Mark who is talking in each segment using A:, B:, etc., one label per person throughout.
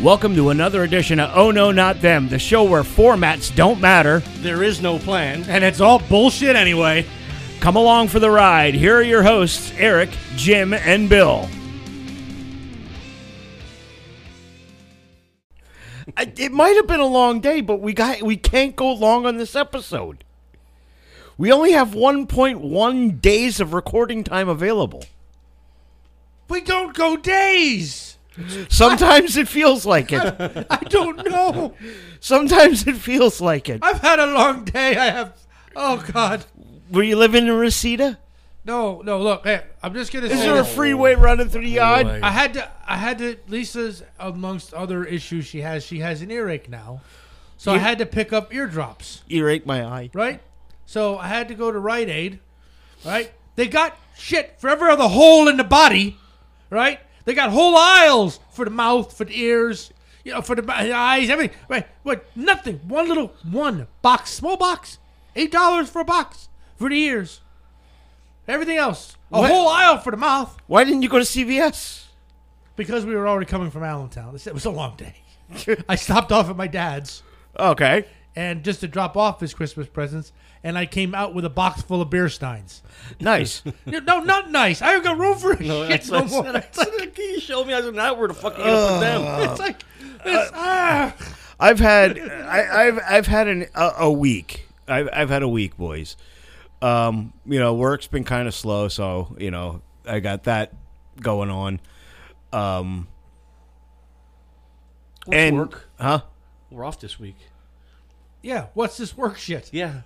A: Welcome to another edition of Oh No Not Them, the show where formats don't matter.
B: There is no plan.
C: And it's all bullshit anyway.
A: Come along for the ride. Here are your hosts, Eric, Jim, and Bill.
B: I- It might have been a long day, but we got we can't go long on this episode. We only have 1.1 days of recording time available.
C: We don't go days.
B: Sometimes it feels like it.
C: I don't know.
B: Sometimes it feels like it.
C: I've had a long day. I have. Oh God.
B: Were you living in Reseda?
C: No, no. Look, hey, I'm just gonna
B: Is
C: say.
B: there a
C: this.
B: freeway running through the yard? Ah,
C: I had to. I had to. Lisa's amongst other issues she has. She has an earache now, so I had to pick up eardrops.
B: You rake my eye.
C: Right. So I had to go to Rite Aid. Right. They got shit for every other hole in the body. Right. They got whole aisles for the mouth, for the ears, you know, for the, the eyes, everything. Right. But nothing. One little one box, small box, eight dollars for a box for the ears. Everything else, a
B: What?
C: whole aisle for the mouth.
B: Why didn't you go to CVS?
C: Because we were already coming from Allentown. It was a long day. I stopped off at my dad's
B: Okay.
C: and just to drop off his Christmas presents, and I came out with a box full of beer steins.
B: Nice.
C: You- no, not nice. I don't got room for shit no more. It's like,
D: Can you show me? I don't know where the fuck you're gonna put them.
C: it's like it's, ah.
B: I've had I, I've I've had an, a, a week. I've I've had a week, boys. Um, you know, work's been kind of slow, so you know I got that going on. Um, and
D: work?
B: huh?
D: We're off this week.
C: yeah. What's this work shit?
D: Yeah,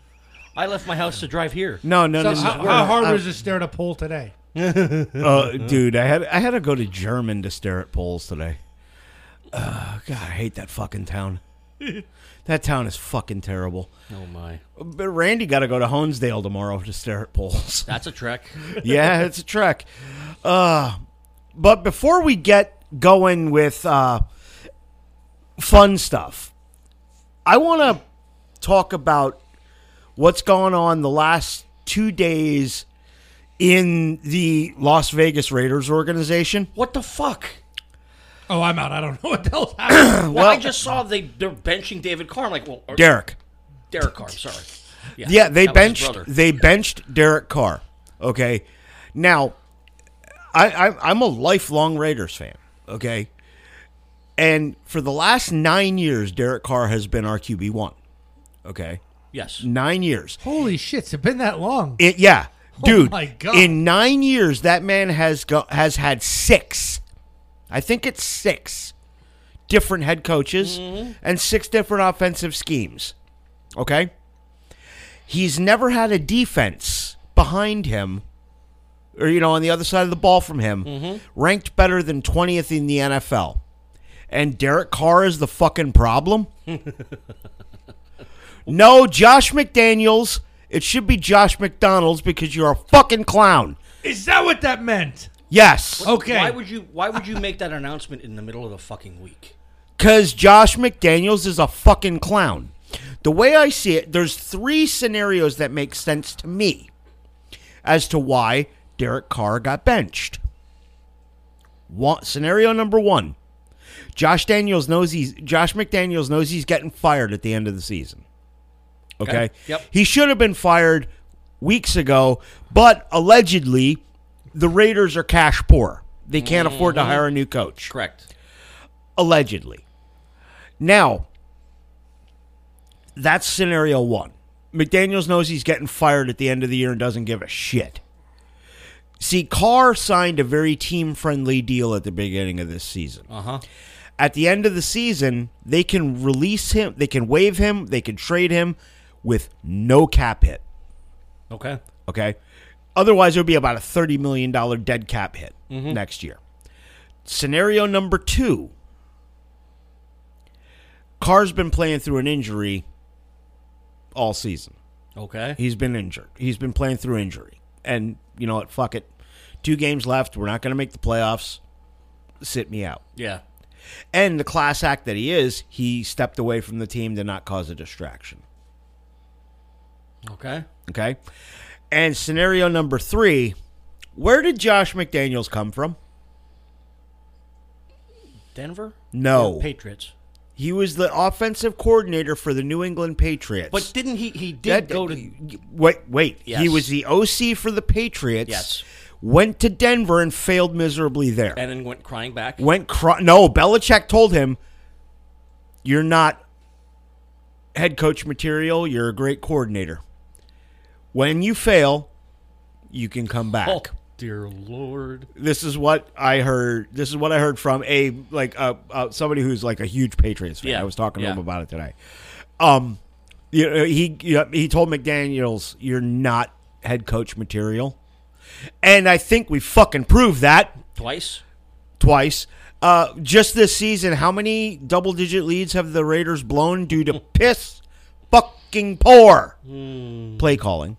D: I left my house to drive here.
B: No, no,
C: So
B: no, no.
C: how, how hard was it to stare at a pole today?
B: Uh, dude, I had I had to go to German to stare at poles today. Uh, God, I hate that fucking town. that town is fucking terrible.
D: Oh my,
B: But Randy got to go to Honesdale tomorrow to stare at poles.
D: that's a trek.
B: yeah, it's a trek. Uh, but before we get going with uh, fun stuff, I want to talk about what's gone on the last two days in the Las Vegas Raiders organization.
D: What the fuck?
C: Oh, I'm out. I don't know what the hell's happening.
D: Well, I just saw they they're benching David Carr. I'm like, well, or,
B: Derek.
D: Derek Carr. I'm sorry.
B: Yeah, they
D: that was his
B: benched
D: brother.
B: they benched Derek Carr. Okay, now I, I I'm a lifelong Raiders fan. Okay, and for the last nine years, Derek Carr has been our QB one. Okay,
D: yes.
B: nine years.
C: Holy shit! It's been that long.
B: It yeah, dude.
C: Oh my God.
B: In nine years, that man has go, has had six. I think it's six different head coaches
C: Mm-hmm.
B: and six different offensive schemes. Okay, he's never had a defense behind him, or you know, on the other side of the ball from him,
C: Mm-hmm.
B: ranked better than twentieth in the NFL. And Derek Carr is the fucking problem. No, Josh McDaniels. It should be Josh McDonald's because you're a fucking clown.
C: Is that what that meant?
B: Yes.
C: Okay.
D: Why would you Why would you make that announcement in the middle of the fucking week?
B: Because Josh McDaniels is a fucking clown. The way I see it, there's three scenarios that make sense to me as to why Derek Carr got benched. One, scenario number one Josh Daniels knows he's Josh McDaniels knows he's getting fired at the end of the season. Okay.
D: Okay. Yep.
B: He should have been fired weeks ago, but allegedly the Raiders are cash poor. They can't afford to hire a new coach
D: Correct.
B: allegedly. Now, that's scenario one. McDaniels knows he's getting fired at the end of the year and doesn't give a shit. See, Carr signed a very team friendly deal at the beginning of this season.
D: Uh huh.
B: At the end of the season, they can release him, they can waive him, they can trade him with no cap hit.
D: Okay.
B: Okay. Otherwise, it would be about a $30 million dead cap hit next year. Scenario number two Carr's been playing through an injury all season.
D: Okay.
B: He's been injured. He's been playing through injury. And you know what? Fuck it. Two games left. We're not going to make the playoffs. Sit me out.
D: Yeah.
B: And the class act that he is, he stepped away from the team to not cause a distraction.
D: Okay.
B: Okay. And scenario number three where did Josh McDaniels come from?
D: Denver?
B: No.
D: Or Patriots.
B: He was the offensive coordinator for the New England Patriots.
D: But didn't he? He
B: That-
D: did go to.
B: wait, wait. He
D: Yes.
B: was the OC for the Patriots.
D: Yes.
B: Went to Denver and failed miserably there.
D: And then went crying back.
B: went cr- no. Belichick told him, "You're not head coach material. You're a great coordinator. When you fail, you can come back."
D: Oh, dear Lord.
B: This is what I heard. This is what I heard from a like uh, uh, somebody who's like a huge Patriots fan.
D: Yeah,
B: I was talking to
D: yeah.
B: him about it today. Um, you know, he you know, he told McDaniel's, "You're not head coach material," and I think we fucking proved that
D: Twice?
B: twice. Uh, just this season, how many double digit leads have the Raiders blown due to piss fucking poor
D: Hmm.
B: play calling?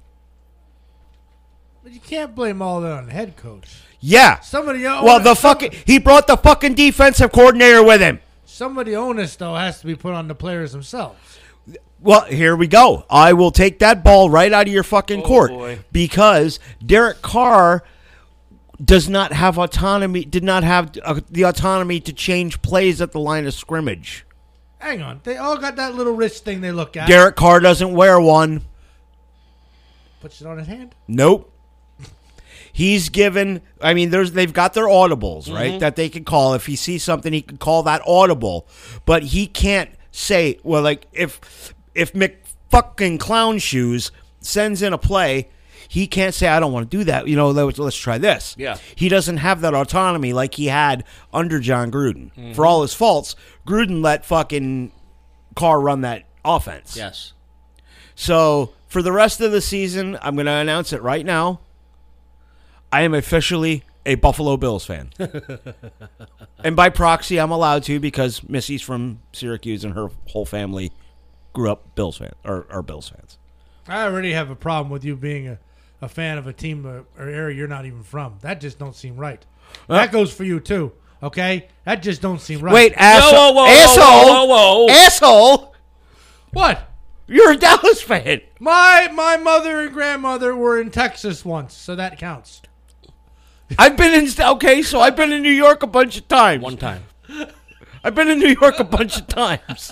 C: But you can't blame all that on the head coach.
B: Yeah.
C: Somebody else.
B: Well, the fucking he brought the fucking defensive coordinator with him.
C: somebody onus though has to be put on the players themselves.
B: Well, here we go. I will take that ball right out of your fucking court
D: boy.
B: because Derek Carr does not have autonomy. Did not have uh, the autonomy to change plays at the line of scrimmage.
C: Hang on, they all got that little wrist thing they look at.
B: Derek Carr doesn't wear one.
C: Puts it on his hand.
B: Nope. He's given. I mean, there's they've got their audibles right that they can call if he sees something. He can call that audible, but he can't say well like if if McFucking Clown Shoes sends in a play. He can't say I don't want to do that. You know, let's, let's try this.
D: Yeah.
B: he doesn't have that autonomy like he had under John Gruden. For all his faults, Gruden let fucking Carr run that offense.
D: Yes.
B: So for the rest of the season, I'm going to announce it right now. I am officially a Buffalo Bills fan, and by proxy, I'm allowed to because Missy's from Syracuse and her whole family grew up Bills fan or are Bills fans.
C: I already have a problem with you being a, a fan of a team or, or area you're not even from. That just don't seem right.
D: Uh.
C: that goes for you too. Okay, that just don't seem right.
B: Wait, asshole,
D: whoa, whoa,
B: asshole,
D: whoa, whoa, whoa.
B: asshole!
C: what?
B: You're a Dallas fan.
C: My my mother and grandmother were in Texas once, so that counts.
B: I've been in okay, so I've been in New York a bunch of times.
D: One time.
B: I've been in New York a bunch of times.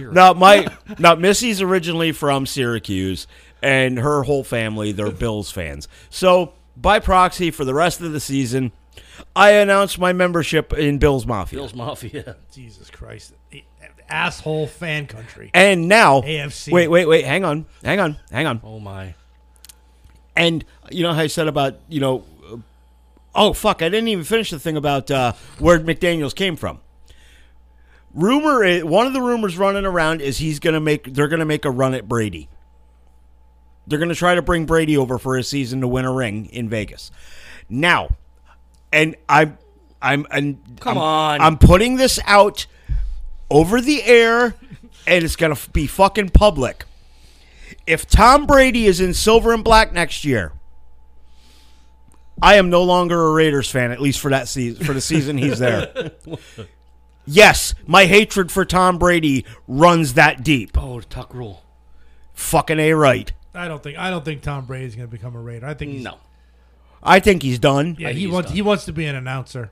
B: now my now Missy's originally from Syracuse, and her whole family they're Bills fans. So by proxy, for the rest of the season, I announced my membership in Bills Mafia,
D: Bills Mafia.
C: Jesus Christ, E, asshole fan country.
B: and now
C: AFC.
B: Wait, wait, wait! Hang on, hang on, hang on.
D: Oh, my.
B: And you know how I said about you know, uh, oh fuck, I didn't even finish the thing about uh, where McDaniel's came from. Rumor, i- one of the rumors running around is he's gonna make. They're gonna make a run at Brady. They're gonna try to bring Brady over for his season to win a ring in Vegas. Now, and I'm, I'm, and
D: Come
B: I'm-
D: on.
B: I'm putting this out over the air, and it's gonna f- be fucking public. If Tom Brady is in silver and black next year, I am no longer a Raiders fan, at least for that season. For the season he's there. yes, my hatred for Tom Brady runs that deep.
D: Oh, Tuck Rule.
B: Fucking a right.
C: I don't think I don't think Tom Brady's going to become a Raider. I think he's,
D: No.
B: I think he's done.
C: Yeah,
D: think
C: he
D: he's
C: wants
D: done.
C: he wants to be an announcer.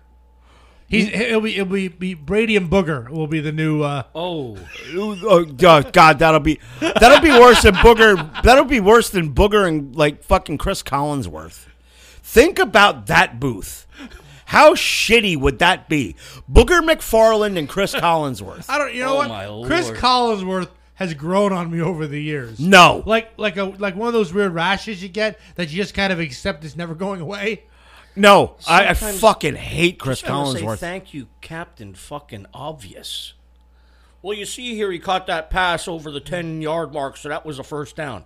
C: He's it'll be it'll be, be Brady and Booger will be the new. Uh,
D: Oh,
B: Ooh, Oh, oh, God, that'll be that'll be worse than Booger. That'll be worse than Booger and like fucking Chris Collinsworth. Think about that booth. How shitty would that be? Booger McFarland and Chris Collinsworth.
C: I don't. You know
D: Oh
C: what?
D: my lord.
C: Chris Collinsworth has grown on me over the years.
B: No.
C: Like like a like one of those weird rashes you get that you just kind of accept is never going away.
B: No, I, I
D: Sometimes-
B: fucking hate Chris
D: just gonna say
B: Collinsworth.
D: thank you, Captain Fucking Obvious. Well, you see here, he caught that pass over the ten-yard mark, so that was a first down.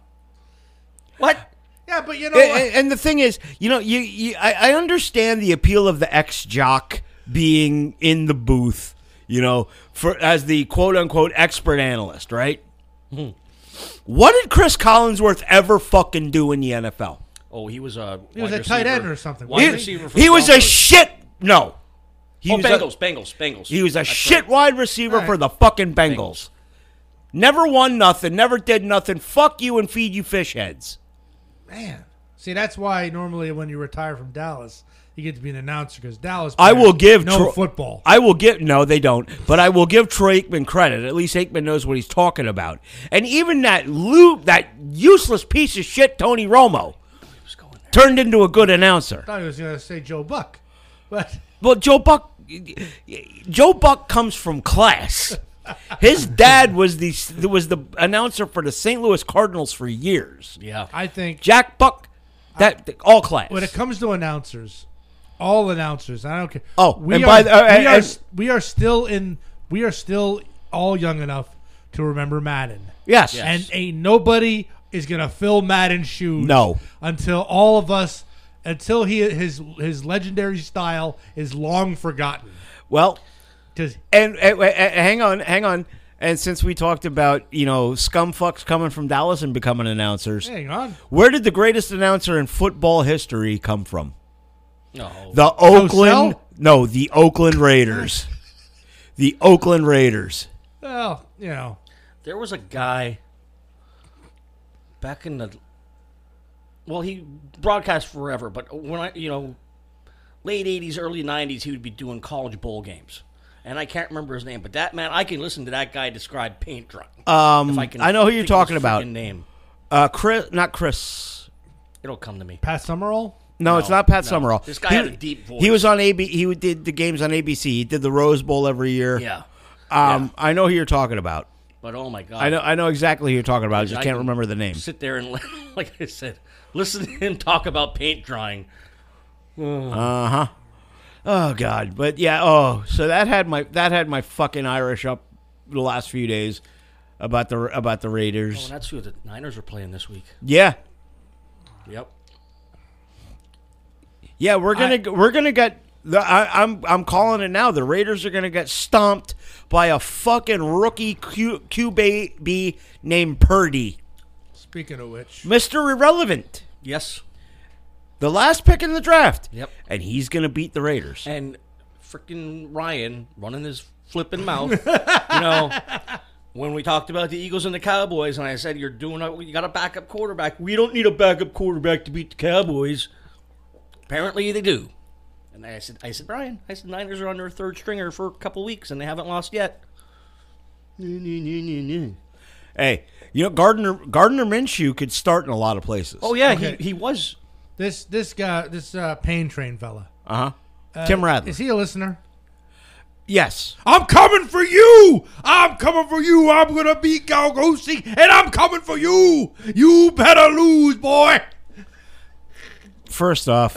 D: What?
C: Yeah, but you know
B: A- a-
C: what?
B: and, the thing is, you know, you, you I, I understand the appeal of the ex jock being in the booth, you know, for as the quote unquote expert analyst, right?
D: Hmm.
B: What did Chris Collinsworth ever fucking do in the NFL?
D: Oh, he was a
C: He was
D: wide
C: a tight end
D: receiver-
C: or something,
D: Wide
C: wasn't
B: He,
D: receiver. For
B: he
D: the
B: was a
D: Broncos.
B: shit. No, he
D: oh,
B: was a-
D: Bengals, Bengals, Bengals.
B: He was a
D: That's
B: shit
D: right.
B: wide receiver for
C: Right.
B: the fucking Bengals. Never won nothing. Never did nothing. Fuck you and feed you fish heads.
C: Man, see that's why normally when you retire from Dallas, he gets to be an announcer because Dallas.
B: I will
C: players
B: give
C: no
B: Tro-
C: football.
B: I will give no, they don't. But I will give Troy Aikman credit. At least Aikman knows what he's talking about. And even that loop, that useless piece of shit, Tony Romo, turned into a good announcer.
C: I thought he was going to say Joe Buck, but
B: Well, Joe Buck, Joe Buck comes from class. His dad was the was the announcer for the St. Louis Cardinals for years.
D: Yeah.
C: I think
B: Jack Buck, that all class.
C: when it comes to announcers, all announcers, I don't care.
B: Oh,
C: we
B: and
C: are,
B: by the- uh,
C: we,
B: and-
C: are
B: and-
C: s- we are still in. We are still all young enough to remember Madden,
B: yes,
D: Yeah.
C: and ain't nobody is going to fill Madden's shoes.
B: No.
C: until all of us, until he his his legendary style is long forgotten.
B: well,
C: Because
B: and, and- and- hang on, hang on. And since we talked about you know scumfucks coming from Dallas and becoming announcers,
C: hang on,
B: where did the greatest announcer in football history come from?
D: No.
B: The Oakland,
C: Cosell?
B: no, the Oakland Raiders, the Oakland Raiders.
C: well, you know,
D: There was a guy back in the well, he broadcast forever, but when I, you know, late '80s, early '90s, he would be doing college bowl games, and I can't remember his name. But that man, I can listen to that guy describe paint dry. Um, if I, can
B: I know who you're
D: think of his
B: talking about.
D: freaking Name,
B: Uh, Chris, not Chris.
D: it'll come to me.
C: Pat Summerall.
B: No, it's not Pat Summerall.
D: This guy
B: he,
D: had a deep voice.
B: He was on AB. He did the games on ABC. He did the Rose Bowl every year.
D: Yeah,
B: Um, I know who you're talking about.
D: but oh my god,
B: I know. I know exactly who you're talking about. I just
D: I
B: can't
D: can-
B: remember the name.
D: Sit there and like I said, listen to him talk about paint drying.
B: Oh God. But yeah. Oh, so that had my that had my fucking Irish up the last few days about the about the
D: Well,
B: Raiders.
D: that's who the Niners are playing this week.
B: Yeah.
D: Yep.
B: Yeah. We're gonna we're gonna get. The, I, I'm I'm calling it now. The Raiders are gonna get stomped by a fucking rookie Q, QB named Purdy,
C: Speaking of which,
B: Mister Irrelevant.
D: Yes.
B: the last pick in the draft.
D: Yep.
B: And he's going to beat the Raiders.
D: and freaking Ryan running his flipping mouth. you know, when we talked about the Eagles and the Cowboys, and I said you're doing a, you got a backup quarterback. We don't need a backup quarterback to beat the Cowboys. Apparently, they do. And I said, I said, Brian, I said, Niners are on their third stringer for a couple weeks, and they haven't lost yet.
B: Hey, you know Gardner Gardner Minshew could start in a lot of places.
D: Oh yeah,
C: Okay.
D: he, he was.
C: this this guy, this uh, pain train fella,
B: Uh-huh.
D: Uh,
B: Tim Radler.
C: is he a listener?
B: yes.
C: I'm coming for you. I'm coming for you. I'm gonna beat Galgosi, and I'm coming for you. You better lose, boy.
B: First off,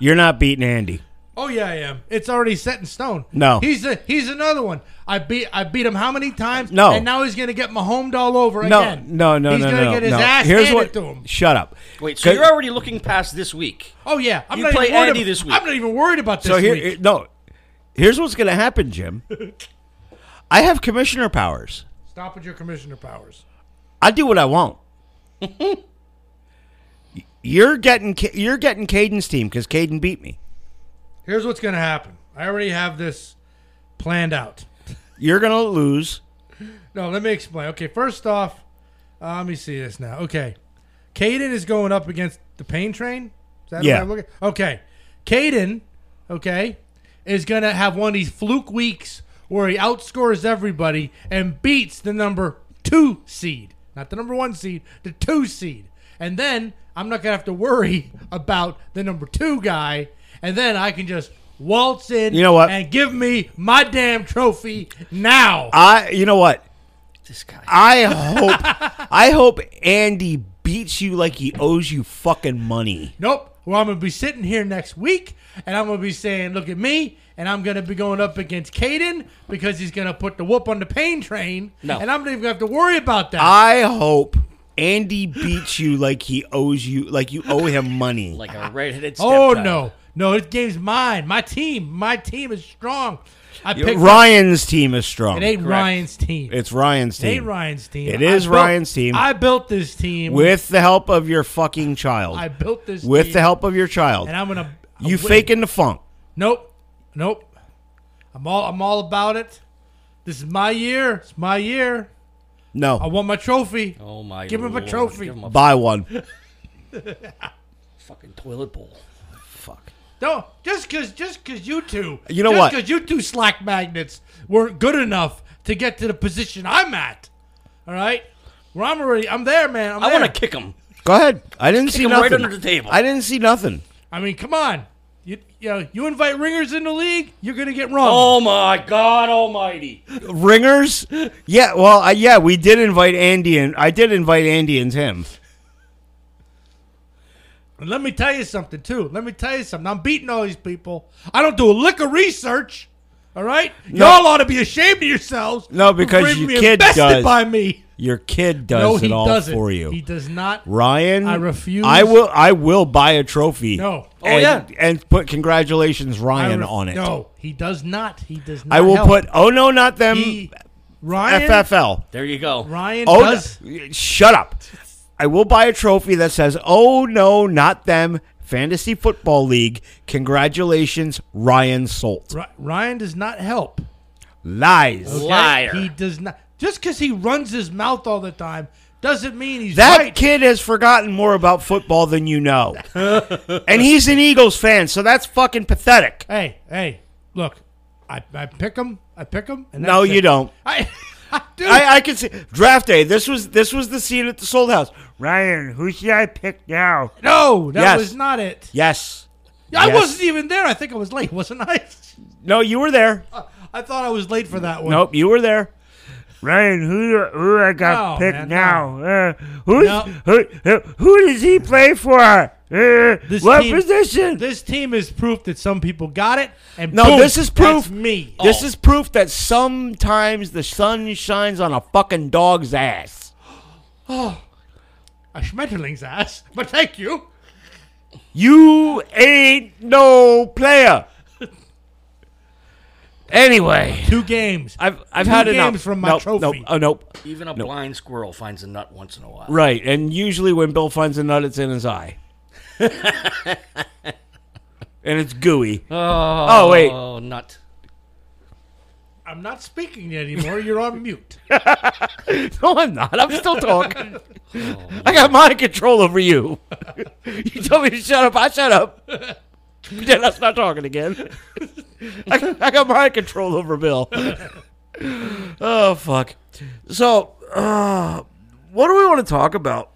B: you're not beating Andy.
C: Oh yeah, I am. It's already set in stone.
B: No.
C: he's a, he's another one. I beat I beat him how many times?
B: No.
C: and now he's gonna get Mahomed all over
B: No,
C: again.
B: no, no,
C: he's
B: no,
C: gonna
B: no.
C: get his
B: no.
C: ass
B: Here's
C: handed
B: what,
C: to him.
B: Shut up.
D: Wait, so
B: Good-
D: you're already looking past this week.
C: Oh yeah, I'm
D: You
C: not
D: play
C: even worried
D: Andy
C: about,
D: this week.
C: I'm not even worried about this
B: So here
C: week.
B: no. Here's what's going to happen, Jim. I have commissioner powers.
C: Stop with your commissioner powers.
B: I do what I want. you're getting Ca- you're getting Caden's team cuz Caden beat me.
C: Here's what's gonna happen. I already have this planned out.
B: You're going to lose
C: No, let me explain. Okay, first off, uh, let me see this now. Okay, Caden is going up against the Pain Train. Is that
B: Yeah.
C: what I'm looking? Okay, Caden, okay, is gonna have one of these fluke weeks where he outscores everybody and beats the number two seed, not the number one seed, the two seed, and then I'm not gonna have to worry about the number two guy, and then I can just waltz in.
B: You know what?
C: And give me my damn trophy now.
B: I you know what?
D: This guy.
B: I hope I hope Andy beats you like he owes you fucking money.
C: Nope. Well, I'm going to be sitting here next week and I'm going to be saying, look at me. And I'm going to be going up against Caden because he's going to put the whoop on the pain train.
D: No.
C: And I'm not even going to have to worry about that.
B: I hope Andy beats you like he owes you like you owe him money.
D: like a redheaded.
C: oh,
D: stepchild.
C: no. No, this game's mine. My team. My team is strong. I picked up-
B: Ryan's team is strong.
C: It ain't Ryan's team.
B: it's Ryan's
C: it
B: team.
C: ain't Ryan's team.
B: It
C: I
B: is
C: built-
B: Ryan's team.
C: I built this team.
B: With the help of your fucking child.
C: I built this
B: With
C: team.
B: the help of your child.
C: And I'm going to.
B: you faking the funk.
C: Nope. Nope. I'm all, I'm all about it. This is my year. It's my year. I
B: No.
C: want my trophy.
D: Oh my.
C: Give him a
D: Lord.
C: trophy.
D: Give him a
B: Buy one.
D: fucking toilet bowl. Fuck.
C: Don't just because just because you two,
B: You know
C: just
B: what?
C: Because you two slack magnets weren't good enough to get to the position I'm at. All right, where I'm already, I'm there, man. I'm
D: I want
C: there.
D: to kick him.
B: Go ahead. I didn't see
D: him
B: nothing.
D: right under the table.
B: I didn't see nothing.
C: I mean, come on. You, you know, you invite ringers in the league, you're gonna get run.
D: Oh my God Almighty!
B: Ringers? Yeah. Well, I, yeah, we did invite Andy and I did invite Andy and Tim.
C: And let me tell you something too. Let me tell you something. I'm beating all these people. I don't do a lick of research. All right, y'all ought to be ashamed of yourselves.
B: No,
C: for
B: because
C: being
B: your kid
C: invested
B: does.
C: by me.
B: Your kid does
C: no,
B: it
C: he
B: all
C: doesn't.
B: for you.
C: He does not.
B: Ryan,
C: I refuse.
B: I will. I will buy a trophy.
C: No. Oh,
B: and,
D: yeah.
B: and put congratulations,
C: I
B: Ryan,
C: ref-
B: on it.
C: No, he does not. He does not.
B: I will
C: help.
B: put. Oh no, not them.
C: He- Ryan.
B: FFL.
D: There you go.
C: Ryan
B: Oh,
C: does.
B: no- shut up! I will buy a trophy that says, "Oh no, not them." Fantasy Football League. Congratulations, Ryan Solt.
C: Ri- Ryan does not help.
B: Lies.
C: Okay?
D: Liar.
C: He does not. Just because he runs his mouth all the time doesn't mean he's
B: That
C: right.
B: kid has forgotten more about football than you know, and he's an Eagles fan, so that's fucking pathetic.
C: Hey, hey, look, I, I pick him. I pick him. And
B: No,
C: that's
B: you
C: it.
B: don't.
C: I, I do.
B: I, I can see draft day. This was this was the scene at the Sold House. Ryan, who should I pick now?
C: no, that
B: Yes.
C: was not it.
B: Yes.
C: I
B: Yes.
C: wasn't even there. I think I was late, wasn't I?
B: No, you were there.
C: I thought I was late for that one.
B: Nope, you were there. Ryan, who who I
C: got No, picked Oh, man, now?
B: Uh, who's,
C: No.
B: who, who who does he play for? Uh,
C: This what team-
B: position?
C: This team is proof that some people got it, and
B: No,
C: boom,
B: this is proof.
C: that's me. Oh.
B: This is proof that sometimes the sun shines on a fucking dog's ass.
C: a Schmetterling's ass. But thank you.
B: You ain't no player. Anyway.
C: Two games.
B: I've I've
C: Two
B: had enough.
C: games from my
B: nope,
C: trophy.
B: Nope, oh nope.
D: Even a blind squirrel finds a nut once in a while.
B: Right, and usually when Bill finds a nut, it's in his eye, and it's gooey.
D: Oh,
B: wait.
D: Oh, nut.
C: I'm not speaking anymore. You're on mute.
B: No, I'm not. I'm still talking. I got my control over you. you told me to shut up. I shut up. Pretend I'm not talking again. I, I got my control over Bill. oh fuck. So, uh, what do we want to talk about?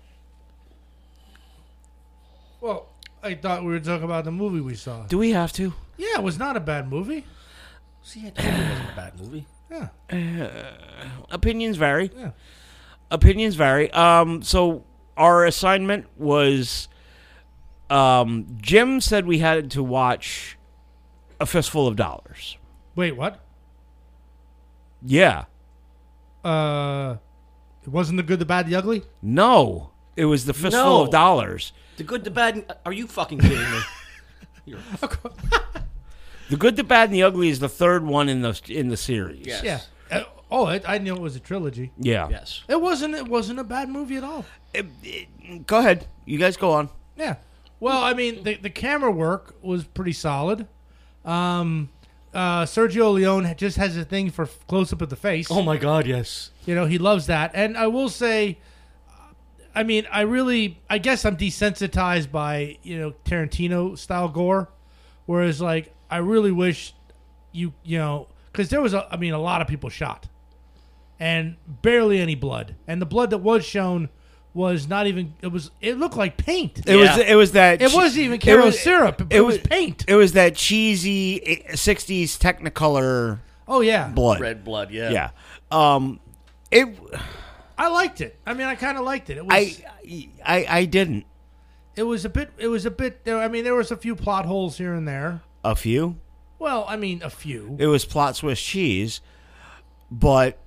C: Well, I thought we were talking about the movie we saw.
B: Do we have to?
C: Yeah, it was not a bad movie.
D: See, I told you it wasn't a bad movie.
C: Yeah.
B: opinions vary.
C: Yeah.
B: Opinions vary. Um, so our assignment was, um, Jim said we had to watch a fistful of dollars.
C: Wait, what?
B: Yeah.
C: Uh, it wasn't the good, the bad, the ugly.
B: No, it was the fistful of
D: No.
B: dollars.
D: The good, the bad. and- Are you fucking kidding me?
B: The good, the bad, and the ugly is the third one in the in the series.
D: Yes.
C: Yeah. Uh, oh, it, I knew it was a trilogy.
B: Yeah.
D: Yes.
C: It wasn't. It wasn't a bad movie at all.
B: Go ahead. You guys go on.
C: Yeah. Well, I mean, the the camera work was pretty solid. Um, uh, Sergio Leone ha- just has a thing for close up of the face.
D: Oh my God, yes.
C: You know, he loves that. And I will say, I mean, I really, I guess I'm desensitized by, you know, Tarantino style gore. Whereas, like, I really wish you, you know, because there was, a, I mean, a lot of people shot and barely any blood. And the blood that was shown was not even, it was, it looked like paint. It,
B: It
D: Yeah.
B: was it was that che-
C: wasn't even Caro
B: was-
C: syrup, it, was paint.
B: It was that cheesy eh, '60s Technicolor
C: oh, yeah.
B: blood.
D: Red blood. Yeah.
B: Yeah. Um, it.
C: I liked it. I mean, I kind of liked it. It was,
B: I. I. I didn't.
C: it was a bit, it was a bit, there- I mean, there was a few plot holes here and there.
B: A few.
C: Well, I mean, a few.
B: It was plot Swiss cheese, but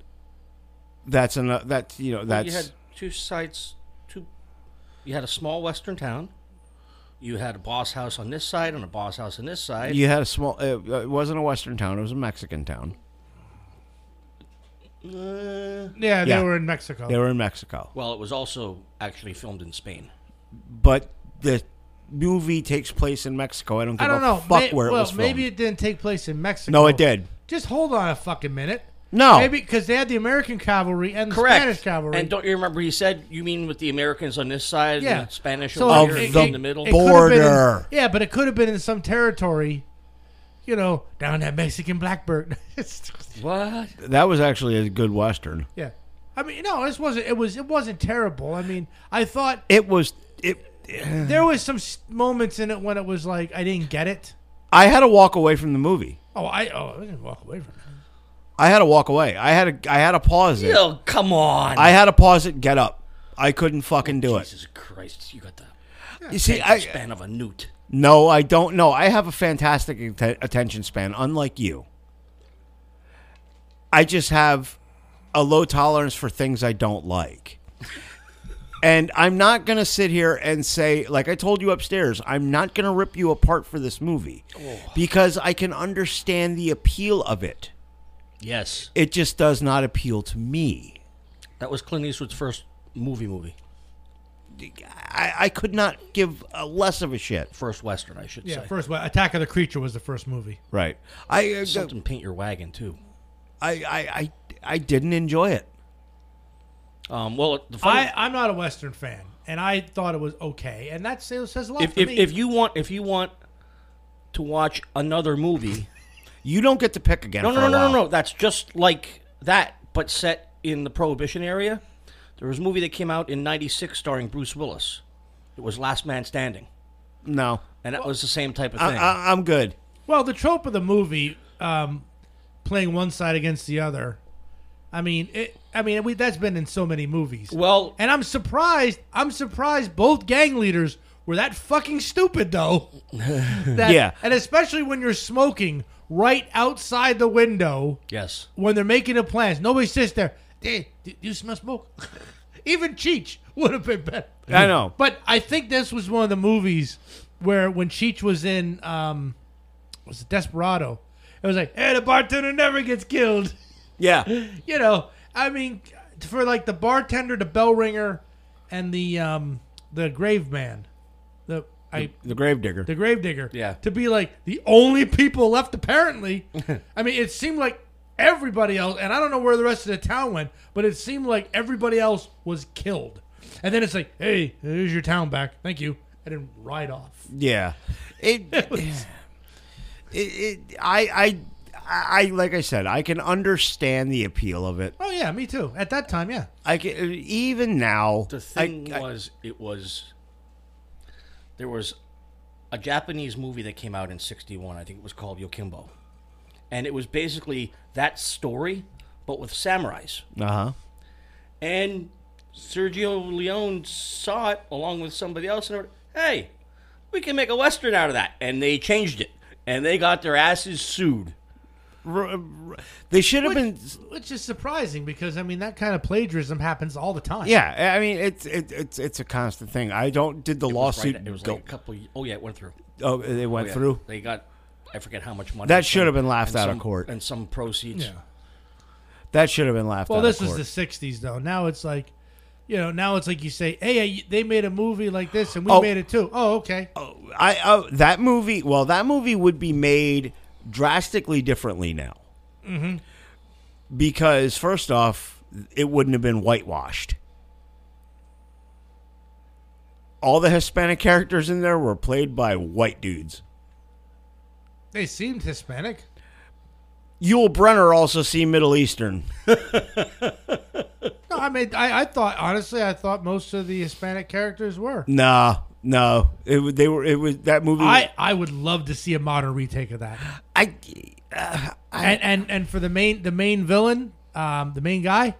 B: that's an that's you know that's
D: You had two sides. Two. You had a small western town. You had a boss house on this side and a boss house on this side.
B: you had a small. It, it wasn't a western town. It was a Mexican town.
C: Yeah, they
B: Yeah.
C: were in Mexico.
B: They were in Mexico,
D: Well, it was also actually filmed in Spain.
B: but the movie takes place in Mexico. I don't give
C: I don't
B: a
C: know.
B: fuck
C: May-
B: where
C: well,
B: it was filmed.
C: maybe it didn't take place in Mexico.
B: no, it did.
C: Just hold on a fucking minute.
B: No.
C: Maybe because they had the American cavalry and the
D: Correct.
C: Spanish cavalry.
D: And don't you remember he said you mean with the Americans on this side,
C: yeah,
D: and the Spanish
C: So
D: over
B: it-
D: here,
B: it-
D: in the middle?
C: it could have been in-
B: border.
C: yeah, but it could have been in some territory, you know, down that Mexican Blackbird.
D: what?
B: That was actually a good western.
C: yeah, I mean, no, this wasn't. It was. It wasn't terrible. I mean, I thought
B: It was it
C: there was some s- moments in it when it was like I didn't get it.
B: I had to walk away from the movie.
C: Oh, I oh, I didn't walk away from it.
B: I had to walk away. I had to I had to pause it.
D: Oh, come on.
B: I had to pause it, get up. I couldn't fucking do it.
D: Jesus Christ, you got the
B: You see, I
D: span of a newt.
B: no, I don't know. I have a fantastic atten- attention span, unlike you. I just have a low tolerance for things I don't like. And I'm not going to sit here and say, like I told you upstairs, I'm not going to rip you apart for this movie because I can understand the appeal of it.
D: Yes,
B: It just does not appeal to me.
D: that was Clint Eastwood's first movie. Movie,
B: I, I could not give a less of a shit.
D: first western, I should
C: Yeah,
D: say.
C: first well, Attack of the Creature was the first movie.
B: Right. I, uh,
D: Something paint your wagon too.
B: I, I, I, I didn't enjoy it.
D: Um, well, the funny,
C: I I'm not a Western fan, and I thought it was okay, and that says, says a lot
D: if,
C: to
D: if,
C: me.
D: if you want if you want to watch another movie,
B: You don't get to pick again.
D: no,
B: for
D: no,
B: a
D: no, no, no,
B: while.
D: no. That's just like that, but set in the Prohibition area. There was a movie that came out in '96 starring Bruce Willis. It was Last Man Standing,
B: No,
D: and that was the same type of
B: I,
D: thing.
B: I, I'm good.
C: Well, the trope of the movie, um, playing one side against the other. I mean, it. I mean, we, that's been in so many movies.
D: well,
C: and I'm surprised. I'm surprised both gang leaders were that fucking stupid, though. That-
B: Yeah.
C: and especially when you're smoking right outside the window
D: yes,
C: when they're making the plans. Nobody sits there. Hey, do do you smell smoke? Even Cheech would have been better.
B: I know.
C: But I think this was one of the movies where when Cheech was in um was it Desperado? It was like, hey, the bartender never gets killed.
B: Yeah,
C: You know, I mean, for like the bartender, the bell ringer, and the um the grave man, the I
B: the gravedigger.
C: the gravedigger.
D: Yeah.
C: To be like the only people left, apparently. I mean, it seemed like everybody else, and I don't know where the rest of the town went, but it seemed like everybody else was killed. And then it's like, hey, here's your town back. Thank you. I didn't ride off.
B: Yeah, it, it, it. I, I, I, like I said, I can understand the appeal of it.
C: Oh, yeah, me too. At that time, yeah.
B: I can even now.
D: The
B: I-
D: thing
B: I-
D: was, it was there was a Japanese movie that came out in '61. I think it was called Yokimbo, and it was basically that story, but with samurais.
B: uh-huh.
D: And Sergio Leone saw it along with somebody else, and they were, hey, we can make a western out of that. And they changed it, and they got their asses sued.
B: R- r- they should have been.
C: Which is surprising because, I mean, that kind of plagiarism happens all the time.
B: Yeah, I mean it's it, it's it's a constant thing. I don't did the
D: Right,
B: lawsuit
D: it was
B: go?
D: like a couple. Of, oh yeah, it went through.
B: oh, they went
D: Yeah,
B: through.
D: They got. I forget how much money.
B: That
D: and
B: should
D: some-
B: have been laughed
D: and
B: out of
D: some-
B: court.
D: And some proceeds.
C: Yeah.
B: That should have been laughed.
C: Well,
B: out of
C: this was
B: court.
C: the '60s, though. Now it's like, you know, now it's like you say, "Hey, I- they made a movie like this, and we
B: Oh.
C: made it too." Oh, okay.
B: I uh, that movie. Well, that movie would be made drastically differently now,
C: Mm-hmm.
B: because first off, it wouldn't have been whitewashed. All the Hispanic characters in there were played by white dudes.
C: They seemed Hispanic.
B: Yul Brenner also seemed Middle Eastern.
C: No, I mean, I, I thought honestly, I thought most of the Hispanic characters
D: Mm.
C: were.
B: Nah, no, it wa- they were. It was that movie.
C: I, I would love to see a modern retake of that.
B: I, uh, I
C: And and and for the main the main villain, um, the main guy,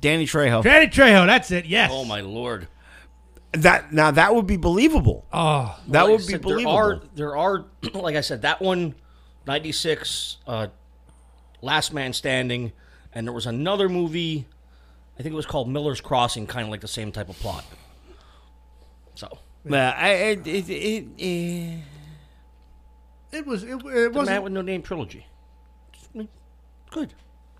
B: Danny Trejo.
C: Danny Trejo. That's it. Yes.
D: Oh my lord.
B: That now that would be believable.
C: Oh,
B: that
D: Like I
B: would be
D: said,
B: believable.
D: There are, there are, like I said, that one, 96, uh, Last Man Standing, and there was another movie, I think it was called Miller's Crossing, kind of like the same type of plot. So,
B: Nah, I, it, it, it, eh.
C: it was it, it
D: the Man
C: wasn't.
D: with No Name trilogy. Good.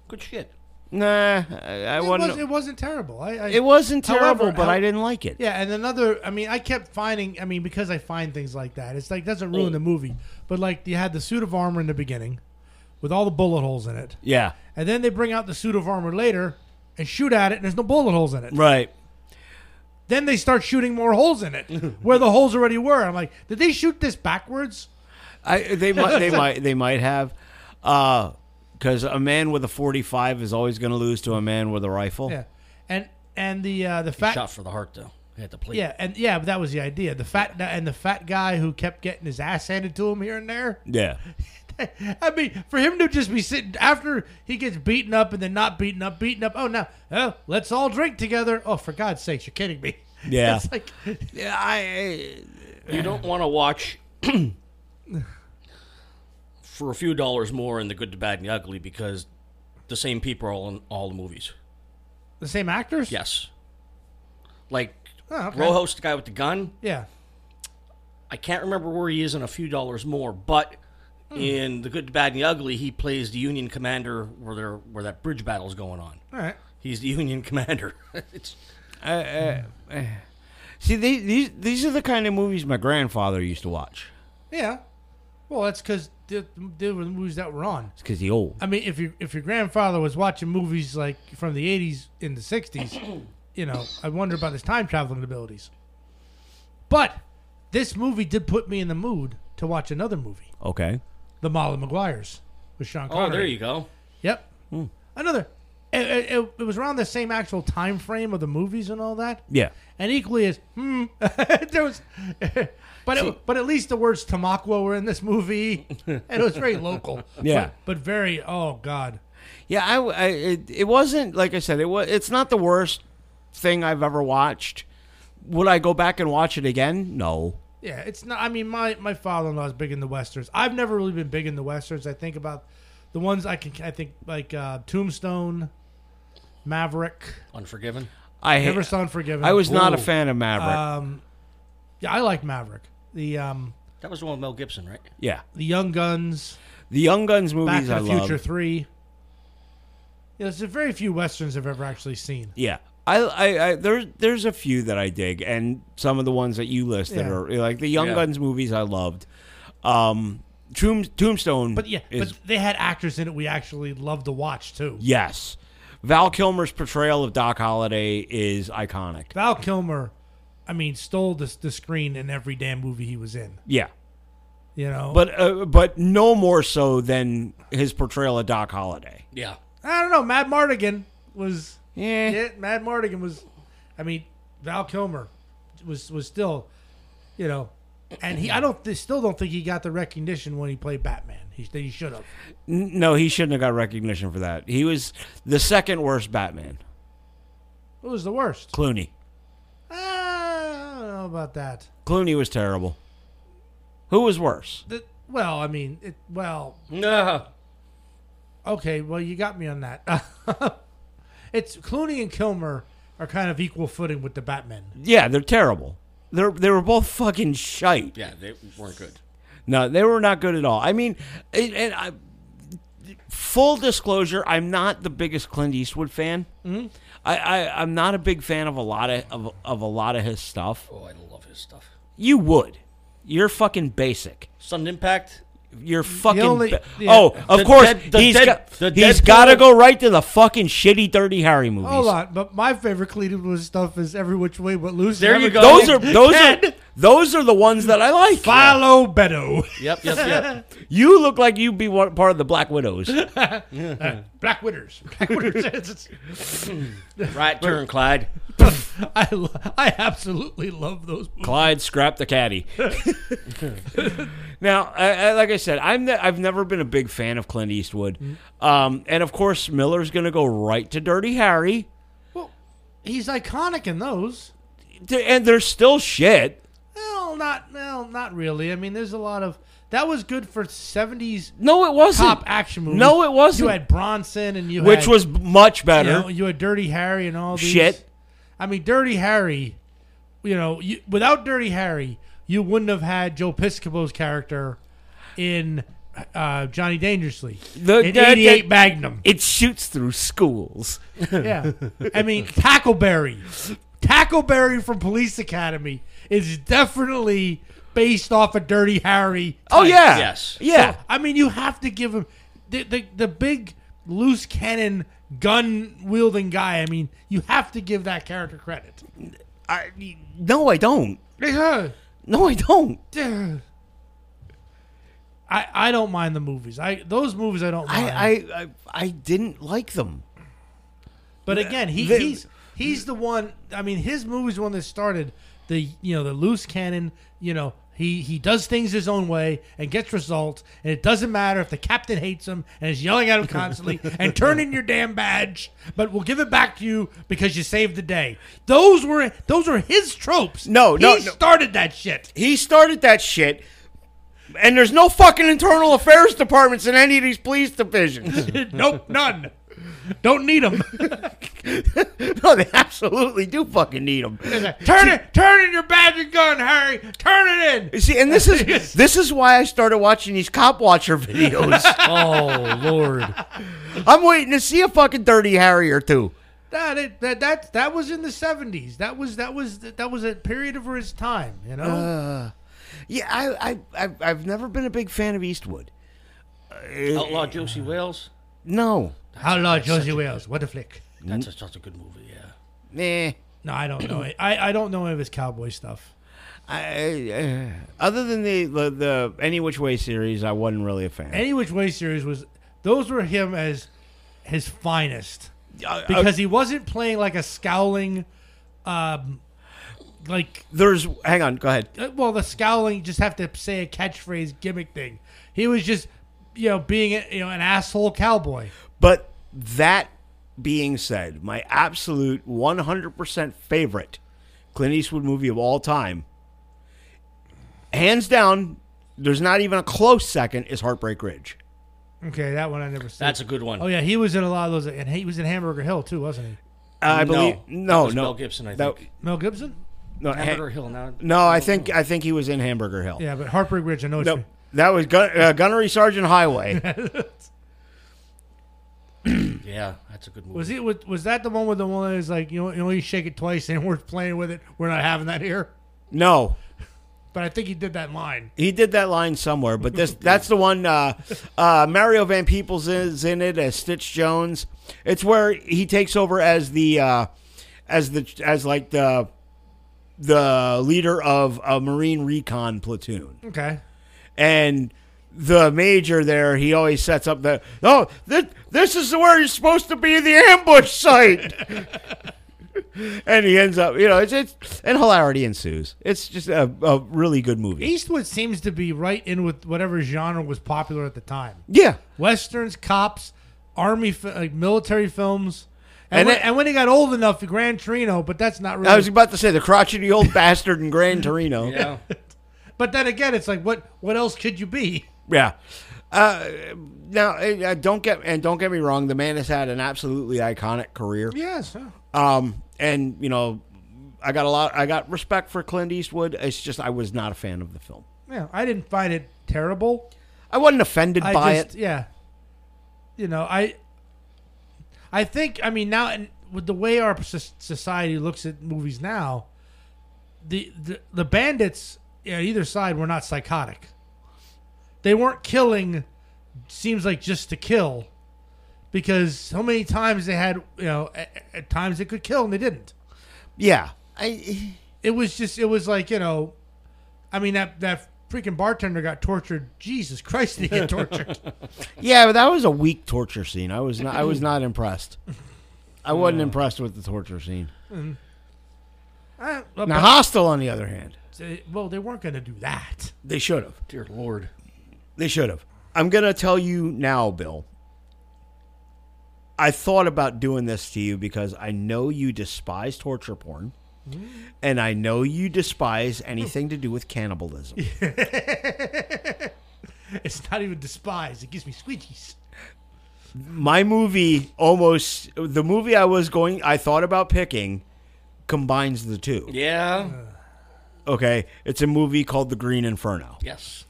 D: Good shit.
B: Nah, I, I
C: It,
B: wasn't.
C: was, it wasn't terrible. I, I
B: it wasn't
C: However,
B: terrible, but
C: how-
B: I didn't like it.
C: Yeah, and another. I mean, I kept finding. I mean,
D: Oh.
C: because I find things like that, it's like doesn't ruin the movie. But like, you had the suit of armor in the beginning, with all the bullet holes in it.
B: Yeah.
C: And then they bring out the suit of armor later and shoot at it, and there's no bullet holes in it.
B: Right.
C: Then they start shooting more holes in it where the holes already were. I'm like, did they shoot this backwards?
B: I they might they might they might have, because a man with a forty five is always going to lose to a man with a rifle.
C: Yeah. And and the uh, the fat
D: Shot for the heart though. He had to play.
C: yeah and yeah, but that was the idea. The fat and the fat guy who kept getting his ass handed to him here and there.
B: Yeah.
C: I mean, for him to just be sitting after he gets beaten up and then not beaten up, beaten up. Oh, now, oh, let's all drink together. Oh, for God's sakes, you're kidding me.
B: Yeah.
C: It's like,
B: Yeah. I.
D: You don't want to watch for a few dollars more in the good, the bad, and the ugly because the same people are all in all the movies.
C: the same actors?
D: Yes. Like
C: Oh, okay.
D: Rojos, the guy with the gun.
C: Yeah.
D: I can't remember where he is in a few dollars more, but Hmm. in the good, the bad, and the ugly, he plays the Union commander where there where that bridge battle's going on.
C: All right.
D: He's the Union commander. it's
B: I, see, they, these these are the kind of movies my grandfather used to watch.
C: Yeah. Well, that's because they they were the movies that were on.
B: It's because he old.
C: I mean, if your if your grandfather was watching movies like from the '80s in the '60s, you know, I wonder about his time traveling abilities. But this movie did put me in the mood to watch another movie,
B: Okay.
C: The Molly Maguires with Sean
D: oh,
C: Connery.
D: there you go. Hmm.
C: Yep. Another. It, it- it- it was around the same actual time frame of the movies and all that.
B: Yeah.
C: And equally as hmm, there was, but it, but at least the words Tamaqua were in this movie, and it was very local.
B: Yeah.
C: But, but very oh god.
B: Yeah. I. I it, it wasn't like I said. It was. It's not the worst thing I've ever watched. Would I go back and watch it again? No.
C: Yeah, it's not. I mean, my my father in law is big in the westerns. I've never really been big in the westerns. I think about the ones I can. I think like uh, Tombstone, Maverick,
D: Unforgiven.
B: I
C: Never Saw Unforgiven.
B: I was not a
C: Ooh.
B: fan of Maverick.
C: Um, yeah, I like Maverick. The um,
D: That was the one with Mel Gibson, right?
B: yeah.
C: the Young Guns,
B: The Young Guns
C: Back
B: movies
C: to
B: I
C: the
B: love.
C: Future Three. Yeah, there's very few westerns I've ever actually seen.
B: Yeah. I, I, I there's there's a few that I dig, and some of the ones that you listed
C: Yeah.
B: are like the Young
D: Yeah.
B: Guns movies I loved. Um, Tomb, Tombstone,
C: But yeah,
B: is,
C: but they had actors in it we actually loved to watch too.
B: yes, Val Kilmer's portrayal of Doc Holliday is iconic.
C: Val Kilmer, I mean, stole the the screen in every damn movie he was in.
B: Yeah,
C: You know,
B: but uh, but no more so than his portrayal of Doc Holliday.
D: Yeah.
C: I don't know. Mad Mardigan was
B: Yeah,
C: yeah. Mad Mardigan was, I mean, Val Kilmer was was still, you know, and he I don't I still don't think he got the recognition when he played Batman. He that he should have.
B: N- no, he shouldn't have got recognition for that. He was the second worst Batman.
C: It was the worst.
B: Clooney,
C: Ah, I don't know about that.
B: Clooney was terrible. Who was worse?
C: The- well, I mean, it, well,
D: No.
C: okay, well, you got me on that. it's Clooney and Kilmer are kind of equal footing with the Batman.
B: Yeah, they're terrible. They're they were both fucking shite.
D: Yeah, they weren't good.
B: No, they were not good at all. I mean, and, and I, full disclosure, I'm not the biggest Clint Eastwood fan. Mm-hmm. I, I I'm not a big fan of a lot of, of of a lot of his stuff.
D: Oh, I love his stuff.
B: You would. You're fucking basic.
D: Sudden Impact.
B: You're fucking.
C: only-
B: ba-
C: yeah.
B: oh, of
D: The
B: course.
D: dead- the
B: he's
D: dead- Oh,
B: got.
D: the
B: he's
D: Deadpool-
B: got to go right to the fucking shitty, dirty Harry movies.
C: Hold on, but my favorite Clint Eastwood stuff is Every Which Way But Loose.
D: There you go.
B: Those are those are those are the ones that I like.
C: Philo Beto.
D: Yep, yep, yep.
B: You look like you'd be one, part of the Black Widows.
C: Black Witters. Black Witters. It's-
D: right turn, Clyde.
C: it's- I, lo- I absolutely love those movies.
B: Clyde, scrap the caddy. now, I, I, like I said, I'm the, I've never been a big fan of Clint Eastwood, um, and of course Miller's going to go right to Dirty Harry,
C: Well, he's iconic in those.
B: Th- and there's still shit.
C: Well, not well, not really. I mean, there's a lot of that was good for '70s
B: No, it wasn't.
C: top action movies.
B: No, it wasn't.
C: You had Bronson and you
B: Which
C: had,
B: was b- much
C: you,
B: better.
C: know, you had Dirty Harry and all these
B: Shit.
C: I mean, Dirty Harry. You know, you, without Dirty Harry, you wouldn't have had Joe Piscopo's character in uh, Johnny Dangerously
B: The-
C: in
B: that- that-
C: '88 Magnum.
B: it shoots through schools.
C: Yeah. I mean, Tackleberry. Tackleberry from Police Academy is definitely based off of Dirty Harry.
B: Oh
C: type.
B: yeah.
D: Yes.
B: Yeah.
C: I mean, you have to give him. the, the the big loose cannon gun wielding guy. I mean, you have to give that character credit.
B: I no, I don't.
C: Yeah.
B: No, I don't.
C: I I don't mind the movies. I those movies I don't mind.
B: I I I, I didn't like them.
C: but again, he,
B: they-
C: he's he's the one. I mean, his movies one that started the you know the loose cannon. You know he he does things his own way and gets results, and it doesn't matter if the captain hates him and is yelling at him constantly and turn in your damn badge, but we'll give it back to you because you saved the day. Those were those were his tropes.
B: No, no,
C: he
B: no.
C: started that shit.
B: He started that shit, and there's no fucking internal affairs departments in any of these police divisions.
C: nope, none. Don't need him.
B: no, they absolutely do fucking need them.
C: Turn it, turn in your badge and gun, Harry. Turn it in.
B: See, and this is this is why I started watching these cop watcher videos.
D: Oh Lord!
B: I'm waiting to see a fucking dirty Harry or two.
C: That, it, that that that was in the seventies. That was that was that was a period of his time. You know,
B: Uh, Yeah, I, I, I I've never been a big fan of Eastwood.
D: Outlaw Josie Wales.
B: No,
C: how large Josie Wales? What a flick!
D: That's a, such a good movie. Yeah.
B: nah.
C: No, I don't know it. I I don't know any of his cowboy stuff.
B: I, uh, other than the, the the Any Which Way series, I wasn't really a fan.
C: Any which way series was those were him as his finest
B: Uh, uh,
C: because he wasn't playing like a scowling, um, like
B: there's hang on, go ahead.
C: Uh, well, the scowling you just have to say a catchphrase gimmick thing. He was just, you know, being a, you know an asshole cowboy.
B: But that being said, my absolute 100% favorite Clint Eastwood movie of all time, hands down, there's not even a close second, is Heartbreak Ridge.
C: Okay, that one I never saw.
D: That's a good one.
C: oh yeah, he was in a lot of those, and he was in Hamburger Hill too, wasn't he?
B: I believe
D: that
B: no,
D: was
B: no,
D: Mel Gibson, I
B: That-
D: think.
C: Mel Gibson.
B: no, Ha-
D: Hamburger Hill. Now.
B: no, I think I think he was in Hamburger Hill.
C: Yeah, but Heartbreak Ridge, I know.
B: No,
C: No.
B: that was Gun- uh, Gunnery Sergeant Highway.
D: Yeah, that's a good movie.
C: Was he was, was that the one with the one that was like you know you only shake it twice and we're playing with it. We're not having that here.
B: no,
C: But I think he did that line.
B: He did that line somewhere, but this that's the one uh, uh, Mario Van Peebles is in it as Stitch Jones. It's where he takes over as the uh, as the as like the the leader of a Marine recon platoon.
C: Okay.
B: And the major there, he always sets up the oh this, this is where you're supposed to be the ambush site. and he ends up, you know, it's it's and hilarity ensues. It's just a, a really good movie.
C: Eastwood seems to be right in with whatever genre was popular at the time.
B: Yeah.
C: westerns, cops, army, fi- like military films. And,
B: And
C: when,
B: it-
C: and when he got old enough, Gran Torino, but that's not really.
B: I was about to say the crotchety old bastard in Gran Torino.
D: Yeah.
C: but then again, it's like what what else could you be?
B: Yeah. Uh, now, uh, don't get and don't get me wrong. The man has had an absolutely iconic career.
C: Yes,
B: Um, and you know, I got a lot. I got respect for Clint Eastwood. It's just I was not a fan of the film.
C: yeah. I didn't find it terrible.
B: I wasn't offended
C: I
B: by
C: just
B: it.
C: yeah. You know, I I think I mean now and with the way our soc- society looks at movies now, the the, the bandits you know, either side were not psychotic. They weren't killing seems like just to kill because so many times they had, you know, at, at times they could kill and they didn't
B: Yeah. I.
C: it was just it was like you know i mean that that freaking bartender got tortured jesus christ did he get tortured
B: Yeah, but that was a weak torture scene. I was not. I was not impressed. I wasn't impressed with the torture scene.
C: I, well,
B: Now, Hostel, on the other hand,
C: but- well they weren't going to do that
B: they should have.
D: Dear Lord.
B: They should have. I'm going to tell you now, Bill. I thought about doing this to you because I know you despise torture porn. And I know you despise anything to do with cannibalism.
C: it's not even despised it gives me squeegees
B: My movie almost the movie I was going I thought about picking combines the two.
D: Yeah.
B: Okay, it's a movie called The Green Inferno.
D: Yes.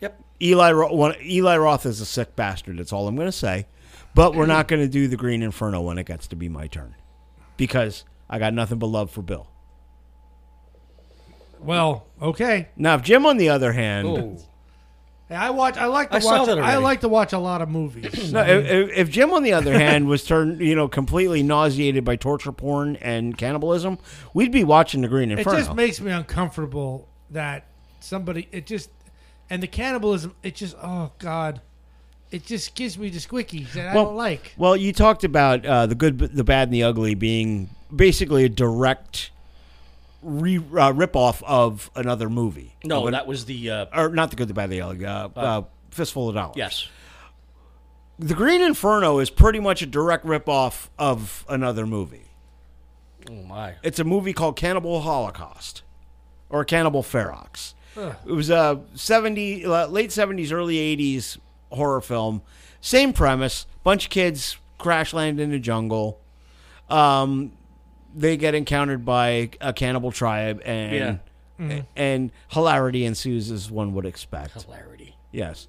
D: Yep.
B: Eli Ro- one, Eli Roth is a sick bastard. That's all I'm going to say. But we're not going to do the Green Inferno when it gets to be my turn, because I got nothing but love for Bill.
C: well okay
B: Now, if Jim, on the other hand,
D: Oh.
C: And I watch. I like to
D: I saw
C: watch.
D: that
C: I
D: already.
C: like to watch a lot of movies.
B: No, if, if- if Jim, on the other hand, was turned, you know, completely nauseated by torture porn and cannibalism, we'd be watching The Green
C: it
B: Inferno.
C: just makes me uncomfortable that somebody. It just and the cannibalism. It just. Oh God. It just gives me the squickies that I don't like.
B: Well, you talked about uh, the good, the bad, and the ugly being basically a direct re- uh, ripoff of another movie.
D: No,
B: Of an-
D: that was the uh,
B: or not the good, the bad, the ugly. Uh, uh, Fistful of Dollars.
D: yes.
B: The Green Inferno is pretty much a direct ripoff of another movie.
D: Oh my.
B: It's a movie called Cannibal Holocaust or Cannibal Ferox. It was a 70 la- late 70s early 80s horror film. Same premise, bunch of kids crash land in the jungle. Um they get encountered by a cannibal tribe and
D: Yeah. Mm-hmm.
B: and hilarity ensues as one would expect.
D: Hilarity.
B: Yes.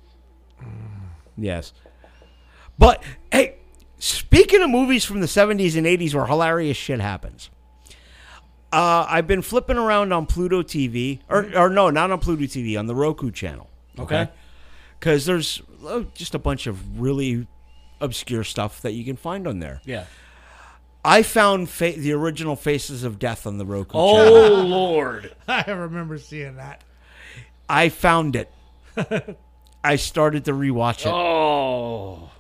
B: Yes. But hey, speaking of movies from the 70s and 80s where hilarious shit happens. Uh, I've been flipping around on Pluto TV or or no, not on Pluto TV, on the Roku channel
D: Okay.
B: cuz there's uh, just a bunch of really obscure stuff that you can find on there.
D: Yeah.
B: I found fa- the original Faces of Death on the Roku channel.
D: Oh Lord.
C: I remember seeing that.
B: I found it. I started to rewatch it.
D: Oh.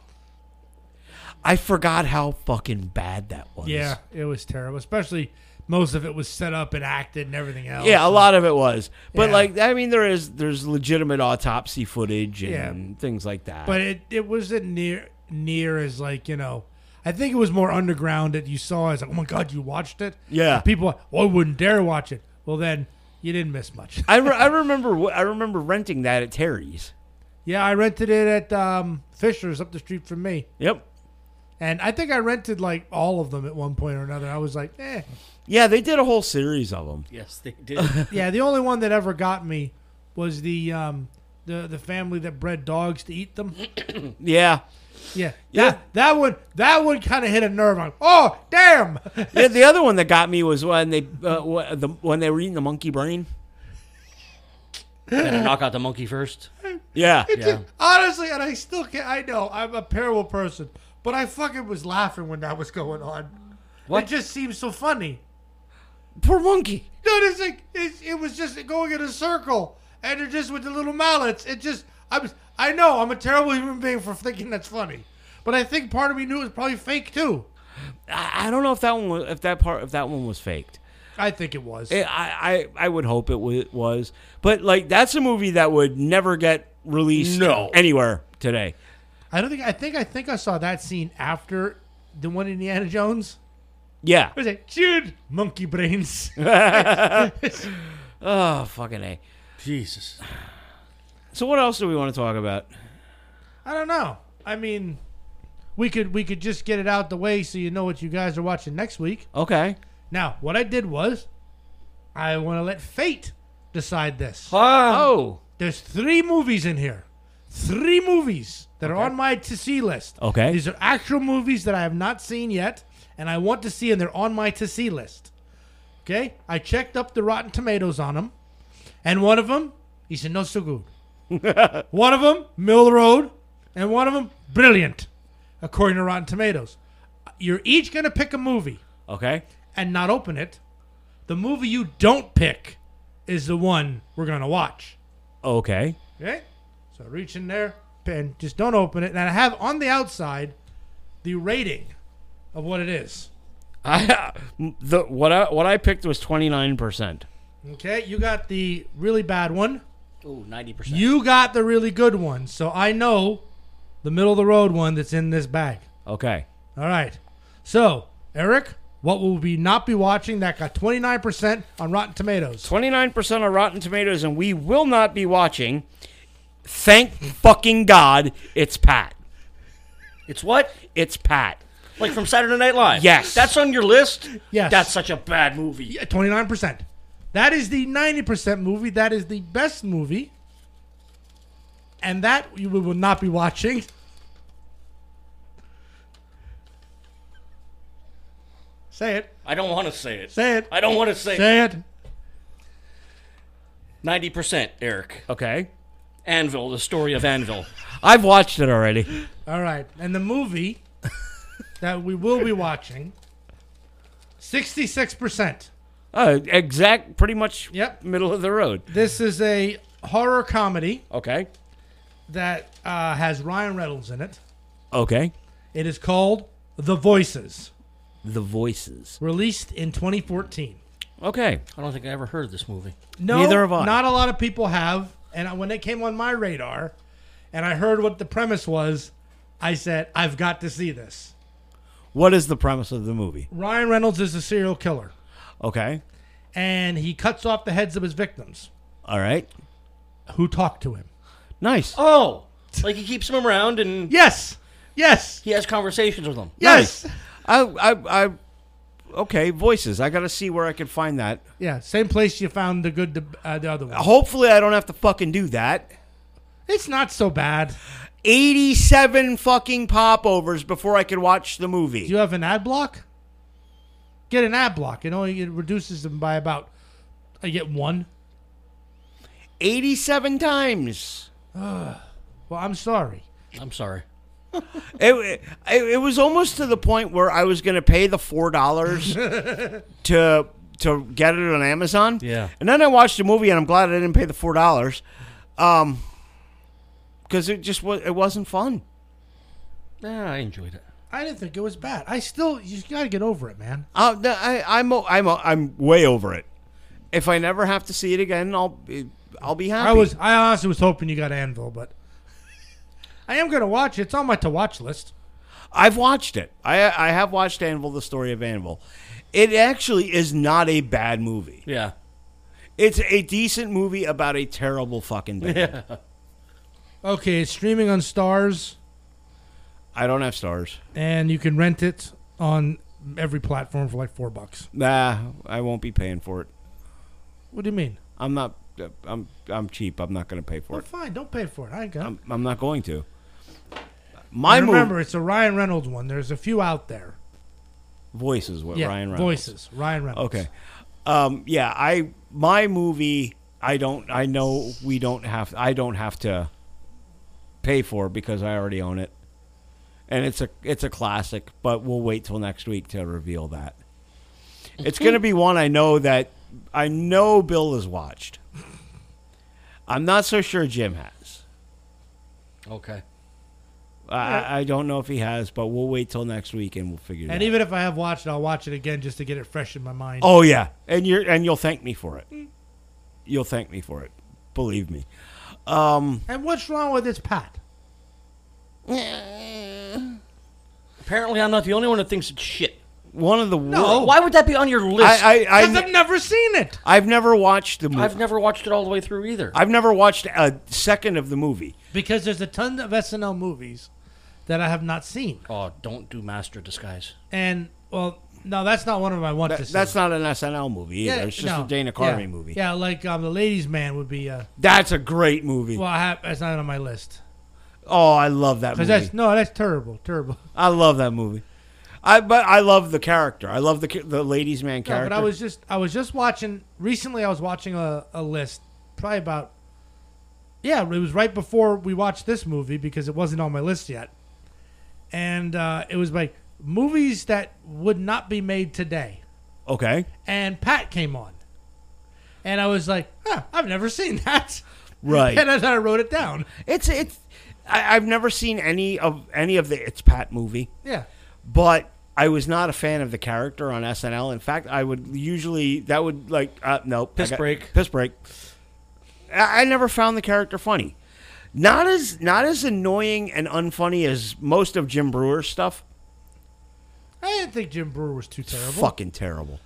B: I forgot how fucking bad that was.
C: Yeah, it was terrible. Especially most of it was set up and acted and everything else.
B: Yeah, a lot of it was, but
C: Yeah.
B: like I mean, there is there's legitimate autopsy footage and
C: Yeah.
B: things like that.
C: But it, it wasn't near near as like you know. I think it was more underground that you saw as like, oh my god, you watched it.
B: Yeah.
C: And people, well, I wouldn't dare watch it. Well, then you didn't miss much.
B: I, re- I remember w- I remember renting that at Terry's.
C: yeah, I rented it at um, Fisher's up the street from me,
B: Yep.
C: and I think I rented like all of them at one point or another. I was like, eh.
B: Yeah, they did a whole series of them.
D: Yes, they did.
C: Yeah, the only one that ever got me was the um, the the family that bred dogs to eat them.
B: Yeah.
C: Yeah,
B: Yeah.
C: That, that one that one kind of hit a nerve. Like, oh damn.
B: yeah. The other one that got me was when they uh, wh- the, when they were eating the monkey brain.
D: Better knock out the monkey first.
B: Yeah.
D: Yeah.
C: Honestly, and I still can't. I know I'm a terrible person, but I fucking was laughing when that was going on.
D: What?
C: It just seems so funny.
B: Poor monkey.
C: No, it's like it's, it was just going in a circle, and it just with the little mallets. It just I was. I know I'm a terrible human being for thinking that's funny, but I think part of me knew it was probably fake too.
B: I, I don't know if that one was, if that part if that one was faked.
C: I think it was.
B: It, I, I I would hope it wa- was, but like that's a movie that would never get released
D: No.
B: anywhere today.
C: I don't think. I think. I think I saw that scene after the one Indiana Jones.
B: Yeah.
C: I was like, dude, monkey brains.
B: Oh fucking a.
D: Jesus.
B: So what else do we want to talk about?
C: I don't know. I mean, we could we could just get it out the way so you know what you guys are watching next week.
B: Okay.
C: Now, what I did was, I want to let fate decide this.
D: Ah.
B: Oh.
C: There's three movies in here, three movies that are on my to see list.
B: Okay.
C: these are actual movies that I have not seen yet, and I want to see, and they're on my to see list. Okay, I checked up the Rotten Tomatoes on them, and one of them, he said no so good. One of them, Mill Road, and one of them, Brilliant, according to Rotten Tomatoes. You're each going to pick a movie
B: Okay.
C: and not open it. The movie you don't pick is the one we're going to watch.
B: Okay.
C: Okay? So reach in there and just don't open it. And I have on the outside the rating of what it is.
B: I the what I what I picked was twenty nine percent.
C: Okay? You got the really bad one.
D: Ooh, 90%.
C: You got the really good one. So I know the middle of the road one that's in this bag.
B: Okay.
C: All right. So, Eric, what will we not be watching that got 29% on Rotten Tomatoes?
B: Twenty nine percent on Rotten Tomatoes, and we will not be watching. Thank fucking God, it's Pat.
D: it's what?
B: It's Pat.
D: Like from Saturday Night Live.
B: Yes.
D: That's on your list?
C: Yes.
D: That's such a bad movie.
C: Yeah, 29%. That is the 90% movie. That is the best movie. And that you- we will not be watching. Say it.
D: I don't want to say it.
C: Say it.
D: I don't want to say it.
C: Say it.
D: 90%, Eric.
B: Okay.
D: Anvil, the story of Anvil.
A: I've watched it already.
C: All right. And the movie that we will be watching 66%.
A: Uh, exact, pretty much
C: Yep.
A: middle of the road.
C: This is a horror comedy
A: Okay.
C: that uh, has Ryan Reynolds in it.
A: Okay.
C: It is called The Voices,
A: The voices.
C: released in 2014.
A: Okay.
D: I don't think I ever heard of this movie.
C: No,
A: Neither have I.
C: Not a lot of people have. And I- when it came on my radar, and I heard what the premise was, I said, "I've got to see this."
B: What is the premise of the movie?
C: Ryan Reynolds is a serial killer,
B: Okay.
C: and he cuts off the heads of his victims
B: All right.
C: who talk to him.
B: Nice.
D: Oh, like he keeps them around and
C: Yes, yes,
D: he has conversations with them.
C: yes.
B: I, I, I, okay, voices. I got to see where I can find that.
C: Yeah, same place you found the good, the, uh, the other one.
B: Hopefully, I don't have to fucking do that.
C: It's not so bad.
B: 87 fucking popovers before I could watch the
C: Do
B: movie.
C: you have an ad block? Get an ad block. It only it reduces them by about. I get one.
B: 87 times.
C: Well, I'm sorry.
D: I'm sorry.
B: It, it, it was almost to the point where I was going to pay the $4 to to get it on Amazon.
D: Yeah.
B: And then I watched a movie and I'm glad I didn't pay the $4. Um cuz it just was it wasn't fun.
D: Yeah, I enjoyed it.
C: I didn't think it was bad. I still, you gotta get over it, man.
B: Uh, no, I, I'm o- I'm o- I'm way over it. If I never have to see it again, I'll be- I'll be happy.
C: I was, I honestly was hoping you got Anvil, but I am gonna watch it. It's on my to watch list.
B: I've watched it. I I have watched Anvil: The Story of Anvil. It actually is not a bad movie.
D: Yeah.
B: It's a decent movie about a terrible fucking band.
C: Okay, it's streaming on Stars,
B: I don't have stars.
C: and you can rent it on every platform for like four bucks.
B: Nah, I won't be paying for it.
C: What do you mean?
B: I'm not. I'm I'm cheap. I'm not going to pay for
C: Well,
B: it.
C: fine, don't pay for it. I ain't got.
B: I'm, I'm not going to. My
C: And remember,
B: movie
C: it's a Ryan Reynolds one. There's a few out there.
B: voice is what
C: Yeah,
B: Ryan Reynolds.
C: voices. Ryan Reynolds.
B: Okay. Um, yeah, I my movie I don't I know we don't have I don't have to pay for because I already own it. And it's a it's a classic, but we'll wait till next week to reveal that. It's going to be one I know that I know Bill has watched. I'm not so sure Jim has.
D: Okay.
B: I, I- I don't know if he has, but we'll wait till next week and we'll figure it
C: And
B: out.
C: even if I have watched it, I'll watch it again just to get it fresh in my mind.
B: Oh yeah, and you're and you'll thank me for it. You'll thank me for it. Believe me.
C: And what's wrong with this Pat?
D: Apparently, I'm not the only one that thinks it's shit.
B: One of the
C: No.
B: no.
D: Why would that be on your list?
B: I I,
C: Because I've
B: I
C: never seen it.
B: I've never watched the movie.
D: have
B: I've,
D: never watched it all the way through either.
B: never watched a second of the movie.
C: Because there's a ton of SNL movies that I have not seen.
D: oh, don't do Master Disguise.
C: And, well, no, that's not one of them I want
B: That-
C: to see.
B: that's not an SNL movie either. it's just
C: no,
B: a Dana Carvey
C: yeah.
B: movie.
C: Yeah, like um, The Ladies' Man would be, uh,
B: That's a great movie.
C: well, I have, that's not on my list.
B: Oh, I love that movie.
C: Because that's, no, that's terrible, terrible.
B: I love that movie. I but I love the character. I love the ca- the ladies man
C: No,
B: character.
C: but I was just, I was just watching, recently I was watching a, a list, probably about, yeah, it was right before we watched this movie because it wasn't on my list yet. And uh, it was like movies that would not be made today.
B: okay.
C: and Pat came on. And I was like, huh, I've never seen that.
B: Right.
C: And then I wrote it down.
B: It's it's I, I've never seen any of any of the It's Pat movie.
C: Yeah.
B: but I was not a fan of the character on SNL. In fact, I would usually that would like uh, no
D: Piss
B: I got-
D: break.
B: piss break. I, I never found the character funny. Not as not as annoying and unfunny as most of Jim Brewer's stuff.
C: I didn't think Jim Brewer was too terrible.
B: Fucking terrible.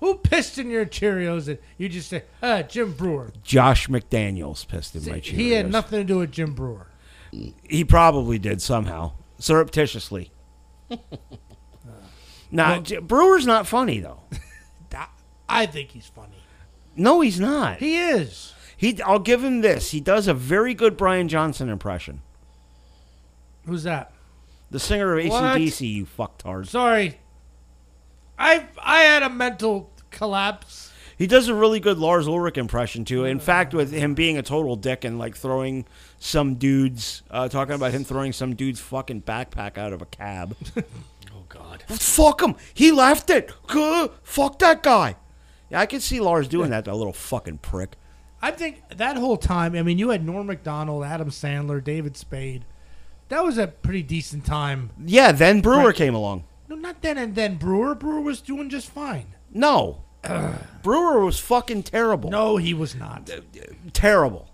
C: Who pissed in your Cheerios and you just say, ah, Jim Brewer.
B: Josh McDaniels pissed in my Cheerios.
C: He had nothing to do with Jim Brewer.
B: He probably did somehow surreptitiously. nah, J- Brewer's not funny though.
C: I- I think he's funny.
B: No, he's not.
C: He is.
B: He, I'll give him this. He does a very good Brian Johnson impression.
C: Who's that?
B: The singer of
C: What?
B: ACDC, you fucktards.
C: Sorry. I I had a mental collapse.
B: He does a really good Lars Ulrich impression too. In fact, with him being a total dick and like throwing some dudes, uh, talking about him throwing some dude's fucking backpack out of a cab.
D: Oh God.
B: fuck him. He left it. Gah, Fuck that guy. Yeah, I can see Lars doing that. That little fucking prick.
C: I think that whole time, I mean, you had Norm Macdonald, Adam Sandler, David Spade. That was a pretty decent time.
B: Yeah. Then Brewer came along.
C: No, not then and then Brewer. Brewer was doing just fine.
B: No. Brewer was fucking terrible.
C: No, he was not.
B: Terrible.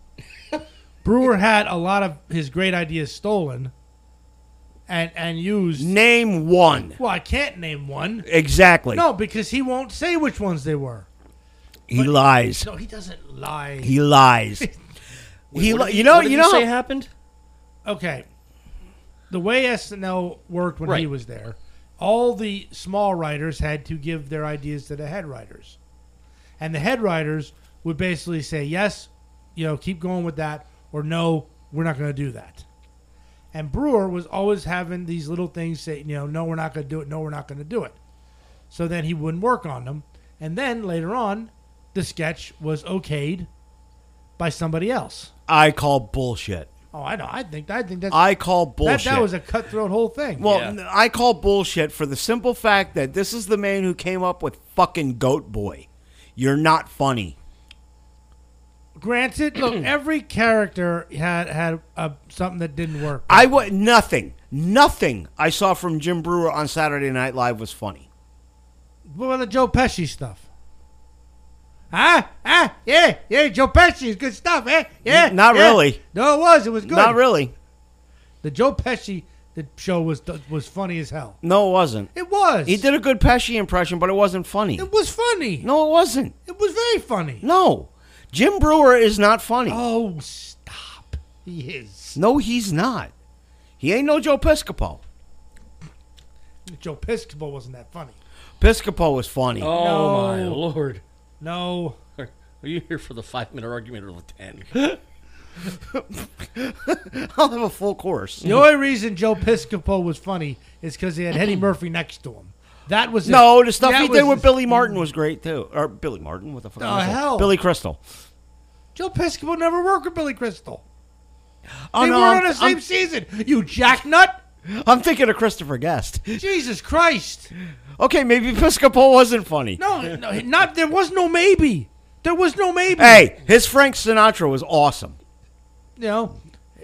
C: Brewer had a lot of his great ideas stolen and and used.
B: Name one.
C: Well, I can't name one.
B: Exactly.
C: No, because he won't say which ones they were.
B: He lies.
C: No, he doesn't lie.
B: He lies. he
D: What
B: li-
D: did
B: you know
D: what did
B: you know
D: say
B: how-
D: happened.
C: okay. The way SNL worked when he
D: Right.
C: was there, all the small writers had to give their ideas to the head writers. And the head writers would basically say, yes, you know, keep going with that, or no, we're not going to do that. And Brewer was always having these little things say, you know, no, we're not going to do it, no, we're not going to do it. So then he wouldn't work on them. And then later on, the sketch was okayed by somebody else.
B: I call bullshit.
C: Oh, I know. I think I think that's
B: I call bullshit.
C: that, that was a cutthroat whole thing.
B: well,
D: Yeah.
B: n- I call bullshit for the simple fact that this is the man who came up with fucking Goat Boy. You're not funny.
C: granted, look, every character had had uh, something that didn't work.
B: I wa nothing, nothing I saw from Jim Brewer on Saturday Night Live was funny.
C: What about the Joe Pesci stuff? Ah, ah, yeah, yeah, Joe Pesci is good stuff, eh? Yeah,
B: N- not
C: yeah.
B: really.
C: No, it was. It was good.
B: Not really.
C: The Joe Pesci the show was was funny as hell.
B: No, it wasn't.
C: It was.
B: He did a good Pesci impression, but it wasn't funny.
C: It was funny.
B: No, it wasn't.
C: It was very funny.
B: No, Jim Brewer is not funny.
C: Oh, stop. He is.
B: No, he's not. He ain't no Joe Piscopo.
C: Joe Piscopo wasn't that funny.
B: Piscopo was funny.
D: Oh
C: No.
D: my lord.
C: No.
D: Are you here for the five minute argument or the ten?
B: I'll have a full course.
C: The only reason Joe Piscopo was funny is because he had Eddie Murphy next to him. That was
B: No, the stuff
C: that
B: he did
C: was
B: with
C: his-
B: Billy Martin was great too. Or Billy Martin, what the fuck? am I
C: Oh,
B: saying?
C: hell.
B: Billy Crystal.
C: Joe Piscopo never worked with Billy Crystal.
B: Oh
C: they
B: no,
C: were
B: I'm,
C: on the same
B: I'm-
C: season. You jacknut!
B: I'm thinking of Christopher Guest.
C: Jesus Christ!
B: Okay, maybe Piscopo wasn't funny.
C: No, no, not there was no maybe. There was no maybe.
B: Hey, his Frank Sinatra was awesome.
C: you know,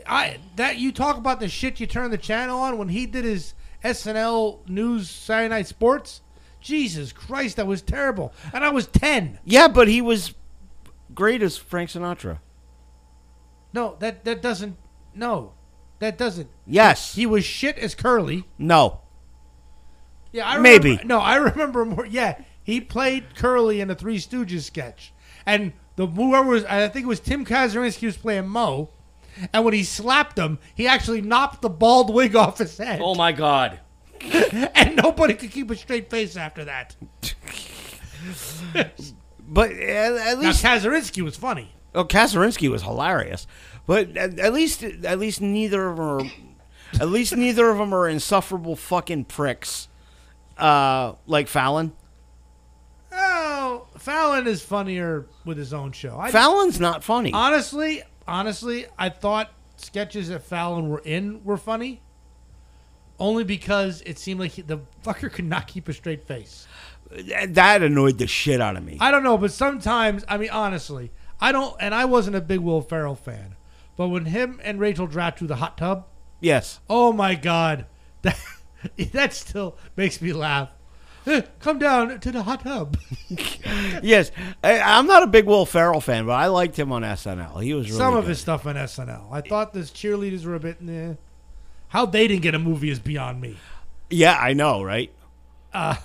C: I that you talk about the shit you turn the channel on when he did his SNL news Saturday Night Sports. Jesus Christ, that was terrible, and I was ten.
B: Yeah, but he was great as Frank Sinatra.
C: No, that that doesn't. No, that doesn't.
B: Yes.
C: He was shit as Curly.
B: no.
C: Yeah, I remember,
B: Maybe.
C: No, I remember more. Yeah, he played Curly in a Three Stooges sketch, and the whoever was, I think it was Tim Kazurinsky was playing Mo, and when he slapped him, he actually knocked the bald wig off his head,
D: oh my God.
C: and nobody could keep a straight face after that.
B: But at, at
C: Now
B: least
C: Kazurinsky was funny.
B: Oh, Kazurinsky was hilarious, but at, at least at least neither of them are at least neither of them are insufferable fucking pricks uh, like Fallon.
C: Oh, Fallon is funnier with his own show. I
B: Fallon's not funny.
C: honestly, honestly, I thought sketches that Fallon were in were funny. Only because it seemed like he, the fucker could not keep a straight face.
B: that annoyed the shit out of me.
C: I don't know, but sometimes, I mean, honestly, I don't, and I wasn't a big Will Ferrell fan, but when him and Rachel dropped to the hot tub,
B: yes,
C: oh my God, that, that still makes me laugh. Eh, Come down to the hot tub.
B: yes. I, I'm not a big Will Ferrell fan, but I liked him on SNL. He was really
C: Some of
B: good.
C: his stuff on SNL. I thought those cheerleaders were a bit, eh. How they didn't get a movie is beyond me.
B: Yeah, I know, right?
C: But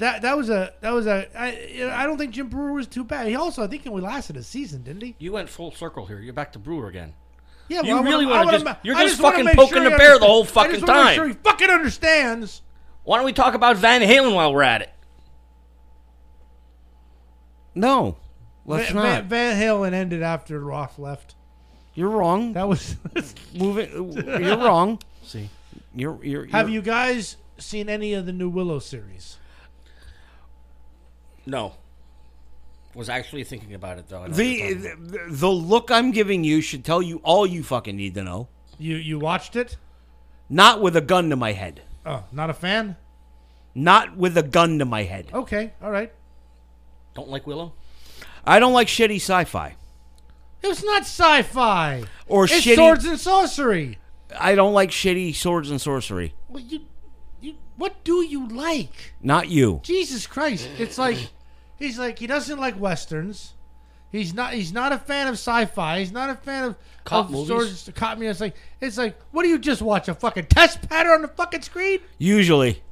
C: that that was a that was a I I don't think Jim Brewer was too bad. He also I think he only lasted a season, didn't he?
D: You went full circle here. You're back to Brewer again.
C: Yeah,
D: You
C: I
D: really
C: wanna- I
D: wanna
C: wanna
D: just-
C: ma-
D: you're
C: I
D: just
C: wanna
D: fucking
C: make
D: poking
C: he
D: the bear the
C: understa-
D: whole
C: I just wanna
D: fucking
C: make
D: time.
C: Sure he fucking understands.
D: Why don't we talk about Van Halen while we're at it?
B: No, let's
C: Van,
B: not.
C: Van, Van Halen ended after Roth left.
B: you're wrong.
C: That was.
B: Move it. You're wrong.
D: See.
B: You're, you're,
C: Have
B: you're-
C: you guys seen any of the new Willow series?
D: No. Was actually thinking about it though. I know what you're
B: The,
D: talking about.
B: the the look I'm giving you should tell you all you fucking need to know.
C: You you watched it?
B: Not with a gun to my head.
C: Oh, not a fan?
B: Not with a gun to my head.
C: Okay, all right.
D: don't like Willow.
B: I don't like shitty sci-fi
C: It was not sci-fi.
B: or
C: It's
B: shitty.
C: swords and sorcery.
B: I don't like shitty swords and sorcery.
C: Well, you, you, what do you like?
B: Not you.
C: Jesus Christ! It's like he's like he doesn't like westerns. He's not. He's not a fan of sci-fi. He's not a fan of
D: Cop
C: of
D: movies?
C: swords and- Cop me. It's like it's like. What do you just watch? A fucking test pattern on the fucking screen?
B: Usually.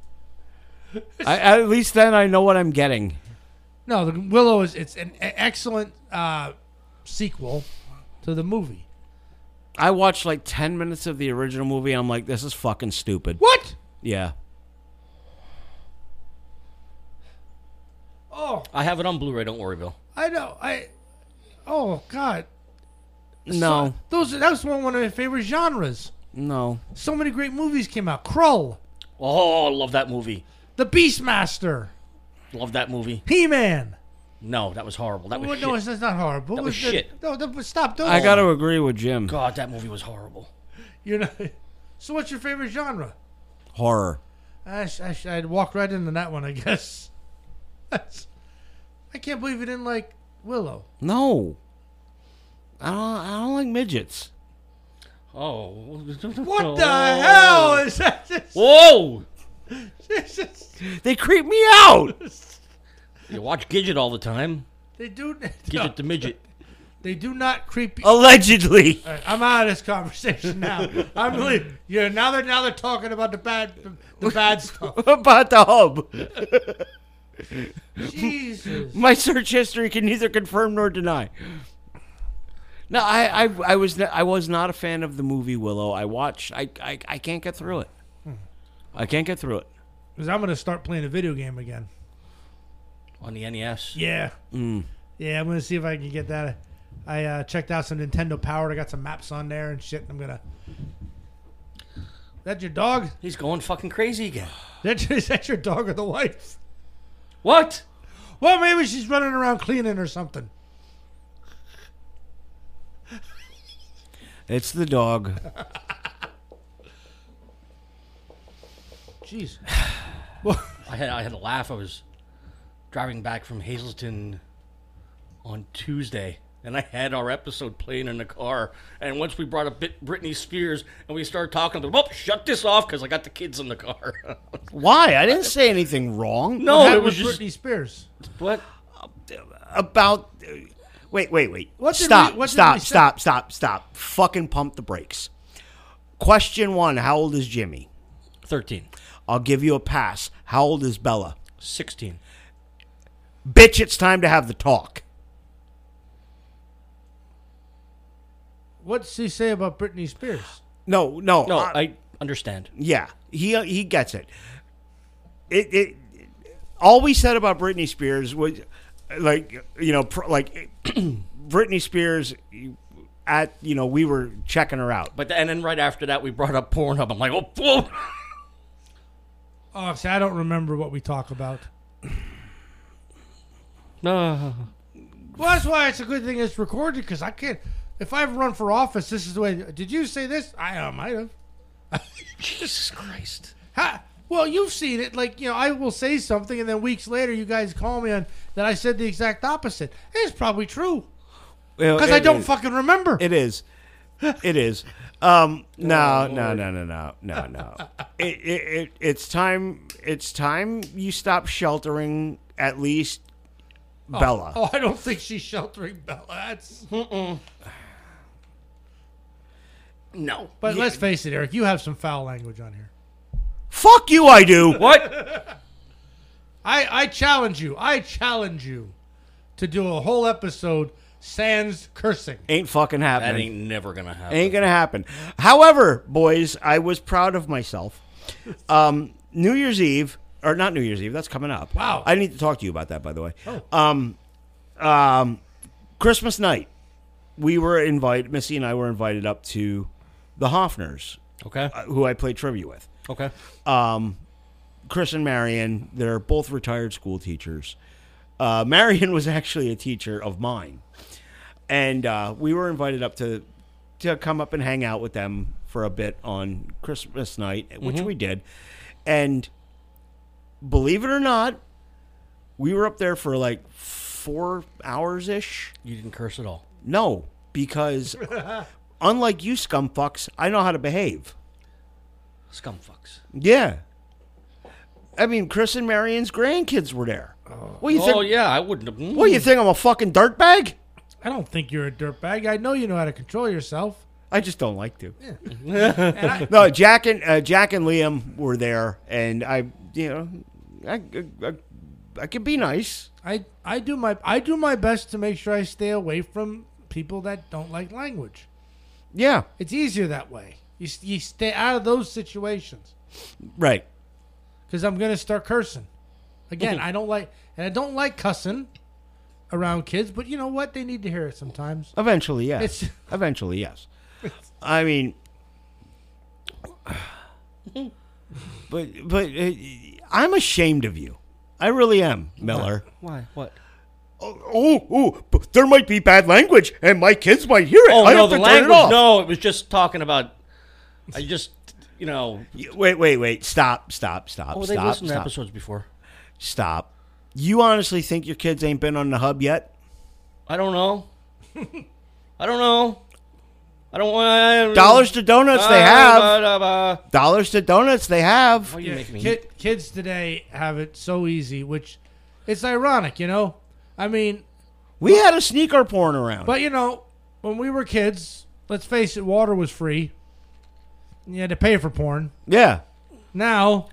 B: I, at least then I know what I'm getting.
C: No, the Willow is it's an e- excellent uh, sequel to the movie.
B: I watched like 10 minutes of the original movie and I'm like, this is fucking stupid.
C: What?
B: Yeah.
C: Oh,
D: I have it on Blu-ray. Don't worry, Bill.
C: I know. I oh god.
B: No.
C: Those that was one one of my favorite genres.
B: No.
C: So many great movies came out. Krull,
D: Oh, love that movie.
C: The Beastmaster,
D: Love that movie.
C: He-Man.
D: No, that was horrible. That was
C: Well,
D: shit.
C: no, it's that's not horrible. That
D: was shit.
C: No, that, but stop. Don't.
B: I got to agree with Jim.
D: God, that movie was horrible.
C: You're not. So, what's your favorite genre?
B: Horror.
C: I, sh- I, sh- I'd walk right into that one, I guess. That's, I can't believe you didn't like Willow.
B: No. I don't, I don't like midgets.
D: Oh,
C: What the hell is that?
D: Whoa!
B: They creep me out.
D: You watch Gidget all the time.
C: they do.
D: Gidget the midget.
C: They do not creep.
B: Oh.
C: you-
B: Allegedly.
C: All right, I'm out of this conversation now. I'm leaving. Yeah, now they're now they're talking about the bad the, the bad stuff.
B: About the hub.
C: Jesus.
B: My search history can neither confirm nor deny. No, I, I, I was not, I was not a fan of the movie Willow. I watched. I, I, I can't get through it. I can't get through it.
C: Because I'm gonna start playing a video game again.
D: on the E NES.
C: Yeah. Mm. Yeah, I'm gonna see if I can get that. I uh, checked out some Nintendo Power. I got some maps on there and shit. And I'm gonna. That your dog?
D: He's going fucking crazy again.
C: That is that your dog or the wife?
D: What?
C: Well, maybe she's running around cleaning or something.
B: It's the dog.
C: Jeez.
D: I had I had a laugh. I was driving back from Hazleton on Tuesday, and I had our episode playing in the car. And once we brought up Bit- Britney Spears, and we started talking, I'm like, oh, shut this off because I got the kids in the car.
B: Why? I didn't say anything wrong.
D: no,
C: that
D: it was
C: Oh, was,
D: just
C: Britney Spears.
D: what.
B: About. Wait, wait, wait.
C: What did
B: stop,
C: we- what did
B: stop,
C: we say?
B: stop, stop, stop. Fucking pump the brakes. Question one How old is Jimmy?
D: 13,
B: I'll give you a pass. How old is Bella?
D: 16.
B: Bitch, it's time to have the talk.
C: What did she say about Britney Spears?
B: No, no.
D: No,
A: Uh,
B: I-
D: I understand.
B: Yeah, he uh, he gets it. It it all we said about Britney Spears was like you know pr- like Britney Spears at you know we were checking her out.
D: But th- and then right after that, we brought up Pornhub. I'm like, oh, whoa.
C: Oh, see, I don't remember what we talk about.
D: No.
C: Well, that's why it's a good thing it's recorded because I can't. If I ever run for office, this is the way. Did you say this? I uh, might have.
D: Jesus Christ.
C: Ha, well, you've seen it. Like, you know, I will say something, and then weeks later, you guys call me on that I said the exact opposite. It's probably true because I don't fucking remember.
B: It is. It is. Um,
D: Oh,
B: no, no, no, no, no, no, no. It, it, it, it's time. It's time you stop sheltering at least Bella.
C: oh, I don't think she's sheltering Bella. That's,
D: No.
C: but let's face it, Eric, you have some foul language on here.
B: Fuck you, I do.
D: What?
C: I, I challenge you. I challenge you to do a whole episode sans cursing.
B: Ain't fucking happening.
D: That ain't never going to happen.
B: Ain't gonna happen. However, boys, I was proud of myself. Um, New Year's Eve, or not New Year's Eve? That's coming up.
C: Wow.
B: I need to talk to you about that, by the way. Um, um, Christmas night, we were invited. Missy and I were invited up to the Hoffners,
D: Okay.
B: uh, who I played trivia with.
D: Okay.
B: Chris and Marion, they're both retired school teachers.
A: Uh, Marion was actually a teacher of mine, and uh, we were invited up to to come up and hang out with them for a bit on Christmas night, which we did. And believe it or not, we were up there for like four hours ish.
D: You didn't curse at all.
A: No, because unlike you scumfucks, I know how to behave.
D: Scum fucks.
A: Yeah. I mean, Chris and Marion's grandkids were there. What do you think?
D: oh yeah, I wouldn't have.
A: What do you think? I'm a fucking dirtbag?
C: I don't think you're a dirtbag. I know you know how to control yourself.
A: I just don't like to. no, Jack and uh, Jack and Liam were there, and I, you know, I, I, I, I can be nice.
C: I I do my I do my best to make sure I stay away from people that don't like language.
A: Yeah,
C: It's easier that way. You s- you stay out of those situations
A: right.
C: because I'm gonna start cursing. Again, I don't like and I don't like cussing around kids, but you know what? They need to hear it sometimes.
A: Eventually, yes.
C: It's-
A: Eventually, yes. I mean, but but uh, I'm ashamed of you. I really am, Miller.
D: Why? What?
A: Oh, oh, but there might be bad language, and my kids might hear it.
D: Oh
A: I
D: no,
A: have
D: the
A: to turn it
D: language.
A: off.
D: No, it was just talking about. I just, you know.
A: You- Wait, wait, wait! Stop, stop, stop,
D: Oh, they
A: stop,
D: listened to
A: stop,
D: episodes before.
A: stop! You honestly think your kids ain't been on the hub yet?
D: I don't know. I don't know. I don't want
A: Dollars to donuts,
D: Uh,
A: they have.
D: Oh,
A: Dollars to donuts, they have.
D: you making me.
C: Kid, kids today have it so easy, which it's ironic, you know. I mean,
A: We had a sneaker porn around.
C: But you know, when we were kids, let's face it, water was free. You had to pay for porn.
A: yeah,
C: Now,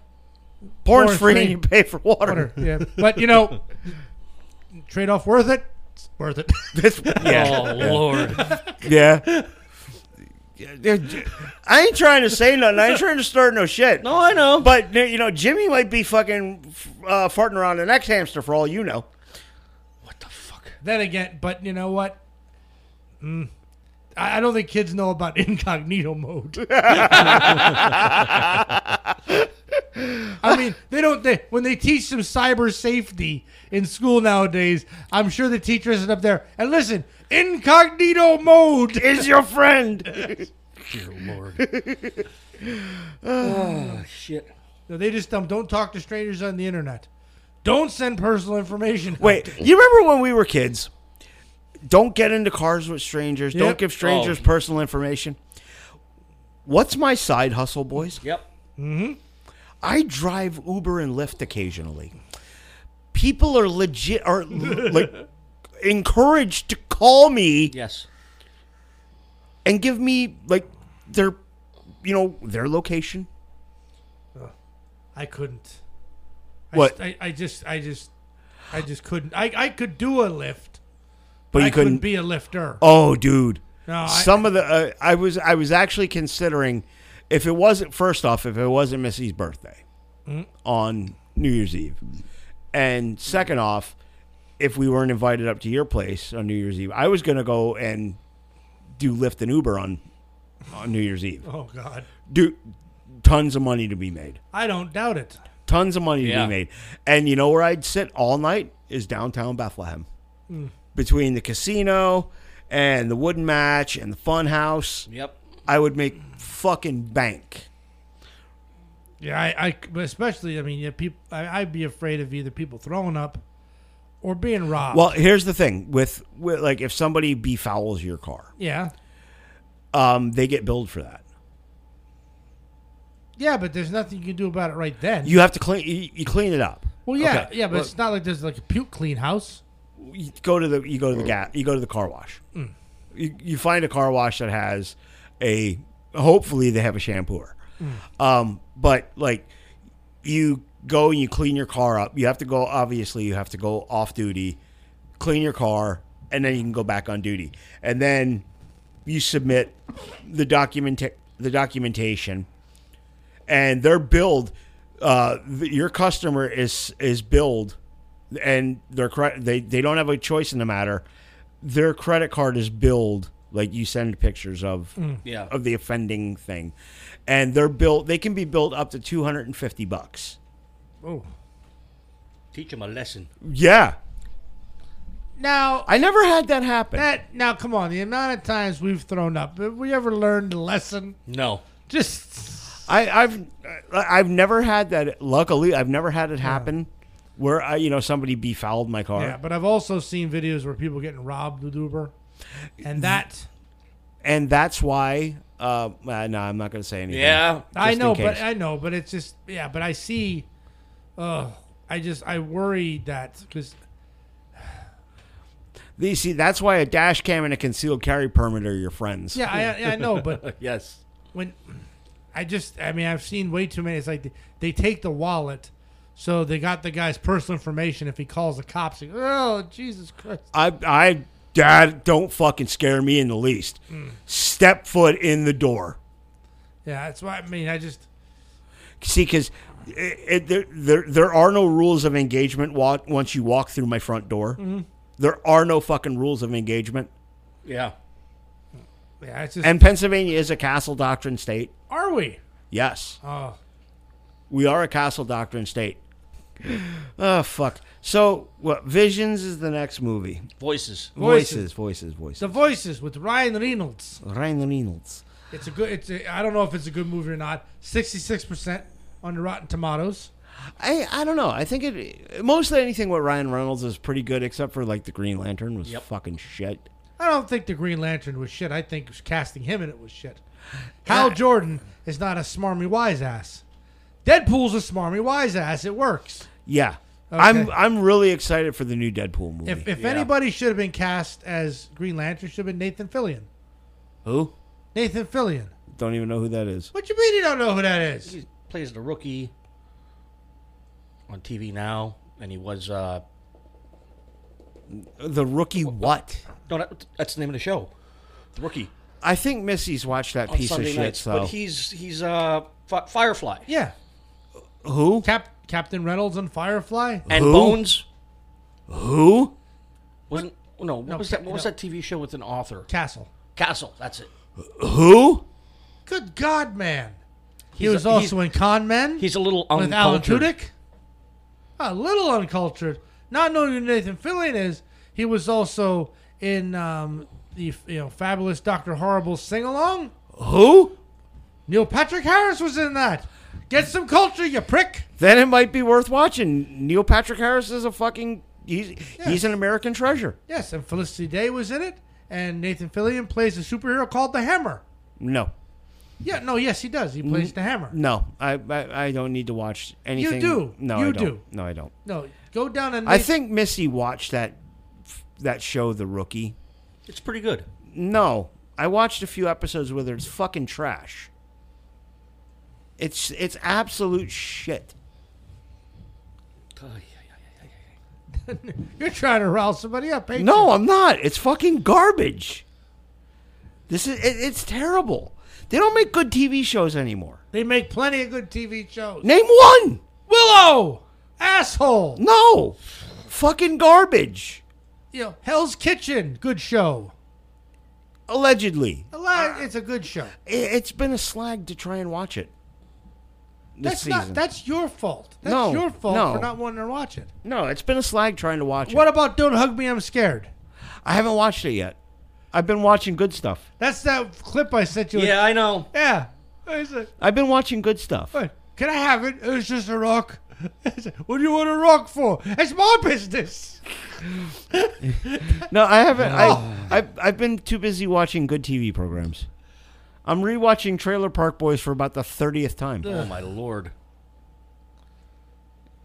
A: porn's
C: Porn's
A: free,
C: free.
A: and you pay for
C: water.
A: water.
C: yeah. But you know, trade off worth it. It's worth it.
A: This- yeah,
D: Oh Lord!
A: yeah. Yeah, I ain't trying to say nothing. I ain't trying to start no shit.
D: No, I know. But
A: But you know, Jimmy might be fucking uh, farting around the next hamster for all you know.
D: what the fuck?
C: then again, but you know what? Mm. I I don't think kids know about incognito mode. I mean, they don't. They, when they teach them cyber safety in school nowadays, I'm sure the teacher isn't up there. And listen, incognito mode
A: Is your friend?
D: Dear Lord. oh shit.
C: No, they just um, don't talk to strangers on the internet. Don't send personal information. out.
A: Wait, you remember when we were kids? Don't get into cars with strangers. Don't
C: Yep.
A: give strangers
D: Oh.
A: personal information. What's my side hustle, boys?
D: Yep.
A: I drive Uber and Lyft occasionally. People are legit are like encouraged to call me
D: Yes.
A: and give me like their you know, their location.
C: I couldn't.
A: What?
C: I, I, I just, I just, I just couldn't. I, I could do a lift,
A: But you
C: I
A: couldn't,
C: be a lifter.
A: Oh, dude.
C: No, I-
A: Some of the uh, I was I was actually considering if it wasn't first off if it wasn't Missy's birthday Mm. on New Year's Eve, and second off if we weren't invited up to your place on New Year's Eve, I was gonna go and do Lyft and Uber on on New Year's Eve.
C: Oh God,
A: Do tons of money to be made.
C: I don't doubt it.
A: Tons of money to
D: Yeah.
A: be made. And you know where I'd sit all night is downtown Bethlehem. Between the casino and the wooden match and the fun house,
D: Yep.
A: I would make fucking bank.
C: Yeah, I, I but especially, I mean, yeah, people, I, I'd be afraid of either people throwing up or being robbed.
A: Well, here's the thing with, with like if somebody befouls your car,
C: yeah,
A: um, they get billed for that.
C: yeah, but there's nothing you can do about it right then.
A: You have to clean you, you clean it up.
C: well, yeah,
A: Okay.
C: yeah, but
A: Well,
C: it's not like there's like a puke clean house.
A: you go to the you go to the gas you go to the car wash. You, you find a car wash that has a hopefully they have a shampooer. Um, but like you go and you clean your car up. You have to go obviously you have to go off duty, clean your car, and then you can go back on duty. And then you submit the document the documentation and their build uh, th- your customer is is billed and their cre- they they don't have a choice in the matter their credit card is billed like you send pictures of
D: Yeah.
A: of the offending thing and they're built they can be built up to 250 bucks
C: Oh,
D: Teach him a lesson.
A: yeah
C: Now
B: I never had that happen.
C: that now come on, the amount of times we've thrown up. Have we ever learned a lesson?
D: No.
C: Just
B: I, I've I've never had that. Luckily, I've never had it happen where
A: uh,
B: I, you know somebody befouled my car.
C: yeah, but I've also seen videos where people getting robbed with Uber, and that
B: and that's why. Uh, uh, no, I'm not going to say anything.
D: Yeah.
B: Just
C: I
B: in
C: know, but
B: case.
C: I know, but it's just yeah. But I see, uh, I just I worry that because
B: You see, that's why a dash cam and a concealed carry permit are your friends.
C: yeah, I, yeah, I know, but
D: Yes.
C: when I just I mean I've seen way too many. It's like they, they take the wallet, so they got the guy's personal information. If he calls the cops, like, oh Jesus Christ!
B: I, I, Dad, don't fucking scare me in the least. Step foot in the door.
C: Yeah, that's why I mean I just
B: See, because it, it, there, there, there are no rules of engagement walk, once you walk through my front door. There are no fucking rules of engagement.
D: Yeah.
C: yeah it's just
B: And Pennsylvania is a castle doctrine state.
C: are we?
B: Yes,
C: Oh
B: we are a castle doctrine state. Oh, fuck. So, what? Visions is the next movie.
D: Voices.
B: Voices,
C: Voices.
B: voices, voices.
C: the voices with Ryan Reynolds.
B: Ryan Reynolds.
C: It's a good. It's a, I don't know if it's a good movie or not. Sixty six percent on the Rotten Tomatoes.
B: I, I don't know. I think it mostly anything with Ryan Reynolds is pretty good, except for like the Green Lantern was
D: Yep.
B: fucking shit.
C: I don't think the Green Lantern was shit. I think casting him in it was shit. Hal Jordan is not a smarmy wise ass. Deadpool's a smarmy wise ass. It works.
B: Yeah, I'm
C: Okay.
B: I'm really excited for the new Deadpool movie.
C: If, if
D: Yeah.
C: anybody should have been cast as Green Lantern, should have been Nathan Fillion.
B: Who?
C: Nathan Fillion.
B: Don't even know who that is.
C: What you mean you don't know who that is?
D: He plays the rookie on TV now, and he was. uh
B: The rookie what?
D: No, that, that's the name of the show. The rookie
B: I think Missy's watched that
D: on
B: piece
D: Sunday
B: of shit.
D: nights.
B: So
D: But he's he's uh Fi Firefly
C: Yeah,
B: who?
C: Cap Captain Reynolds and Firefly.
D: and
B: Who?
D: Bones
B: Who?
D: wasn't. No, what was that? What was
C: no.
D: that TV show with an author?
C: Castle.
D: Castle. That's it.
B: Who?
C: Good God, man! He
D: He's
C: was
D: a-
C: also in Con Men.
D: He's a little
C: with Alan
D: uncultured.
C: Tudyk. A little uncultured. Not knowing who Nathan Fillion is, he was also in um, the you know fabulous Doctor Horrible sing along.
B: Who?
C: Neil Patrick Harris was in that. Get some culture, you prick.
B: Then it might be worth watching. Neil Patrick Harris is a fucking he's he's an American treasure.
C: Yes, and Felicity Day was in it, and Nathan Fillion plays a superhero called the Hammer.
B: No,
C: Yeah, no, yes, he does. He plays the Hammer.
B: no, I I, I don't need to watch anything.
C: do.
B: No, I
C: You
B: don't.
C: do.
B: No, I don't.
C: No, go down and
B: I think Missy watched that that show, The Rookie.
D: It's pretty good.
B: No, I watched a few episodes with her. It's fucking trash. It's it's absolute shit.
D: Oh,
C: you're trying to rile somebody up. ain't
B: No,
C: you?
B: I'm not. It's fucking garbage. This is it, it's terrible. They don't make good TV shows anymore.
C: they make plenty of good TV shows.
B: Name one.
C: Willow, asshole.
B: No, fucking garbage.
C: you know, Hell's Kitchen, good show.
B: Allegedly,
C: A
B: Uh,
C: lot, it's a good show.
B: I- it's been a slag to try and watch it. This
C: That's
B: season.
C: not. That's your fault. That's
B: No,
C: your fault
B: no.
C: for not wanting to watch it.
B: no, it's been a slag trying to watch
C: What
B: it.
C: about Don't Hug Me, I'm Scared?
B: I haven't watched it yet. I've been watching good stuff.
C: That's that clip I sent you.
D: Yeah, I know.
C: Yeah. It's like,
B: I've been watching good stuff.
C: "What? Can I have it? It's just a rock. It's like, what do you want a rock for? It's my business.
B: No, I haven't. I, I've, I've been too busy watching good TV programs. I'm rewatching Trailer Park Boys for about the 30th time.
D: Oh my lord.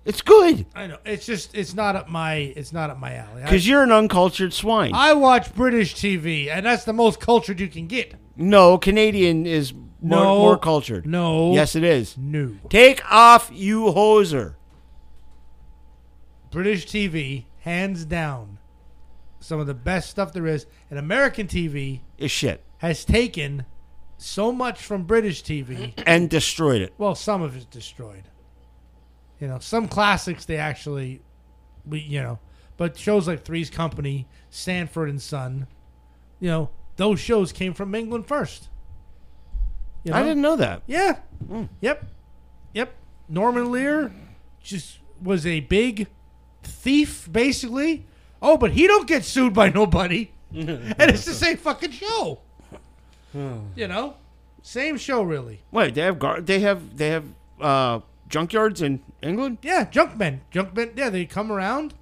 B: It's good
C: I know. It's just. It's not up my. It's not up my alley. I,
B: because you're an uncultured swine.
C: I watch British TV, and that's the most cultured you can get.
B: no, Canadian is more,
C: No.
B: more cultured.
C: No.
B: Yes, it is.
C: No.
B: Take off, you hoser.
C: British TV, hands down, some of the best stuff there is. And American TV
B: Is shit.
C: has taken so much from British TV.
B: And destroyed it.
C: well, some of it's destroyed. You know, some classics they actually, we you know, but shows like Three's Company, Sanford and Son, you know, those shows came from England first. You
B: I
C: know?
B: didn't know that.
C: Yeah. Yep. Yep. Norman Lear just was a big thief, basically, Oh, but he don't get sued by nobody. and it's the same fucking show. you know? Same show really.
B: Wait, they have gar- they have they have uh, junkyards in England.
C: Yeah, junkmen. Junkmen, yeah, they come around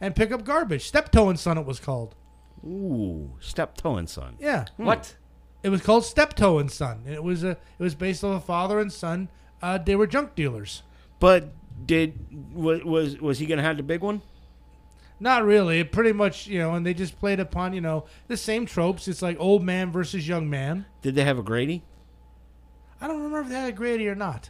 C: and pick up garbage. Steptoe and Son it was called.
B: Ooh, step toe and son. Hmm.
C: Yeah.
D: What?
C: It was called Steptoe and Son. And it was a it was based on a father and son. Uh, they were junk dealers.
B: But did was was, was he gonna have the big one?
C: Not really. It pretty much, you know, and they just played upon, you know, the same tropes. It's like old man versus young man.
B: Did they have a Grady?
C: I don't remember if they had a Grady or not.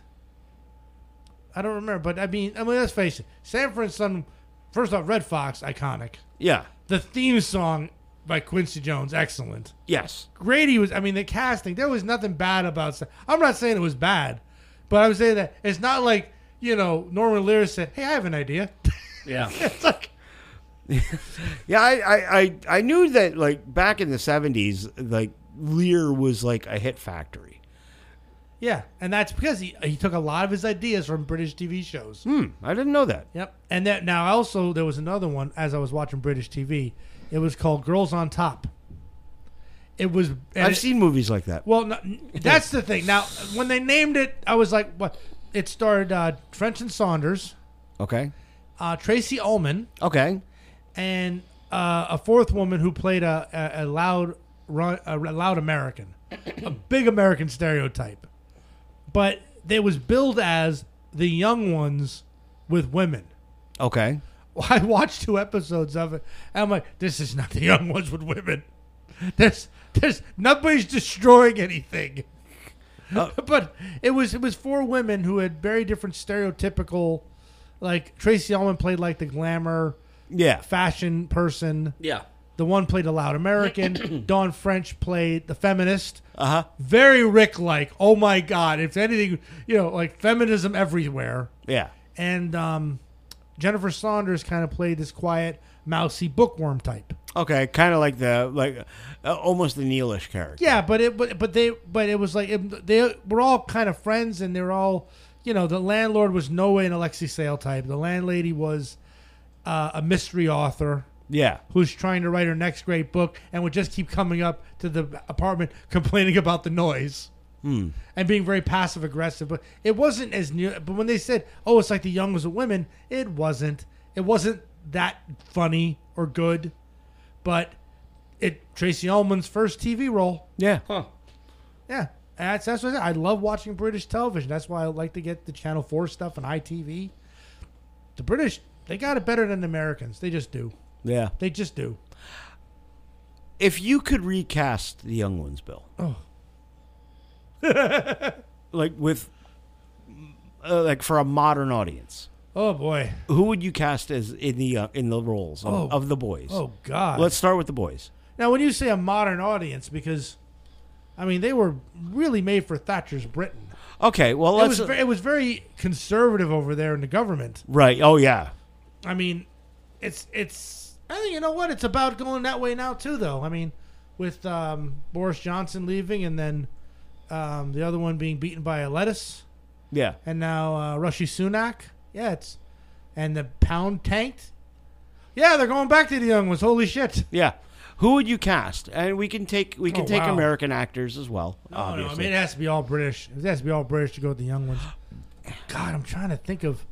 C: I don't remember, but I mean, I mean, let's face it. Sanford and Son, first off, Red Fox, iconic.
B: Yeah.
C: The theme song by Quincy Jones, excellent.
B: Yes.
C: Grady was, I mean, the casting, there was nothing bad about Sa- I'm not saying it was bad, but I'm saying that it's not like, you know, Norman Lear said, hey, I have an idea.
D: Yeah.
C: it's like,
B: Yeah, I, I, I, I knew that like back in the seventies, like Lear was like a hit factory.
C: yeah. And that's because he, he took a lot of his ideas from British TV shows.
B: Hmm, I didn't know that.
C: Yep. And that now also there was another one as I was watching British TV. It was called Girls on Top. It was. and
B: I've
C: it-
B: seen movies like that.
C: Well, no, that's the thing. Now, when they named it, I was like, "What?" It starred uh, Trenton Saunders,
B: Okay.
C: uh, Tracy Ullman,
B: Okay.
C: and uh, a fourth woman who played a, a, a loud run, a loud American, a big American stereotype. But they was billed as the young ones with women.
B: Okay.
C: Well, I watched two episodes of it. And I'm like, this is not the young ones with women. There's, there's nobody's destroying anything. but it was it was four women who had very different stereotypical, like Tracy Ullman played like the glamour
B: Yeah.
C: fashion person.
D: Yeah.
C: The one played a loud American. Dawn French played the feminist.
B: Uh huh.
C: Very Rick like. Oh my God! If anything, you know, like feminism everywhere
B: Yeah.
C: and um, Jennifer Saunders kind of played this quiet, mousy bookworm type.
B: Okay. Kind of like the like uh, almost the Neelish character.
C: Yeah, but it but, but they but it was like it, they were all kind of friends, and they're all you know the landlord was no way an Alexi Sale type. The landlady was uh, a mystery author
B: Yeah.
C: who's trying to write her next great book and would just keep coming up to the apartment complaining about the noise. And being very passive aggressive, but it wasn't as new. But when they said, "Oh, it's like the young was a woman," it wasn't. It wasn't that funny or good, but it Tracy Ullman's first TV role.
B: Yeah.
D: Huh.
C: Yeah, And that's that's what I, said. I love watching British television. That's why I like to get the Channel Four stuff and ITV. The British they got it better than the Americans. They just do.
B: Yeah.
C: They just do.
B: If you could recast the young ones, Bill.
C: Oh.
B: like with uh, like for a modern audience.
C: Oh boy.
B: Who would you cast as in the uh, in the roles of,
C: Oh.
B: of the boys?
C: Oh God!
B: Let's start with the boys.
C: now, when you say a modern audience, because I mean they were really made for Thatcher's Britain.
B: Okay, well
C: It
B: let's uh,
C: was ve- it was very conservative over there in the government.
B: right. Oh yeah,
C: I mean, it's it's. I think you know what it's about going that way now too, though. I mean, with um, Boris Johnson leaving and then um, the other one being beaten by a lettuce,
B: yeah.
C: and now uh, Rishi Sunak. Yeah, it's and the pound tanked. Yeah, they're going back to the young ones. Holy shit!
B: Yeah. Who would you cast? And we can take we can
C: Oh,
B: take
C: wow.
B: American actors as well.
C: Oh no, I
B: obviously.
C: mean it has to be all British. It has to be all British to go with the young ones. God, I'm trying to think of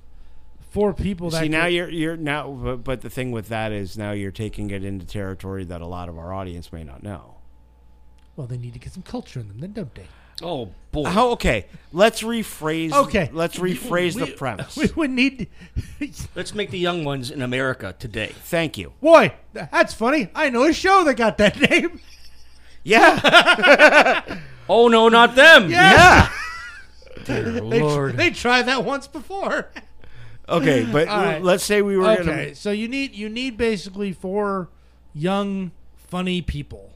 C: four people that
B: See now
C: could-
B: you're you're now but, but the thing with that is now you're taking it into territory that a lot of our audience may not know.
C: well, they need to get some culture in them, then don't they?
D: Oh boy.
B: How okay? Let's rephrase.
C: Okay.
B: let's rephrase the
C: We-
B: premise.
C: We would need.
D: Let's make the young ones in America today.
B: Thank you.
C: Boy, that's funny. I know a show that got that name.
B: Yeah,
D: Oh no, not them.
B: yeah.
D: Dear
C: They,
D: Lord.
C: they tried that once before.
B: Okay, but
C: All right.
B: let's say we were gonna
C: Okay, so you need you need basically four young, funny people.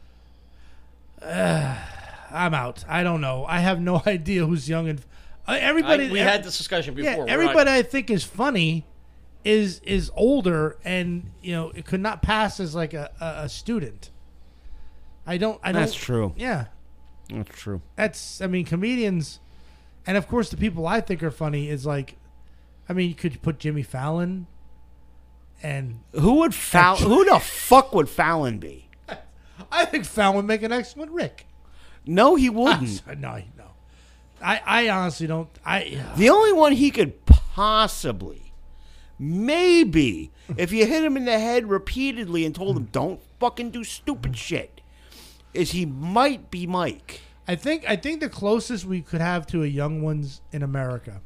C: Ugh, I'm out. I don't know. I have no idea who's young and uh,
D: I-
C: everybody.
D: we
C: ev-
D: had this discussion before.
C: yeah,
D: We're not-
C: everybody I think is funny is is older and you know it could not pass as like a, a, a student. I don't. I don't.
B: That's true.
C: Yeah,
B: That's true.
C: that's I mean comedians, and of course the people I think are funny is like, I mean you could put Jimmy Fallon, And
B: Who would Fallon? who the fuck would Fallon be?
C: I think Fallon would make an excellent Rick.
B: No, he wouldn't.
C: So, no, no. I, I honestly don't. I
B: The only one he could possibly, maybe, if you hit him in the head repeatedly and told him, don't fucking do stupid shit, is he might be Mike.
C: I think I think the closest we could have to a young ones in America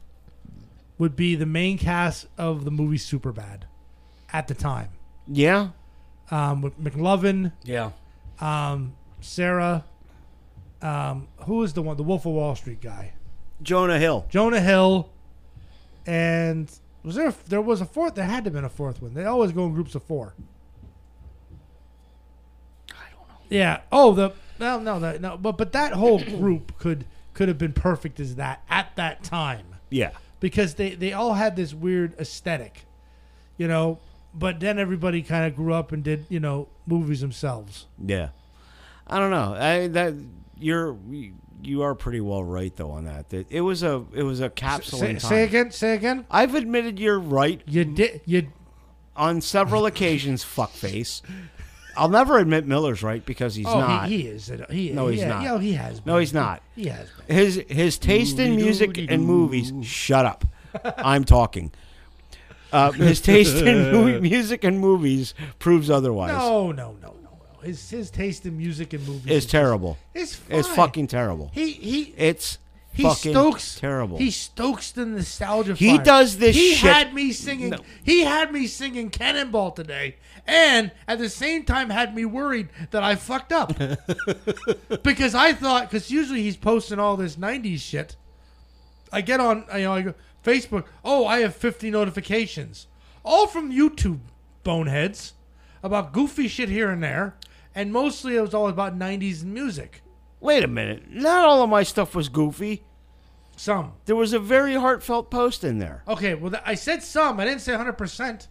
C: would be the main cast of the movie Superbad at the time.
B: Yeah?
C: Um, with McLovin,
D: Yeah.
C: um, Sarah, um, who is the one? The Wolf of Wall Street guy,
B: Jonah Hill.
C: Jonah Hill, and was there? There was a fourth. There had to have been a fourth one. They always go in groups of four.
D: I don't know.
C: Yeah. Oh, the no, no, no, no. But but that whole group could could have been perfect as that at that time.
B: Yeah.
C: because they, they all had this weird aesthetic, you know. But then everybody kind of grew up and did you know movies themselves.
B: Yeah. I don't know. I that you're you are pretty well right though on that. That it was a it was a capsule
C: Say,
B: in time.
C: say again, say again.
B: I've admitted you're right
C: You did you
B: on several occasions, fuckface. I'll never admit Miller's right because he's
C: oh,
B: not.
C: He, he is it- he
B: No, he's
C: yeah,
B: not.
C: yeah, he has been.
B: No, he's not.
C: He has been.
B: His his taste in music and movies. Shut up. I'm talking. Uh, his taste in movie, music and movies proves otherwise.
C: No, no, no, no, no. His his taste in music and movies
B: It's
C: is-
B: terrible.
C: It's fine.
B: It's fucking terrible.
C: He he
B: It's
C: he
B: fucking
C: stokes
B: terrible.
C: He stokes the nostalgia.
B: He
C: fire.
B: does this
C: He
B: shit-
C: had me singing. He had me singing Cannonball today, and at the same time had me worried that I fucked up because I thought because usually he's posting all this '90s shit. I get on you know I go Facebook. Oh, I have 50 notifications, all from YouTube boneheads about goofy shit here and there, and mostly it was all about '90s music.
B: Wait a minute. Not all of my stuff was goofy.
C: Some.
B: There was a very heartfelt post in there.
C: Okay, well, th- I said some. I didn't say 100%.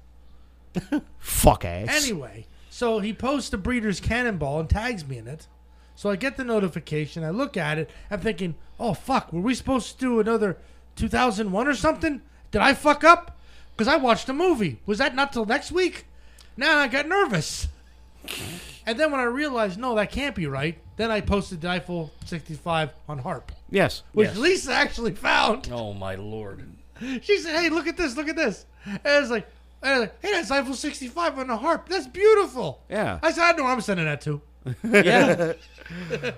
B: Fuck ass.
C: Anyway, so he posts the breeder's cannonball and tags me in it. So I get the notification. I look at it. I'm thinking, oh, fuck, were we supposed to do another 2001 or something? Did I fuck up? Because I watched a movie. Was that not till next week? Now I got nervous. And then when I realized, no, that can't be right, then I posted Diefull 65 on harp,
B: yes.
C: which Lisa actually found.
D: Oh my lord.
C: She said, "Hey, look at this! Look at this!" And it's like, and I was like, "Hey, that's Eiffel 65 on the harp. That's beautiful."
B: Yeah.
C: I said, "I know who I'm sending that to.
D: Yeah.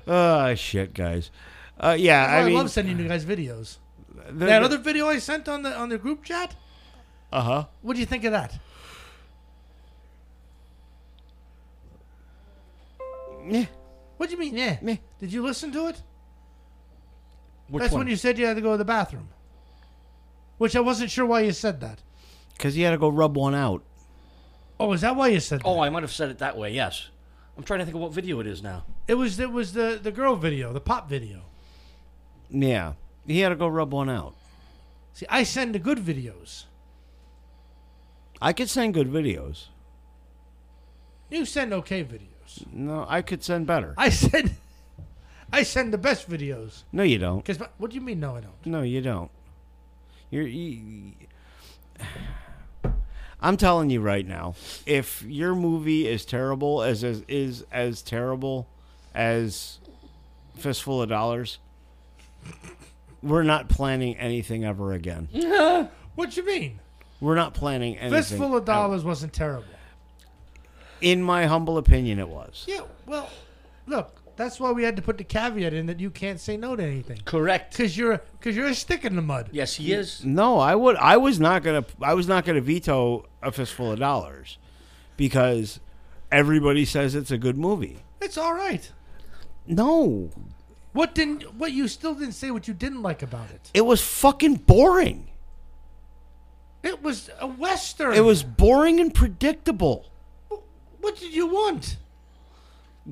B: Oh shit, guys. Uh, yeah,
C: Oh, I,
B: I mean,
C: love sending you guys videos.
B: the-
C: That other video I sent on the on the group chat.
B: Uh huh.
C: What do you think of that?
B: Yeah.
C: What do you mean? Yeah.
B: Meh.
C: Did you listen to it?
D: Which
C: that's
D: one?
C: when you said you had to go to the bathroom. Which I wasn't sure why you said that.
B: Because he had to go rub one out.
C: Oh, is that why you said that?
D: oh, I might have said it that way. Yes. I'm trying to think of what video it is now.
C: It was it was the the girl video, the pop video.
B: Yeah. He had to go rub one out.
C: See, I send the good videos.
B: I could send good videos.
C: You send okay videos.
B: No, I could send better.
C: I send I send the best videos.
B: No, you don't.
C: Because what do you mean? No, I don't.
B: No, you don't. You're. You, I'm telling you right now, if your movie is terrible as, as is as terrible as Fistful of Dollars, we're not planning anything ever again.
C: What you mean?
B: We're not planning anything.
C: Fistful of dollars wasn't terrible.
B: In my humble opinion, it was.
C: Yeah. Well, look, that's why we had to put the caveat in that you can't say no to anything.
D: Correct.
C: Cause you're cause you're a stick in the mud.
D: Yes, he is.
B: No, I would. I was not gonna. I was not gonna veto a fistful of dollars because everybody says it's a good movie.
C: It's all right.
B: No,
C: What didn't? What you still didn't say what you didn't like about it?
B: it was fucking boring.
C: It was a western.
B: It was boring and predictable.
C: What did you want?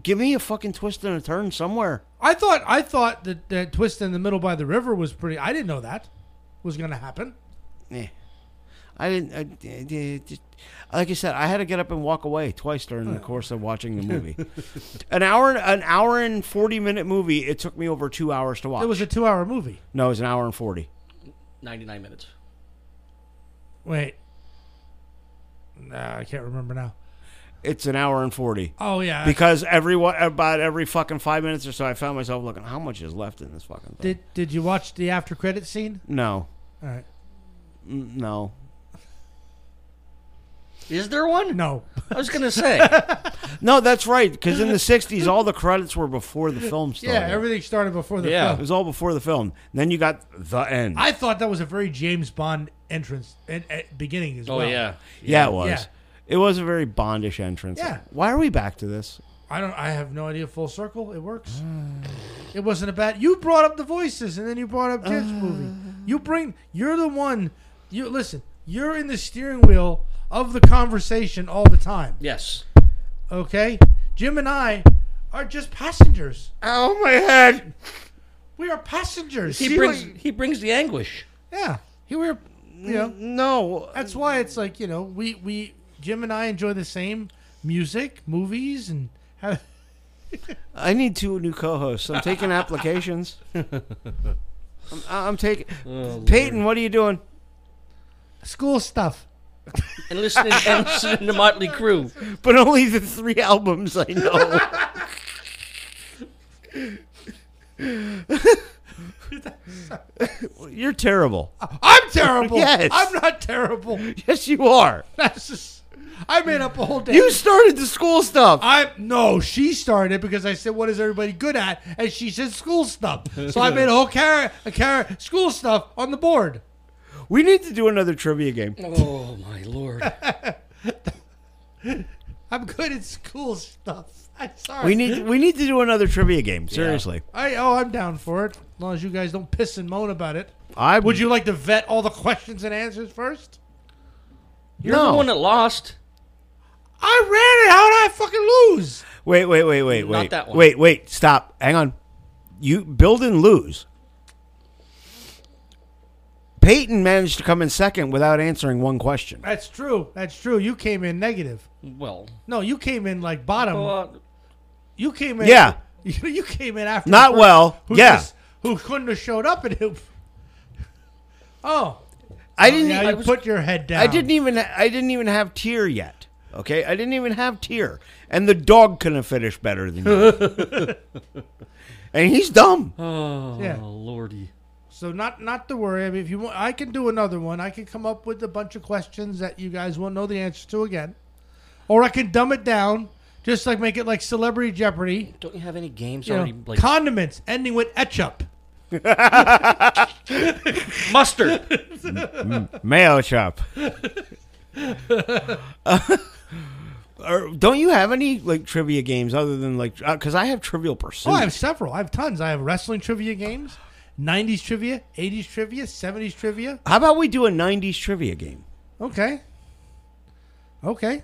B: Give me a fucking twist and a turn somewhere.
C: I thought I thought that that twist in the middle by the river was pretty. I didn't know that was gonna happen.
B: Eh. I didn't. I, I- I- just- like I said, I had to get up and walk away twice during the course of watching the movie. an hour, an hour and forty minute movie. It took me over two hours to watch.
C: It was a two-hour movie.
B: no, it was an hour and forty.
D: 99 minutes.
C: Wait. Nah, I can't remember now.
B: It's an hour and forty.
C: Oh yeah,
B: Because every one, about every fucking five minutes or so, I found myself looking, how much is left in this fucking thing?
C: did did you watch the after credit scene?
B: no,
C: All right.
B: Mm, no.
D: Is there one?
C: No.
D: I was gonna say.
B: No, that's right. Because in the '60s, all the credits were before the film started.
C: Yeah, everything started before the
D: Yeah.
B: it
C: film.
B: was all before the film. Then you got the end.
C: I thought that was a very James Bond entrance and, and beginning as
D: oh
C: well.
D: yeah.
B: yeah, it was.
C: yeah.
B: It was a very Bondish entrance.
C: Yeah.
B: Why are we back to this?
C: I don't. I have no idea. Full circle. It works. it wasn't a bad. You brought up the voices, and then you brought up this
D: Uh.
C: movie. You bring. You're the one. You listen. You're in the steering wheel of the conversation all the time.
D: Yes.
C: Okay. Jim and I are just passengers.
B: Oh my head!
C: We are passengers.
D: He brings he brings the anguish.
C: yeah. He were. You know.
B: No,
C: That's why it's like you know we we Jim and I enjoy the same music, movies, and have,
B: I need two new co-hosts. I'm taking applications. I'm, I'm taking Peyton. What are you doing?
C: school stuff.
D: And listening and listening to Motley Crue.
B: But only the three albums I know. You're terrible.
C: I'm terrible.
B: Yes.
C: I'm not terrible.
B: Yes, you are.
C: That's just. I made up a whole day.
B: You started the school stuff.
C: I no, she started because I said, "What is everybody good at?" And she said, "School stuff." So I made a whole car a car school stuff on the board.
B: We need to do another trivia game.
D: Oh my lord.
C: I'm good at school stuff. I'm sorry.
B: We need we need to do another trivia game. Seriously,
C: I oh, I'm down for it. As long as you guys don't piss and moan about it.
B: I
C: Would you like to vet all the questions and answers first?
D: You're
B: No.
D: the one that lost.
C: I ran it. How did I fucking lose?
B: Wait, wait, wait, wait, wait.
D: Not that one.
B: Wait, wait, stop. Hang on. You build and lose. Peyton managed to come in second without answering one question.
C: That's true. That's true. You came in negative.
D: Well,
C: No, you came in like bottom.
D: uh,
C: You came in.
B: Yeah.
C: You, you came in after.
B: Not
C: the
B: well.
C: Who
B: Yeah.
C: just- who couldn't have showed up and who? Oh,
B: I didn't.
C: yeah.
B: I,
C: You put your head down.
B: I didn't even. I didn't even have tier yet. Okay, I didn't even have tier, and the dog couldn't finish better than you. and he's dumb.
D: oh
C: Yeah.
D: lordy.
C: So not not to worry. I mean, if you want, I can do another one. I can come up with a bunch of questions that you guys won't know the answer to again, or I can dumb it down, just like make it like Celebrity Jeopardy.
D: Don't you have any games
C: You know,
D: already like
C: condiments ending with etchup.
D: mustard?
B: Mayo chop. or don't you have any like trivia games other than like because I have Trivial Pursuit.
C: Oh, I have several. I have tons. I have wrestling trivia games, '90s trivia, '80s trivia, '70s trivia.
B: How about we do a '90s trivia game?
C: Okay. Okay.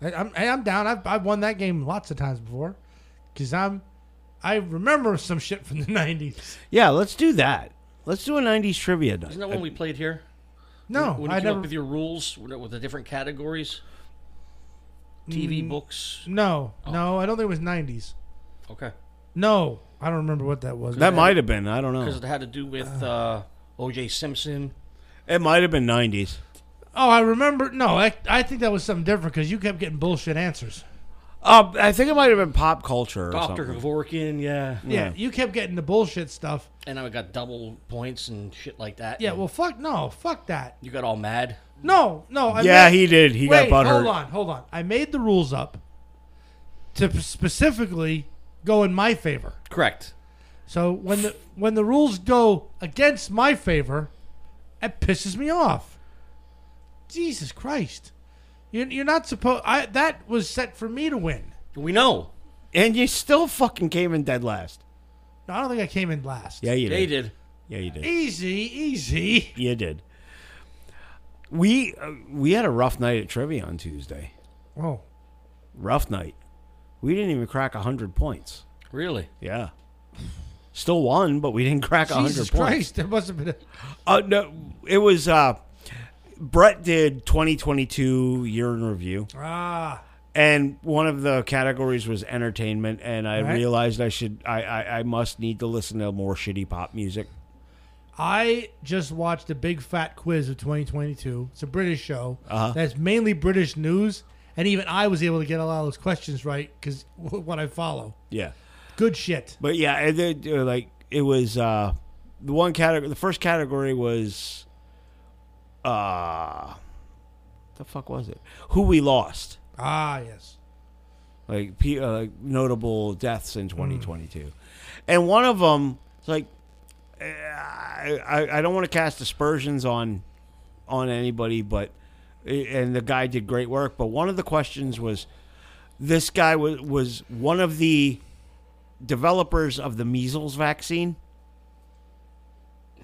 C: I, I'm hey, I'm down. I've I've won that game lots of times before, cause I'm I remember some shit from the '90s.
B: Yeah, let's do that. Let's do a '90s trivia night.
D: Isn't that when we played here?
C: No,
D: When you
C: I
D: came
C: never.
D: up with your rules with with the different categories, TV, books.
C: no, no, I don't think it was '90s.
D: Okay,
C: No, I don't remember what that was.
B: that might have been. I don't know.
D: because it had to do with uh, O.J. Simpson.
B: It might have been '90s.
C: oh, I remember. No, I, I think that was something different because you kept getting bullshit answers.
B: Uh, I think it might have been pop culture or
D: Doctor
B: something.
D: Kevorkian, yeah.
C: Yeah, you kept getting the bullshit stuff.
D: And I got double points and shit like that.
C: Yeah,
D: and
C: well, fuck no, fuck that.
D: you got all mad.
C: No, no. I
B: Yeah,
C: mean-
B: he did. He
C: Wait,
B: got butthurt.
C: hold on, hold on. I made the rules up to p- specifically go in my favor.
D: Correct.
C: So when the when the rules go against my favor, it pisses me off. Jesus Christ, you're, you're not supposed. I that was set for me to win.
D: We know.
B: And you still fucking came in dead last.
C: No, I don't think I came in last.
B: Yeah, you
D: They
B: did.
D: did.
B: Yeah, you did.
C: Easy, easy.
B: You did. We uh, we had a rough night at trivia on Tuesday.
C: Oh,
B: rough night. We didn't even crack 100 points.
D: Really?
B: Yeah. Still won, but we didn't crack 100
C: Jesus
B: points.
C: Christ! There must have been. A,
B: Uh, no, it was uh, Brett did 2022 year in review,
C: ah,
B: and one of the categories was entertainment. And I
C: Right.
B: realized I should, I, I, I must need to listen to more shitty pop music.
C: I just watched a big fat quiz of 2022. It's a British show
A: Uh-huh.
C: that's mainly British news, and even I was able to get a lot of those questions right because what I follow.
A: Yeah.
C: Good shit.
A: But yeah, and then, uh, like it was uh, the one category. The first category was, uh, the fuck was it? Who we lost?
C: Ah, yes.
A: Like pe- uh, like notable deaths in 2022, and one of them like eh, I, I I don't want to cast aspersions on on anybody, but eh, and the guy did great work. But one of the questions was, this guy was was one of the developers of the measles vaccine.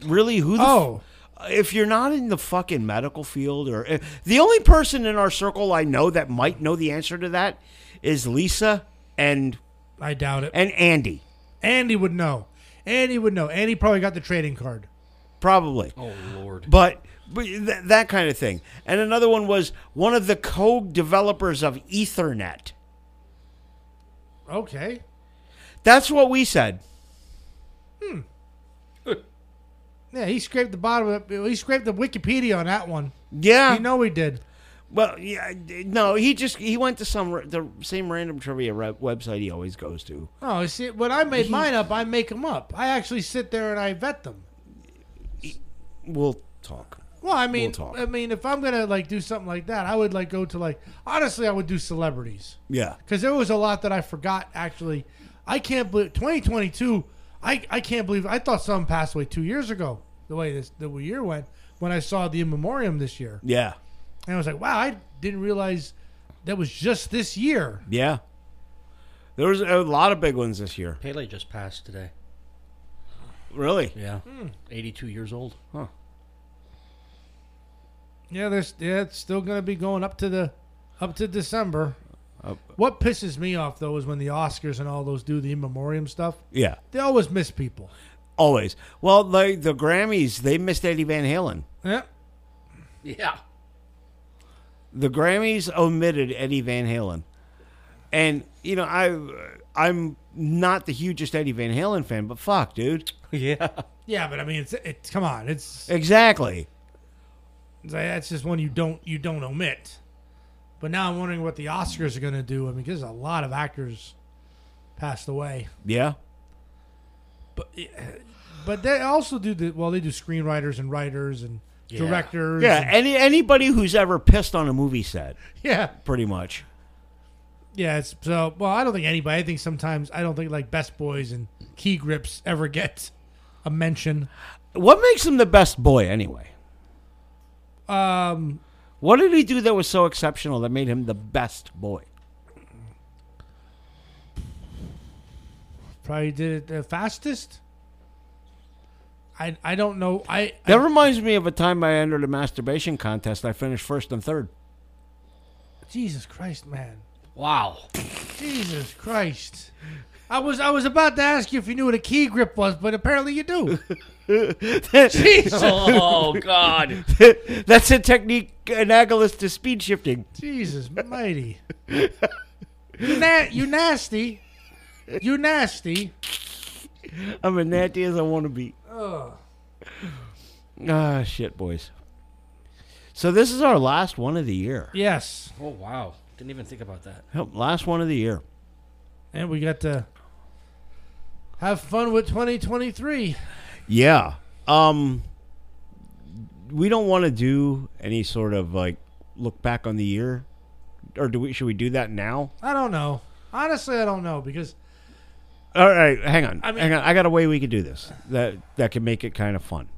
A: Really, who? The f-
C: Oh,
A: Hmm. if you're not in the fucking medical field or if, the only person in our circle I know that might know the answer to that is Lisa and
C: I doubt it.
A: and Andy
C: Andy would know. Andy would know. Andy probably got the trading card.
A: probably
D: Oh lord.
A: but, but th- that kind of thing and another one was one of the co-developers of ethernet
C: Okay.
A: that's what we said
C: Yeah, he scraped the bottom of it. He scraped the Wikipedia on that one.
A: yeah
C: You know he did.
A: well yeah d- no he just he went to some r- the same random trivia re- website he always goes to
C: Oh, you see, when I made mine up, I make them up. I actually sit there and I vet them.
A: we'll talk
C: Well, I mean,
A: talk.
C: I mean, if I'm gonna like do something like that, I would like go to like honestly, I would do celebrities
A: yeah
C: because there was a lot that I forgot. Actually, I can't believe 2022. I I can't believe I thought someone passed away two years ago. The way this the year went when I saw the in memoriam this year,
A: yeah
C: and I was like, wow, I didn't realize that was just this year.
A: yeah there was a lot of big ones this year
D: Pele just passed today.
A: Really?
D: Yeah. 82 years old.
C: Yeah, there's yeah, it's still gonna be going up to the up to December.
A: Up-
C: What pisses me off though is when the Oscars and all those do the in memoriam stuff.
A: Yeah.
C: They always miss people.
A: Always. Well, the the Grammys, they missed Eddie Van Halen.
C: Yeah.
D: Yeah.
A: The Grammys omitted Eddie Van Halen. And you know, I I'm not the hugest Eddie Van Halen fan, but fuck, dude.
D: Yeah.
C: Yeah, but I mean, it's it's come on, it's
A: Exactly.
C: it's- that's just one you don't you don't omit. But now I'm wondering what the Oscars are going to do. I mean, because a lot of actors passed away,
A: Yeah.
C: but but they also do the well, they do screenwriters and writers and directors.
A: Yeah,
C: and-
A: any anybody who's ever pissed on a movie set,
C: yeah,
A: pretty much.
C: yeah. It's so well. I don't think anybody. I think sometimes I don't think like Best Boys and Key Grips ever get a mention.
A: What makes him the best boy anyway?
C: Um,
A: What did he do that was so exceptional that made him the best boy?
C: probably did it the fastest. I I don't know. I
A: That reminds me of a time I entered a masturbation contest. I finished first and third.
C: Jesus Christ, man.
D: Wow.
C: Jesus Christ. I was I was about to ask you if you knew what a key grip was, but apparently you do. Jesus,
D: Oh god.
A: That's a technique analogous to speed shifting.
C: Jesus, mighty. You, na- you nasty. You nasty.
A: I'm as natty as I want to be. Ah, shit, boys. So this is our last one of the year.
C: Yes.
D: Oh wow. Didn't even think about that.
A: Yep, Last one of the year.
C: And we got to have fun with 2023.
A: Yeah. Um. We don't want to do any sort of like look back on the year, or do we? Should we do that now?
C: I don't know. Honestly, I don't know because
A: All right, hang on.
C: I mean-
A: hang on. I got a way we could do this that that can make it kind of fun.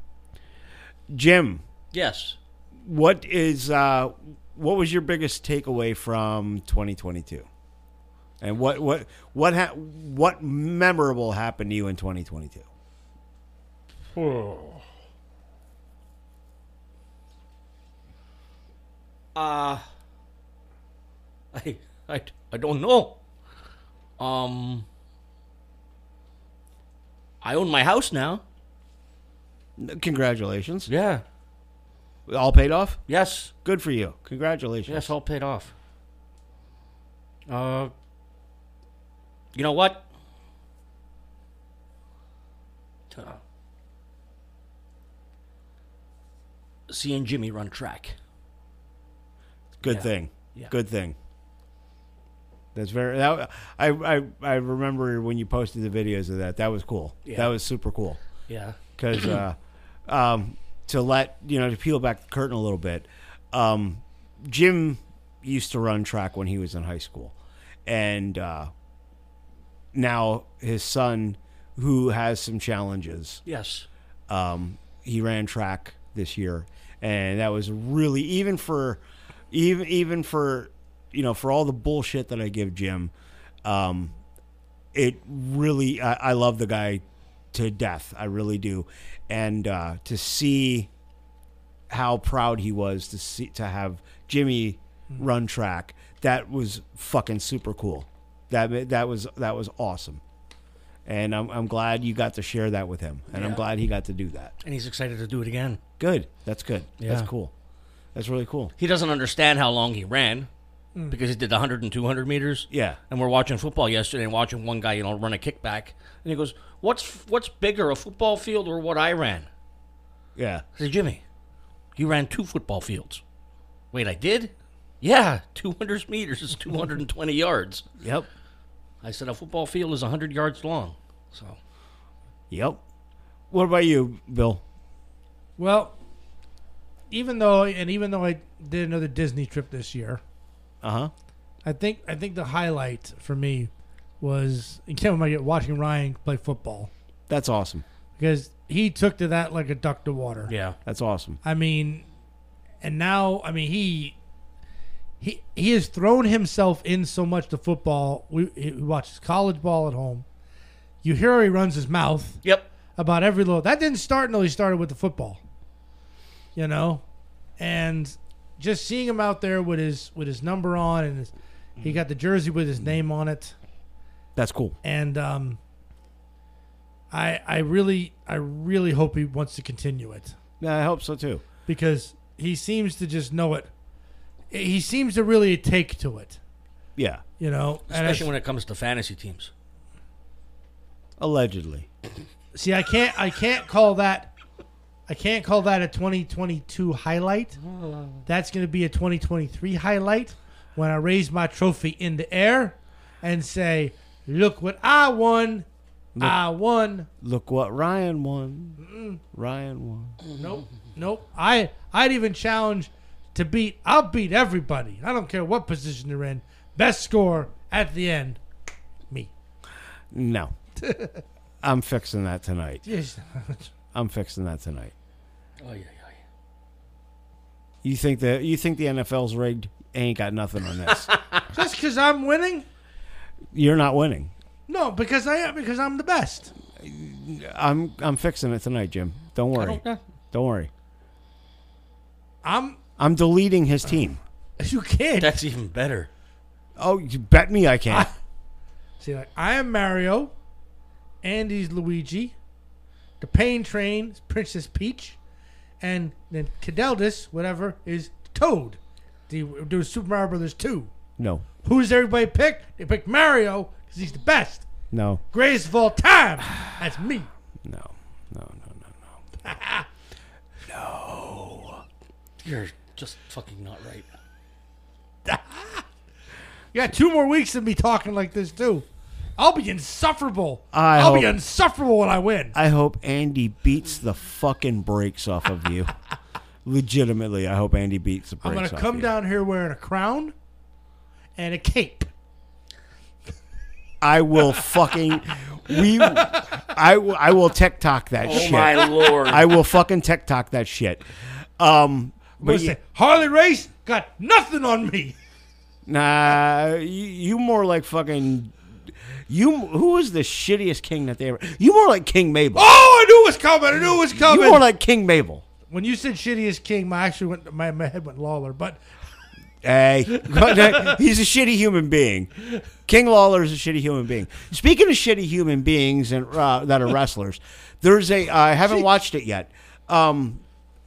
A: Jim,
D: Yes.
A: what is uh, what was your biggest takeaway from 2022? And what what what ha- what memorable happened to you in 2022?
D: Uh I I I don't know. Um I own my house now.
A: Congratulations.
D: Yeah.
A: All paid off?
D: Yes.
A: Good for you. Congratulations.
D: Yes, all paid off. Uh You know what? Uh, seeing Jimmy run track.
A: Good thing.
D: Yeah.
A: Good thing. That's very. That, I I I remember when you posted the videos of that. That was cool.
D: Yeah.
A: That was super cool
D: Yeah.
A: because uh, um, to let you know to peel back the curtain a little bit. Um, Jim used to run track when he was in high school, and uh, now his son, who has some challenges,
D: Yes.
A: um, he ran track this year, and that was really even for even even for you know for all the bullshit that I give Jim, um, it really I, I love the guy to death. I really do, and uh, to see how proud he was to see to have Jimmy run track that was fucking super cool. That that was that was awesome. And I'm, I'm glad you got to share that with him. And I'm
D: Yeah.
A: glad he got to do that.
D: And he's excited to do it again.
A: Good. That's good.
D: Yeah.
A: That's cool. That's really cool.
D: He doesn't understand how long he ran because he did the 100 and 200 meters.
A: Yeah.
D: And we're watching football yesterday and watching one guy, you know, run a kickback. And he goes, What's what's bigger, a football field or what I ran?
A: Yeah.
D: I said, Jimmy, you ran two football fields. Wait, I did? Yeah, 200 meters is 220 yards.
A: Yep.
D: I said, A football field is 100 yards long. So,
A: Yep. What about you, Bill?
C: Well, even though and even though I did another Disney trip this year,
A: Uh huh.
C: I think I think the highlight for me was again when I get watching Ryan play football
A: That's awesome.
C: because he took to that like a duck to water.
D: yeah.
A: That's awesome.
C: I mean, and now I mean he he he has thrown himself in so much to football. We, he watches college ball at home. You hear he runs his mouth
D: Yep.
C: about every little. That didn't start until he started with the football. You know, and just seeing him out there with his with his number on and his, he got the jersey with his name on it
A: That's cool.
C: and um I I really I really hope he wants to continue it
A: Yeah, I hope so too.
C: because he seems to just know it. He seems to really take to it,
A: Yeah.
C: you know. And
D: Especially
C: I-
D: when it comes to fantasy teams.
A: Allegedly.
C: see, I can't I can't call that I can't call that a 2022 highlight. That's going to be a 2023 highlight when I raise my trophy in the air and say, "Look what I won! I won!"
A: Look what Ryan won. Ryan won.
C: Nope, nope. I I'd even challenge to beat. I'll beat everybody. I don't care what position they're in. Best score at the end, me.
A: No. I'm fixing that tonight.
C: Yes.
A: I'm fixing that tonight.
D: Oh, yeah, yeah.
A: You think the you think the NFL's rigged? Ain't got nothing on this.
C: Just because I'm winning?
A: You're not winning.
C: No, because I am because I'm the best.
A: I'm I'm fixing it tonight, Jim. Don't worry.
D: yeah.
A: Don't worry.
C: I'm.
A: I'm deleting his team.
C: You can't
D: That's even better.
A: Oh, you bet me I can.
C: see. Like I am Mario. Andy's Luigi. The Pain Train is Princess Peach, and then Cadeldus, whatever, is Toad. The do Super Mario Brothers two.
A: No.
C: Who's everybody pick? They picked Mario because he's the best,
A: No.
C: greatest of all time. That's me.
A: No. No, no, no, no.
D: You're just fucking not right.
C: You got two more weeks of me talking like this too. I'll be insufferable.
A: I
C: will be
A: hope-
C: insufferable when I win.
A: I hope Andy beats the fucking brakes off of you. Legitimately, I hope Andy beats the brakes
C: I'm gonna
A: off
C: come
A: you.
C: down here wearing a crown and a cape.
A: I will fucking we I will- I will TikTok that shit.
D: Oh, lord.
A: I will fucking TikTok that shit. Um but
C: Listen,
A: you,
C: Harley Race got nothing on me.
A: nah, Uh, you, you more like fucking you who was the shittiest king that they ever You more like King Mabel.
C: Oh, I knew it was coming. I knew it was
A: you
C: coming.
A: more like King Mabel.
C: when you said shittiest king, my actually went my, my head went Lawler, but
A: Hey, he's a shitty human being. King Lawler is a shitty human being. Speaking of shitty human beings and uh, that are wrestlers, there's a I haven't watched it yet. Um,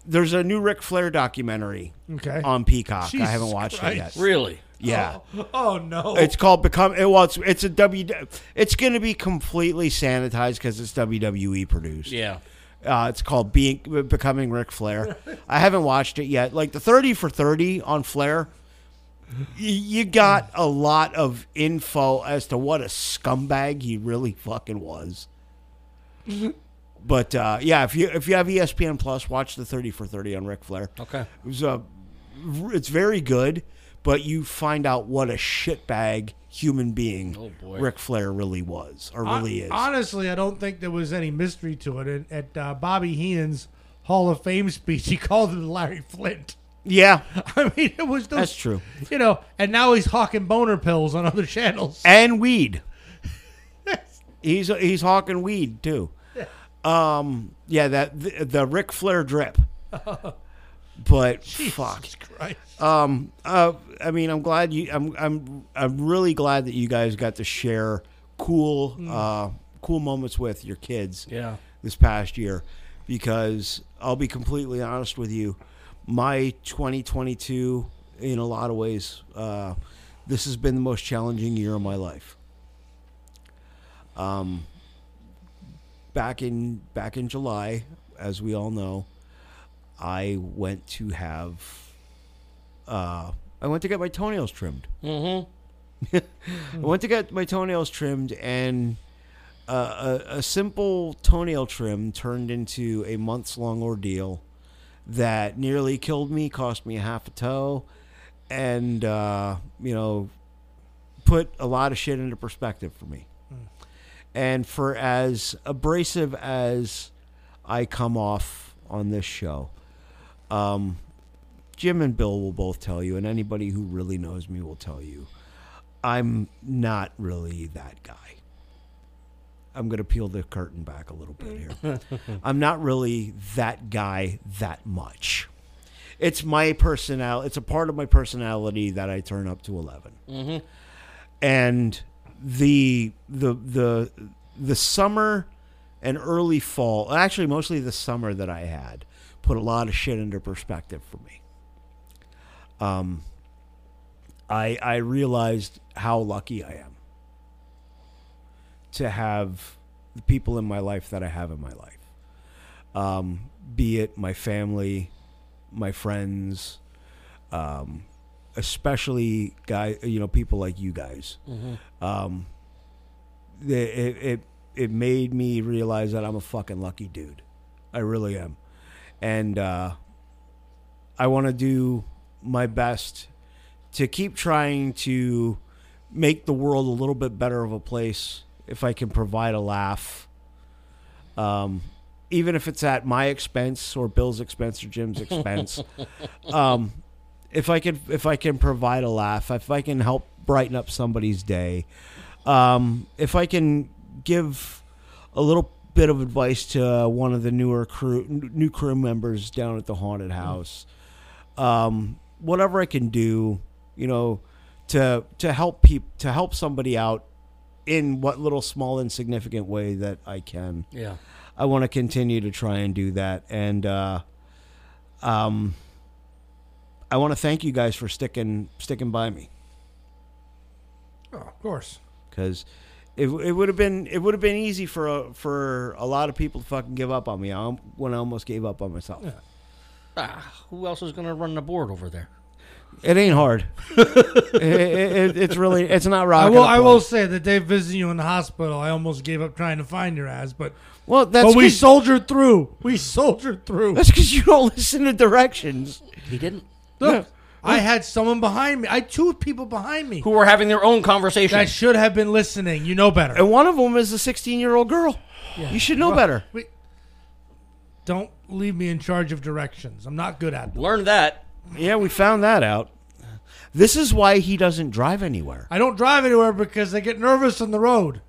A: there's a new Ric Flair documentary
C: Okay.
A: on Peacock. I haven't
C: Jesus
A: watched it
C: Christ.
A: yet.
D: really?
A: Um, Yeah,
C: oh no,
A: it's called Become. It, well, it's it's a W. It's going to be completely sanitized because it's WWE produced.
D: Yeah.
A: Uh, it's called Being Becoming Ric Flair. I haven't watched it yet. Like the thirty for thirty on Flair, y- you got a lot of info as to what a scumbag he really fucking was. But uh, yeah, if you if you have ESPN Plus, watch the thirty for thirty on Ric Flair.
D: Okay.
A: It was a, it's very good, but you find out what a shitbag human being
D: Oh, boy.
A: Ric Flair really was, or really is.
C: Honestly, I don't think there was any mystery to it. At, at uh, Bobby Heenan's Hall of Fame speech, he called him Larry Flint.
A: yeah,
C: I mean, it was those,
A: That's true.
C: You know, and now he's hawking boner pills on other channels.
A: and weed. he's he's hawking weed too. Um, yeah, that the, the Ric Flair drip. But fuck,
C: Jesus Christ.
A: Um, uh, I mean, I'm glad you. I'm, I'm, I'm really glad that you guys got to share cool, uh, cool moments with your kids.
D: Yeah.
A: This past year, because I'll be completely honest with you, my 2022, in a lot of ways, uh, this has been the most challenging year of my life. Um, back in back in July, as we all know, I went to have uh, I went to get my toenails trimmed. Mm-hmm. I went to get my toenails trimmed, and uh, a, a simple toenail trim turned into a months long ordeal that nearly killed me, cost me a half a toe, and uh, you know, put a lot of shit into perspective for me. And for as abrasive as I come off on this show, Jim and Bill will both tell you, and anybody who really knows me will tell you, I'm not really that guy. I'm going to peel the curtain back a little bit here. I'm not really that guy that much. It's my personality, it's a part of my personality that I turn up to 11. And the the the the summer and early fall, actually mostly the summer that I had put a lot of shit into perspective for me. I I realized how lucky I am to have the people in my life that I have in my life. Um, be it my family, my friends, um, especially guy, you know, people like you guys. Um, the- it, it it made me realize that I'm a fucking lucky dude. I really am, and uh, I want to do my best to keep trying to make the world a little bit better of a place if I can provide a laugh. Um, even if it's at my expense or Bill's expense or Jim's expense. um, if I can if I can provide a laugh, if I can help brighten up somebody's day, um, if I can give a little bit of advice to one of the newer crew new crew members down at the haunted house um, whatever I can do, you know, to to help people to help somebody out in what little small insignificant way that I can.
D: Yeah.
A: I want to continue to try and do that, and uh, um, I want to thank you guys for sticking sticking by me
C: Oh, of course.
A: because it, it would have been it would have been easy for a, for a lot of people to fucking give up on me I, al- when I almost gave up on myself.
D: Ah, who else is going to run the board over there?
A: It ain't hard. It- it- it's really it's not rocket.
C: I will. I
A: applause.
C: will say that they visited you in the hospital. I almost gave up trying to find your ass, but
A: Well, that's
C: but we
A: 'cause-
C: soldiered through. We soldiered through.
A: That's because you don't listen to directions.
D: He didn't.
C: Look, I had someone behind me. I had two people behind me
D: Who were having their own conversation.
C: that should have been listening. You know better.
A: And one of them is a 16 year old girl. You should know better.
C: We, don't leave me in charge of directions. I'm not good at them.
D: Learn that.
A: Yeah, we found that out. This is why he doesn't drive anywhere.
C: I don't drive anywhere because I get nervous on the road.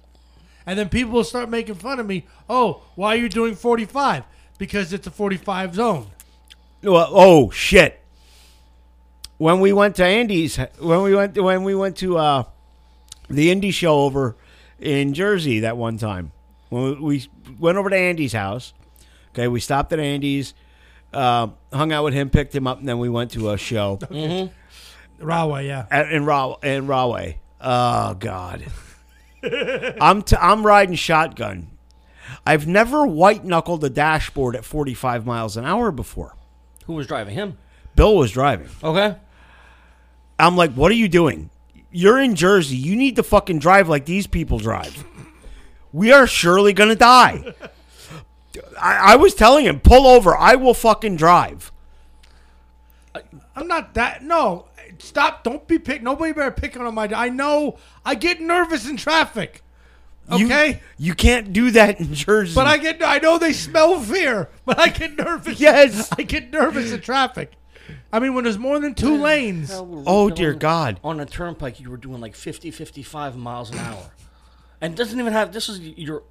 C: And then people will start making fun of me. Oh, why are you doing 45? Because it's a 45 zone.
A: Well, oh shit! When we went to Andy's, when we went when we went to uh, the indie show over in Jersey that one time, when we we went over to Andy's house, okay, we stopped at Andy's, uh, hung out with him, picked him up, and then we went to a show.
C: Rawa, yeah.
A: at, in Raw in Rahway. Oh God, I'm t- I'm riding shotgun, I've never white knuckled a dashboard at 45 miles an hour before.
D: Who was driving him?
A: Bill was driving.
D: Okay.
A: I'm like, what are you doing? You're in Jersey. You need to fucking drive like these people drive. We are surely gonna die. I, I was telling him, pull over. I will fucking drive.
C: I'm not that. No, stop. Don't be pick. Nobody better picking on my. I know. I get nervous in traffic.
A: You-
C: Okay.
A: you can't do that in Jersey.
C: But I get I know they smell fear, but I get nervous.
A: Yes.
C: I get nervous in traffic. I mean when there's more than two lanes.
D: Hell, we're
A: Oh,
D: going
A: dear
D: on-
A: God.
D: On a turnpike, you were doing like 50, 55 miles an hour, and it doesn't even have. This is your.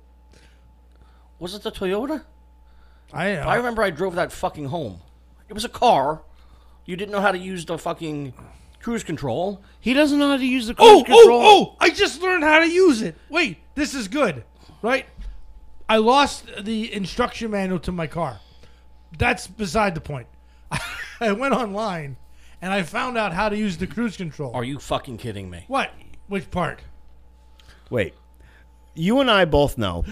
D: Was it the Toyota?
C: I uh, know.
D: I remember I drove that fucking home. It was a car. You didn't know how to use the fucking cruise control.
A: he doesn't know how to use the
C: oh,
A: cruise control.
C: oh, oh, I just learned how to use it. Wait, this is good. Right? I lost the instruction manual to my car. That's beside the point. I went online and I found out how to use the cruise control.
D: Are you fucking kidding me?
C: what? Which part?
A: Wait, you and I both know.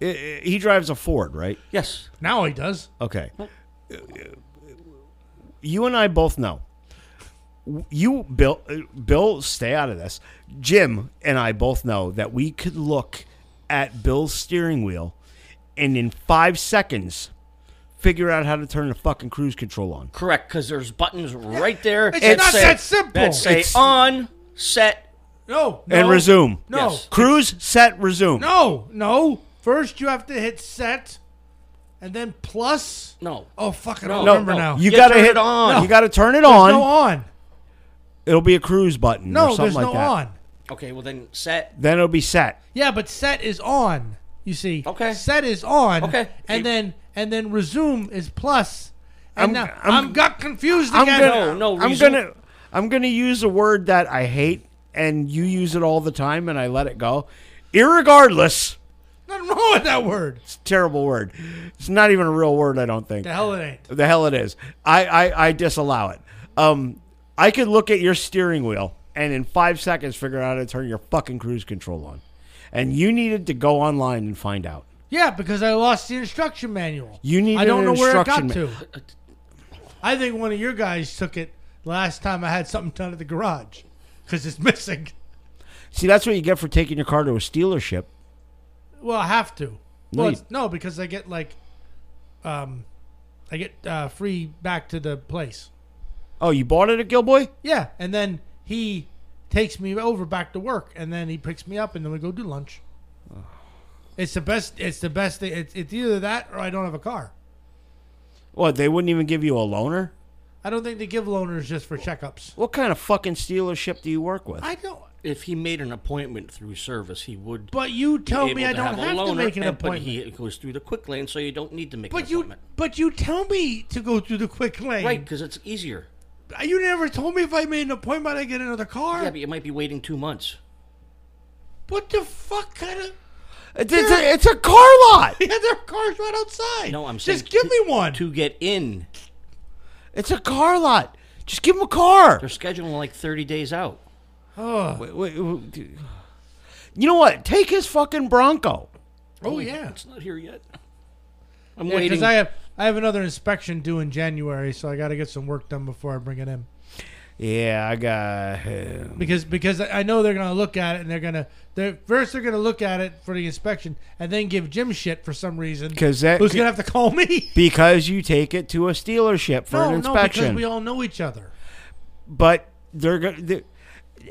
A: I- I- He drives a Ford, right?
D: Yes.
C: Now he does.
A: Okay. You and I both know. You, Bill, uh, Bill, stay out of this. Jim and I both know that we could look at Bill's steering wheel and in five seconds figure out how to turn the fucking cruise control on.
D: Correct, because there's buttons right there.
C: It's
D: that
C: not
D: say-
C: that simple.
D: That say
A: It's-
D: on, set.
C: No. no
A: And resume.
C: No.
D: Yes.
A: Cruise, set, resume.
C: No, no. First you have to hit set, and then plus.
D: No.
C: Oh fuck! I
D: No,
C: don't
D: no.
C: remember now.
A: You
D: Yeah,
A: gotta
D: turn
A: hit
D: it on.
A: You gotta turn it
C: There's
A: on.
C: no on.
A: It'll be a cruise button or
C: No,
A: something
C: there's
A: like
C: no
A: that.
C: on.
D: Okay, well then set.
A: Then it'll be set.
C: Yeah, but set is on. You see.
D: Okay.
C: Set is on.
D: Okay.
C: And
D: You-
C: then and then resume is plus. And
A: I'm-
C: now,
A: I'm-
C: I'm, got confused
A: I'm
C: again.
A: gonna,
D: No, no,
A: I'm
D: resume.
A: gonna, I'm gonna use a word that I hate, and you use it all the time, and I let it go. Irregardless,
C: Nothing wrong with that word.
A: it's a terrible word. It's not even a real word, I don't think.
C: The hell it ain't.
A: The hell it is. I, I, I disallow it. Um, I could look at your steering wheel and in five seconds figure out how to turn your fucking cruise control on, and you needed to go online and find out.
C: Yeah, because I lost the instruction manual.
A: You needed
C: I don't
A: an
C: know where it got
A: instruction
C: to. I think one of your guys took it last time I had something done at the garage, because it's missing.
A: See, that's what you get for taking your car to a stealership.
C: Well, I have to.
A: No,
C: well,
A: you-
C: it's- no, because I get like, um, I get uh, free back to the place.
A: Oh, you bought it at Gilboy?
C: Yeah, and then he takes me over back to work, and then he picks me up, and then we go do lunch. It's the best. It's the best thing. It's, it's either that or I don't have a car.
A: What? They wouldn't even give you a loaner?
C: I don't think they give loaners just for checkups.
A: What kind of fucking stealership do you work with?
C: I don't.
D: If he made an appointment through service, he would.
C: But you tell
D: be
C: me
D: able
C: I
D: to
C: don't
D: a
C: have, to
D: loaner,
C: make an
D: and-
C: appointment.
D: But he goes through the quick lane, so you don't need to make an
C: But you,
D: appointment.
C: but you tell me to go through the quick lane.
D: Right, because it's easier.
C: You never told me if I made an appointment, I get another car.
D: Yeah, but you might be waiting two months.
C: What the fuck kind of?
A: It's, it's, a, it's a car lot.
C: Yeah, there are cars right outside.
D: No, I'm saying
C: just give
D: to-
C: me one.
D: To get in,
A: It's a car lot. Just give him a car.
D: they're scheduling like 30 days out.
C: Ugh.
A: Wait, wait, wait, dude. You know what? Take his fucking Bronco.
C: Oh yeah,
D: It's not here yet. I'm
C: because
D: waiting.
C: I have I have another inspection due in January, so I got to get some work done before I bring it in.
A: Yeah, I got him.
C: Because because I I know they're gonna look at it and they're gonna they're first they're gonna look at it for the inspection and then give Jim shit for some reason.
A: 'Cause that-
C: who's gonna have to call me?
A: Because you take it to a stealership for
C: no,
A: an
C: no,
A: inspection.
C: because we all know each other.
A: but they're going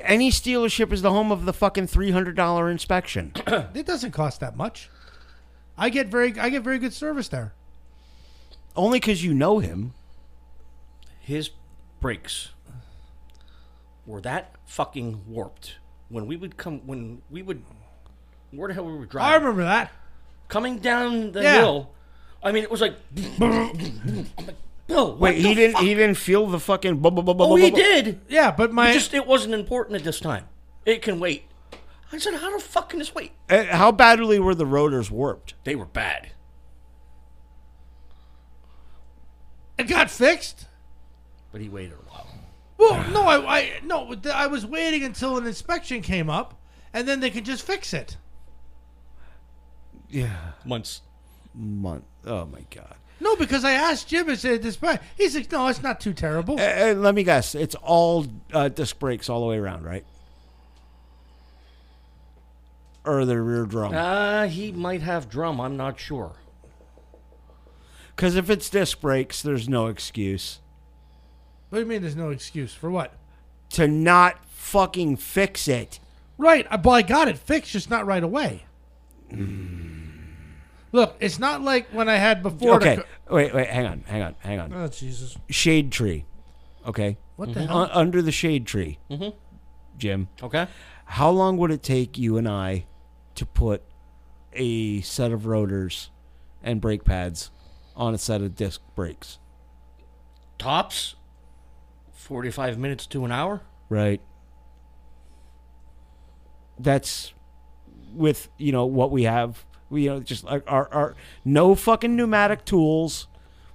A: any stealership is the home of the fucking three hundred dollar inspection.
C: It doesn't cost that much. I get very I get very good service there.
A: Only because you know him.
D: His brakes were that fucking warped. When we would come, when we would, where the hell we were driving?
C: I remember that.
D: Coming down the
C: Yeah.
D: hill. I mean, it was like. I'm like, Bill, what the
A: Wait, he didn't.
D: fuck?"
A: He didn't feel the fucking. bu- bu- bu- bu-
D: Oh,
A: bu-
D: he
A: bu-
D: did.
C: Yeah, but my
D: Just it wasn't important at this time. It can wait. I said, how the fuck can this wait?
A: Uh, How badly were the rotors warped?
D: They were bad.
C: it got fixed.
D: But he waited a while.
C: Well, no, I, I no, th- I was waiting until an inspection came up, and then they could just fix it.
A: Yeah.
D: months.
A: Month. Oh my God.
C: No, because I asked Jim and said this. but He said, "No, it's not too terrible."
A: Uh, uh, let me guess. It's all uh, disc brakes all the way around, right? Or the rear drum.
D: Uh, he might have drum. I'm not sure.
A: Because if it's disc brakes, there's no excuse
C: What do you mean? There's no excuse for what?
A: to not fucking fix it.
C: Right. I- Well, I got it fixed, just not right away. Look, it's not like when I had before. the
A: Hmm. Okay.
C: co-
A: Wait, wait. Hang on. Hang on. Hang on.
C: oh Jesus!
A: Shade tree. Okay.
C: What the hell?
A: Un- under the shade tree. Mm-hmm. Jim.
D: Okay.
A: how long would it take you and I to put a set of rotors and brake pads on a set of disc brakes?
D: Tops, 45 minutes to an hour.
A: Right. That's with you know what we have. We you know just like our our no fucking pneumatic tools.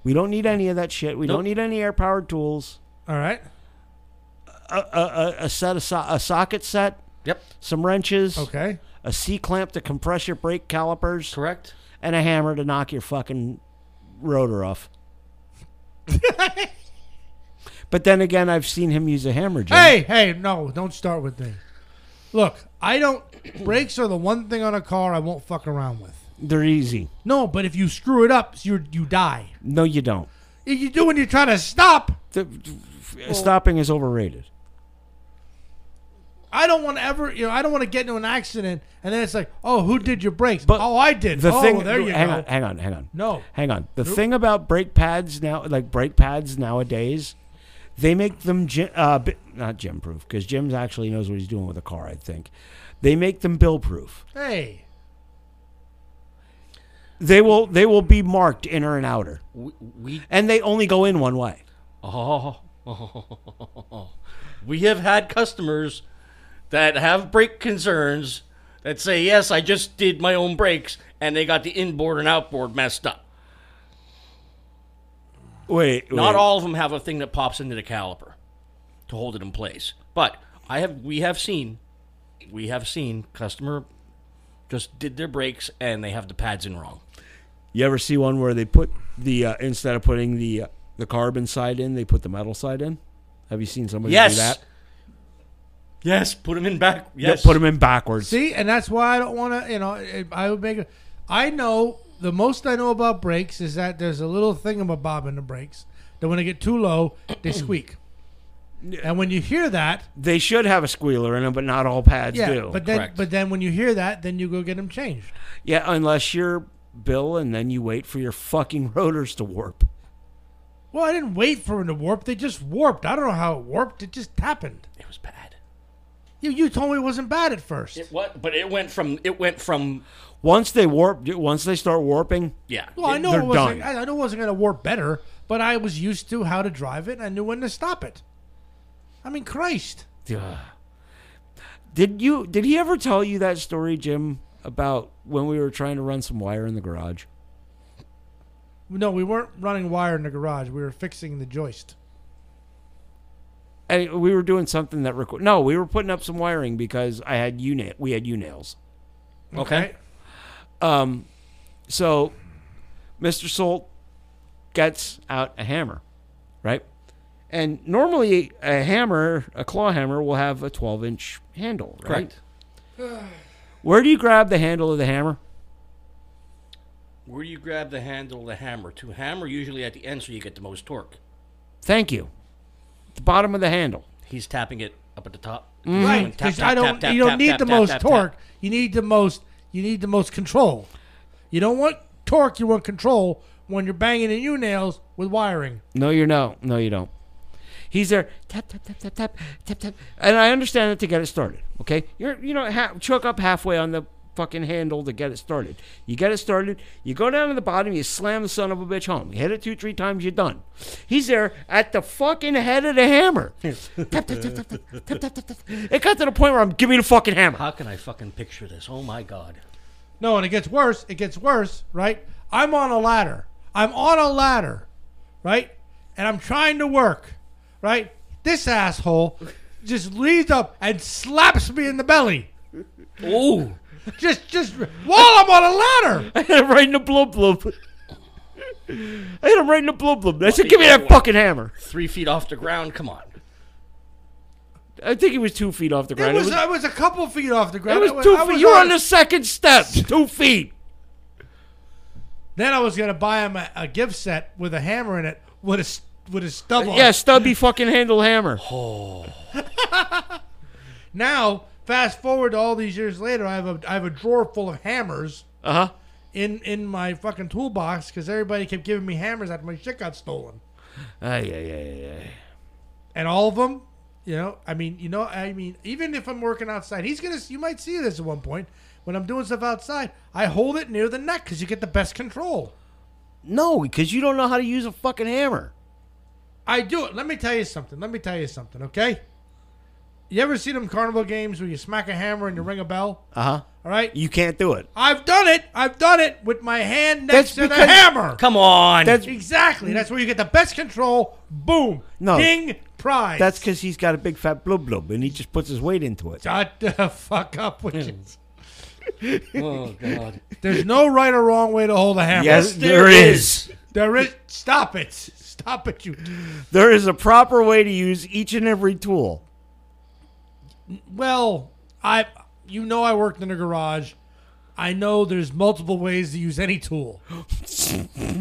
A: We don't need any of that shit. We
D: Nope.
A: don't need any air powered tools.
C: All right.
A: A, a, a- a set of so- a socket set,
D: Yep.
A: some wrenches,
C: Okay.
A: a C clamp to compress your brake calipers.
D: Correct.
A: and a hammer to knock your fucking rotor off. but then again, I've seen him use a hammer. Jim.
C: Hey, hey, no, don't start with me. Look, I don't. brakes are the one thing on a car I won't fuck around with.
A: They're easy.
C: No, but if you screw it up, you you die.
A: No, you don't.
C: If you do when you're trying to stop,
A: The, stopping is overrated.
C: I don't want to ever. You know, I don't want to get into an accident and then it's like, oh, who did your brakes?
A: But
C: oh, I did.
A: The
C: oh,
A: thing.
C: there you
A: hang
C: go.
A: on. Hang on. Hang on.
C: No.
A: Hang on. The thing about brake pads now, like brake pads nowadays, they make them gy- uh, bi- not gym proof because Jim actually knows what he's doing with a car. I think they make them bill proof.
C: Hey,
A: They will. They will be marked inner and outer,
D: We, we
A: and they only go in one way.
D: Oh, we have had customers that have brake concerns that say, "Yes, I just did my own brakes," and they got the inboard and outboard messed up.
A: Wait,
D: Not
A: wait.
D: all of them have a thing that pops into the caliper to hold it in place, but I have. We have seen, we have seen customer just did their brakes and they have the pads in wrong.
A: You ever see one where they put the uh, instead of putting the uh, the carbon side in, they put the metal side in? Have you seen somebody do
D: Yes.
A: that?
D: Yes, put them in back.
A: Yeah,
D: Yes,
A: put them in backwards.
C: see, and that's why I don't want to. You know, I- I would make. A, I know the most I know about brakes is that there's a little thingamabob in the brakes that when they get too low, they squeak. And when you hear that,
A: They should have a squealer in them, but not all pads
C: yeah,
A: do.
C: but then
D: correct.
C: but then when you hear that, then you go get them changed.
A: yeah, unless you're Bill, and then you wait for your fucking rotors to warp.
C: Well, I didn't wait for them to warp; they just warped. I don't know how it warped; it just happened.
D: it was bad.
C: You you told me it wasn't bad at first.
D: It what? But it went from it went from
A: Once they warp, once they start warping,
D: yeah.
C: Well, I know
A: they're
C: it wasn't.
A: done.
C: I I know it wasn't going to warp better, but I was used to how to drive it. and I knew when to stop it. I mean, Christ!
A: Ugh. did you did he ever tell you that story, Jim, about when we were trying to run some wire in the garage?
C: No, we weren't running wire in the garage. We were fixing the joist.
A: Hey, we were doing something that record. No, we were putting up some wiring because I had u nail. We had u nails.
D: okay. Mm-hmm.
A: Um, so Mr. Solt gets out a hammer, right? And normally a hammer, a claw hammer, will have a 12 inch handle, right?
D: Correct.
A: Where do you grab the handle of the hammer?
D: Where do you grab the handle of the hammer? To hammer usually at the end so you get the most torque.
A: Thank you. The bottom of the handle.
D: He's tapping it up at the top.
C: Mm-hmm. Right?
D: Tap, tap,
C: Because I don't.
D: tap, tap,
C: you don't
D: tap,
C: need
D: tap,
C: the
D: tap,
C: most
D: tap, tap.
C: torque. You need the most. You need the most control. You don't want torque. You want control when you're banging in U nails with wiring.
A: No, you're not. No, you don't. He's there. Tap tap tap tap tap tap tap. And I understand it to get it started. Okay, you're you know ha- choke up halfway on the fucking handle to get it started. You get it started. You go down to the bottom. You slam the son of a bitch home. You hit it two three times. You're done. He's there at the fucking head of the hammer. tap, tap, tap, tap, tap, tap, tap, tap, tap. It got to the point where I'm give me the fucking hammer.
D: How can I fucking picture this? Oh my god.
C: No, and it gets worse. It gets worse, right? I'm on a ladder. I'm on a ladder, right? And I'm trying to work, right? This asshole just leads up and slaps me in the belly.
D: Oh,
C: Just, just while I'm on a ladder.
B: I hit him right in the blub blub. I hit him right in the blub blub. I said, "Give me that fucking hammer."
D: Three feet off the ground. Come on.
B: I think he was two feet off the
C: It
B: ground.
C: was, I was a couple feet off the
B: it
C: ground.
B: was
C: I
B: two
C: I
B: feet. You were on
C: a-
B: the second step. two feet.
C: Then I was gonna buy him a, a gift set with a hammer in it, with a s- with a stub. on it.
B: Yeah, stubby fucking handle hammer.
C: Now, fast forward to all these years later, I have a I have a drawer full of hammers
B: Uh huh.
C: in in my fucking toolbox because everybody kept giving me hammers after my shit got stolen,
B: Yeah, yeah, yeah, yeah.
C: and all of them. You know, I mean, you know, I mean, even if I'm working outside, he's gonna. You might see this at one point when I'm doing stuff outside. I hold it near the neck because you get the best control.
A: No, because you don't know how to use a fucking hammer.
C: I do it. Let me tell you something. Let me tell you something. Okay. You ever see them carnival games where you smack a hammer and you ring a bell?
A: Uh huh.
C: All right.
A: You can't do it.
C: I've done it. I've done it with my hand next
A: That's
C: to the
A: because-
C: hammer.
D: Come on.
A: That's
C: Exactly. That's where you get the best control. Boom.
A: No.
C: Ding. Prize.
A: that's because he's got a big fat blub blub and he just puts his weight into it.
C: Shut the fuck up with you.
D: oh God.
C: There's no right or wrong way to hold a hammer.
A: Yes, there is.
C: There is. Stop it. Stop it, you.
A: There is a proper way to use each and every tool.
C: Well, I. You know I worked in a garage. I know there's multiple ways to use any tool.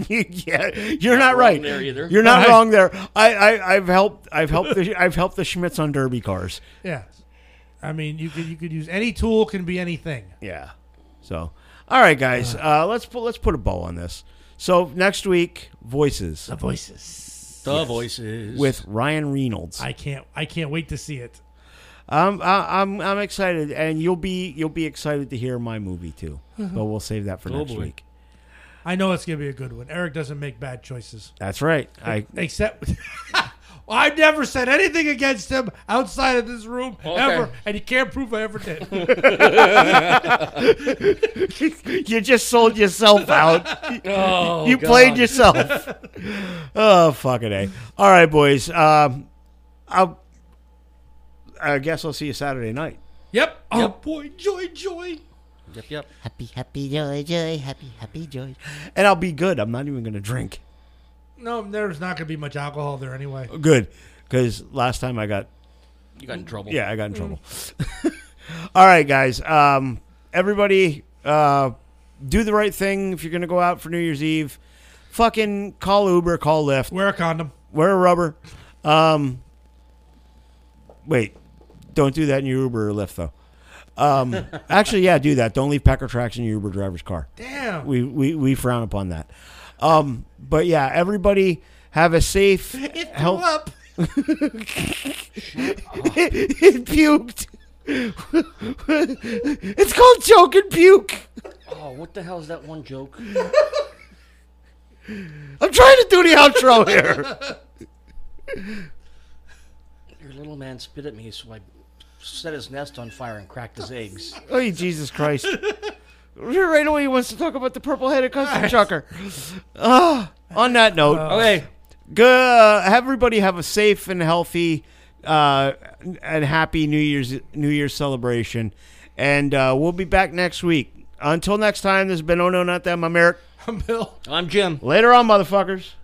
A: yeah, you're not right.
D: there either.
A: You're not
C: Right.
A: wrong there. I, I I've helped I've helped the I've helped the Schmitz on derby cars.
C: Yeah. I mean, you could you could use any tool can be anything.
A: Yeah. So, all right, guys, uh, let's put let's put a bow on this. So next week, voices
C: voices.
D: The voices
A: with Ryan Reynolds.
C: I can't I can't wait to see it.
A: Um, I, I'm I'm excited, and you'll be you'll be excited to hear my movie too. But we'll save that for
D: Oh,
A: next
D: boy.
A: week.
C: I know it's gonna be a good one. Eric doesn't make bad choices.
A: That's right. I
C: Except well, I've never said anything against him outside of this room ever, and he can't prove I ever did.
A: you just sold yourself out.
D: Oh,
A: you
D: God.
A: played yourself. oh fucking a! All right, boys. Um, I'll, I guess I'll see you Saturday night.
C: yep. Oh boy, joy, joy.
D: Yep, yep.
E: Happy, happy, joy, joy, happy, happy, joy.
A: and I'll be good. I'm not even going to drink.
C: No, there's not gonna be much alcohol there anyway.
A: Good, because last time I got
D: You got in trouble.
A: yeah I got in trouble. All right, guys. Um, everybody, uh, do the right thing if you're going to go out for New Year's Eve. Fucking call Uber, call Lyft,
C: Wear a condom.
A: wear a rubber. Um, wait, don't do that in your Uber or Lyft though. Um, actually, yeah, do that. Don't leave Packer tracks in your Uber driver's car.
C: Damn.
A: We we we frown upon that. Um, but yeah, everybody have a safe,
C: it blew
A: health-
C: up.
A: it puked. it's called joke and puke.
D: Oh, what the hell is that one joke?
A: I'm trying to do the outro here.
D: Your little man spit at me, so I set his nest on fire and cracked his eggs.
A: oh, Jesus Christ. Right away, he wants to talk about the purple headed custom chucker. Ah, on that note,
D: Okay.
A: good. Uh, everybody have a safe and healthy uh, and happy New Year's New Year's celebration. And uh, we'll be back next week. Until next time, this has been Oh No Not Them. I'm Eric.
C: I'm Bill.
D: I'm Jim.
A: Later on, motherfuckers.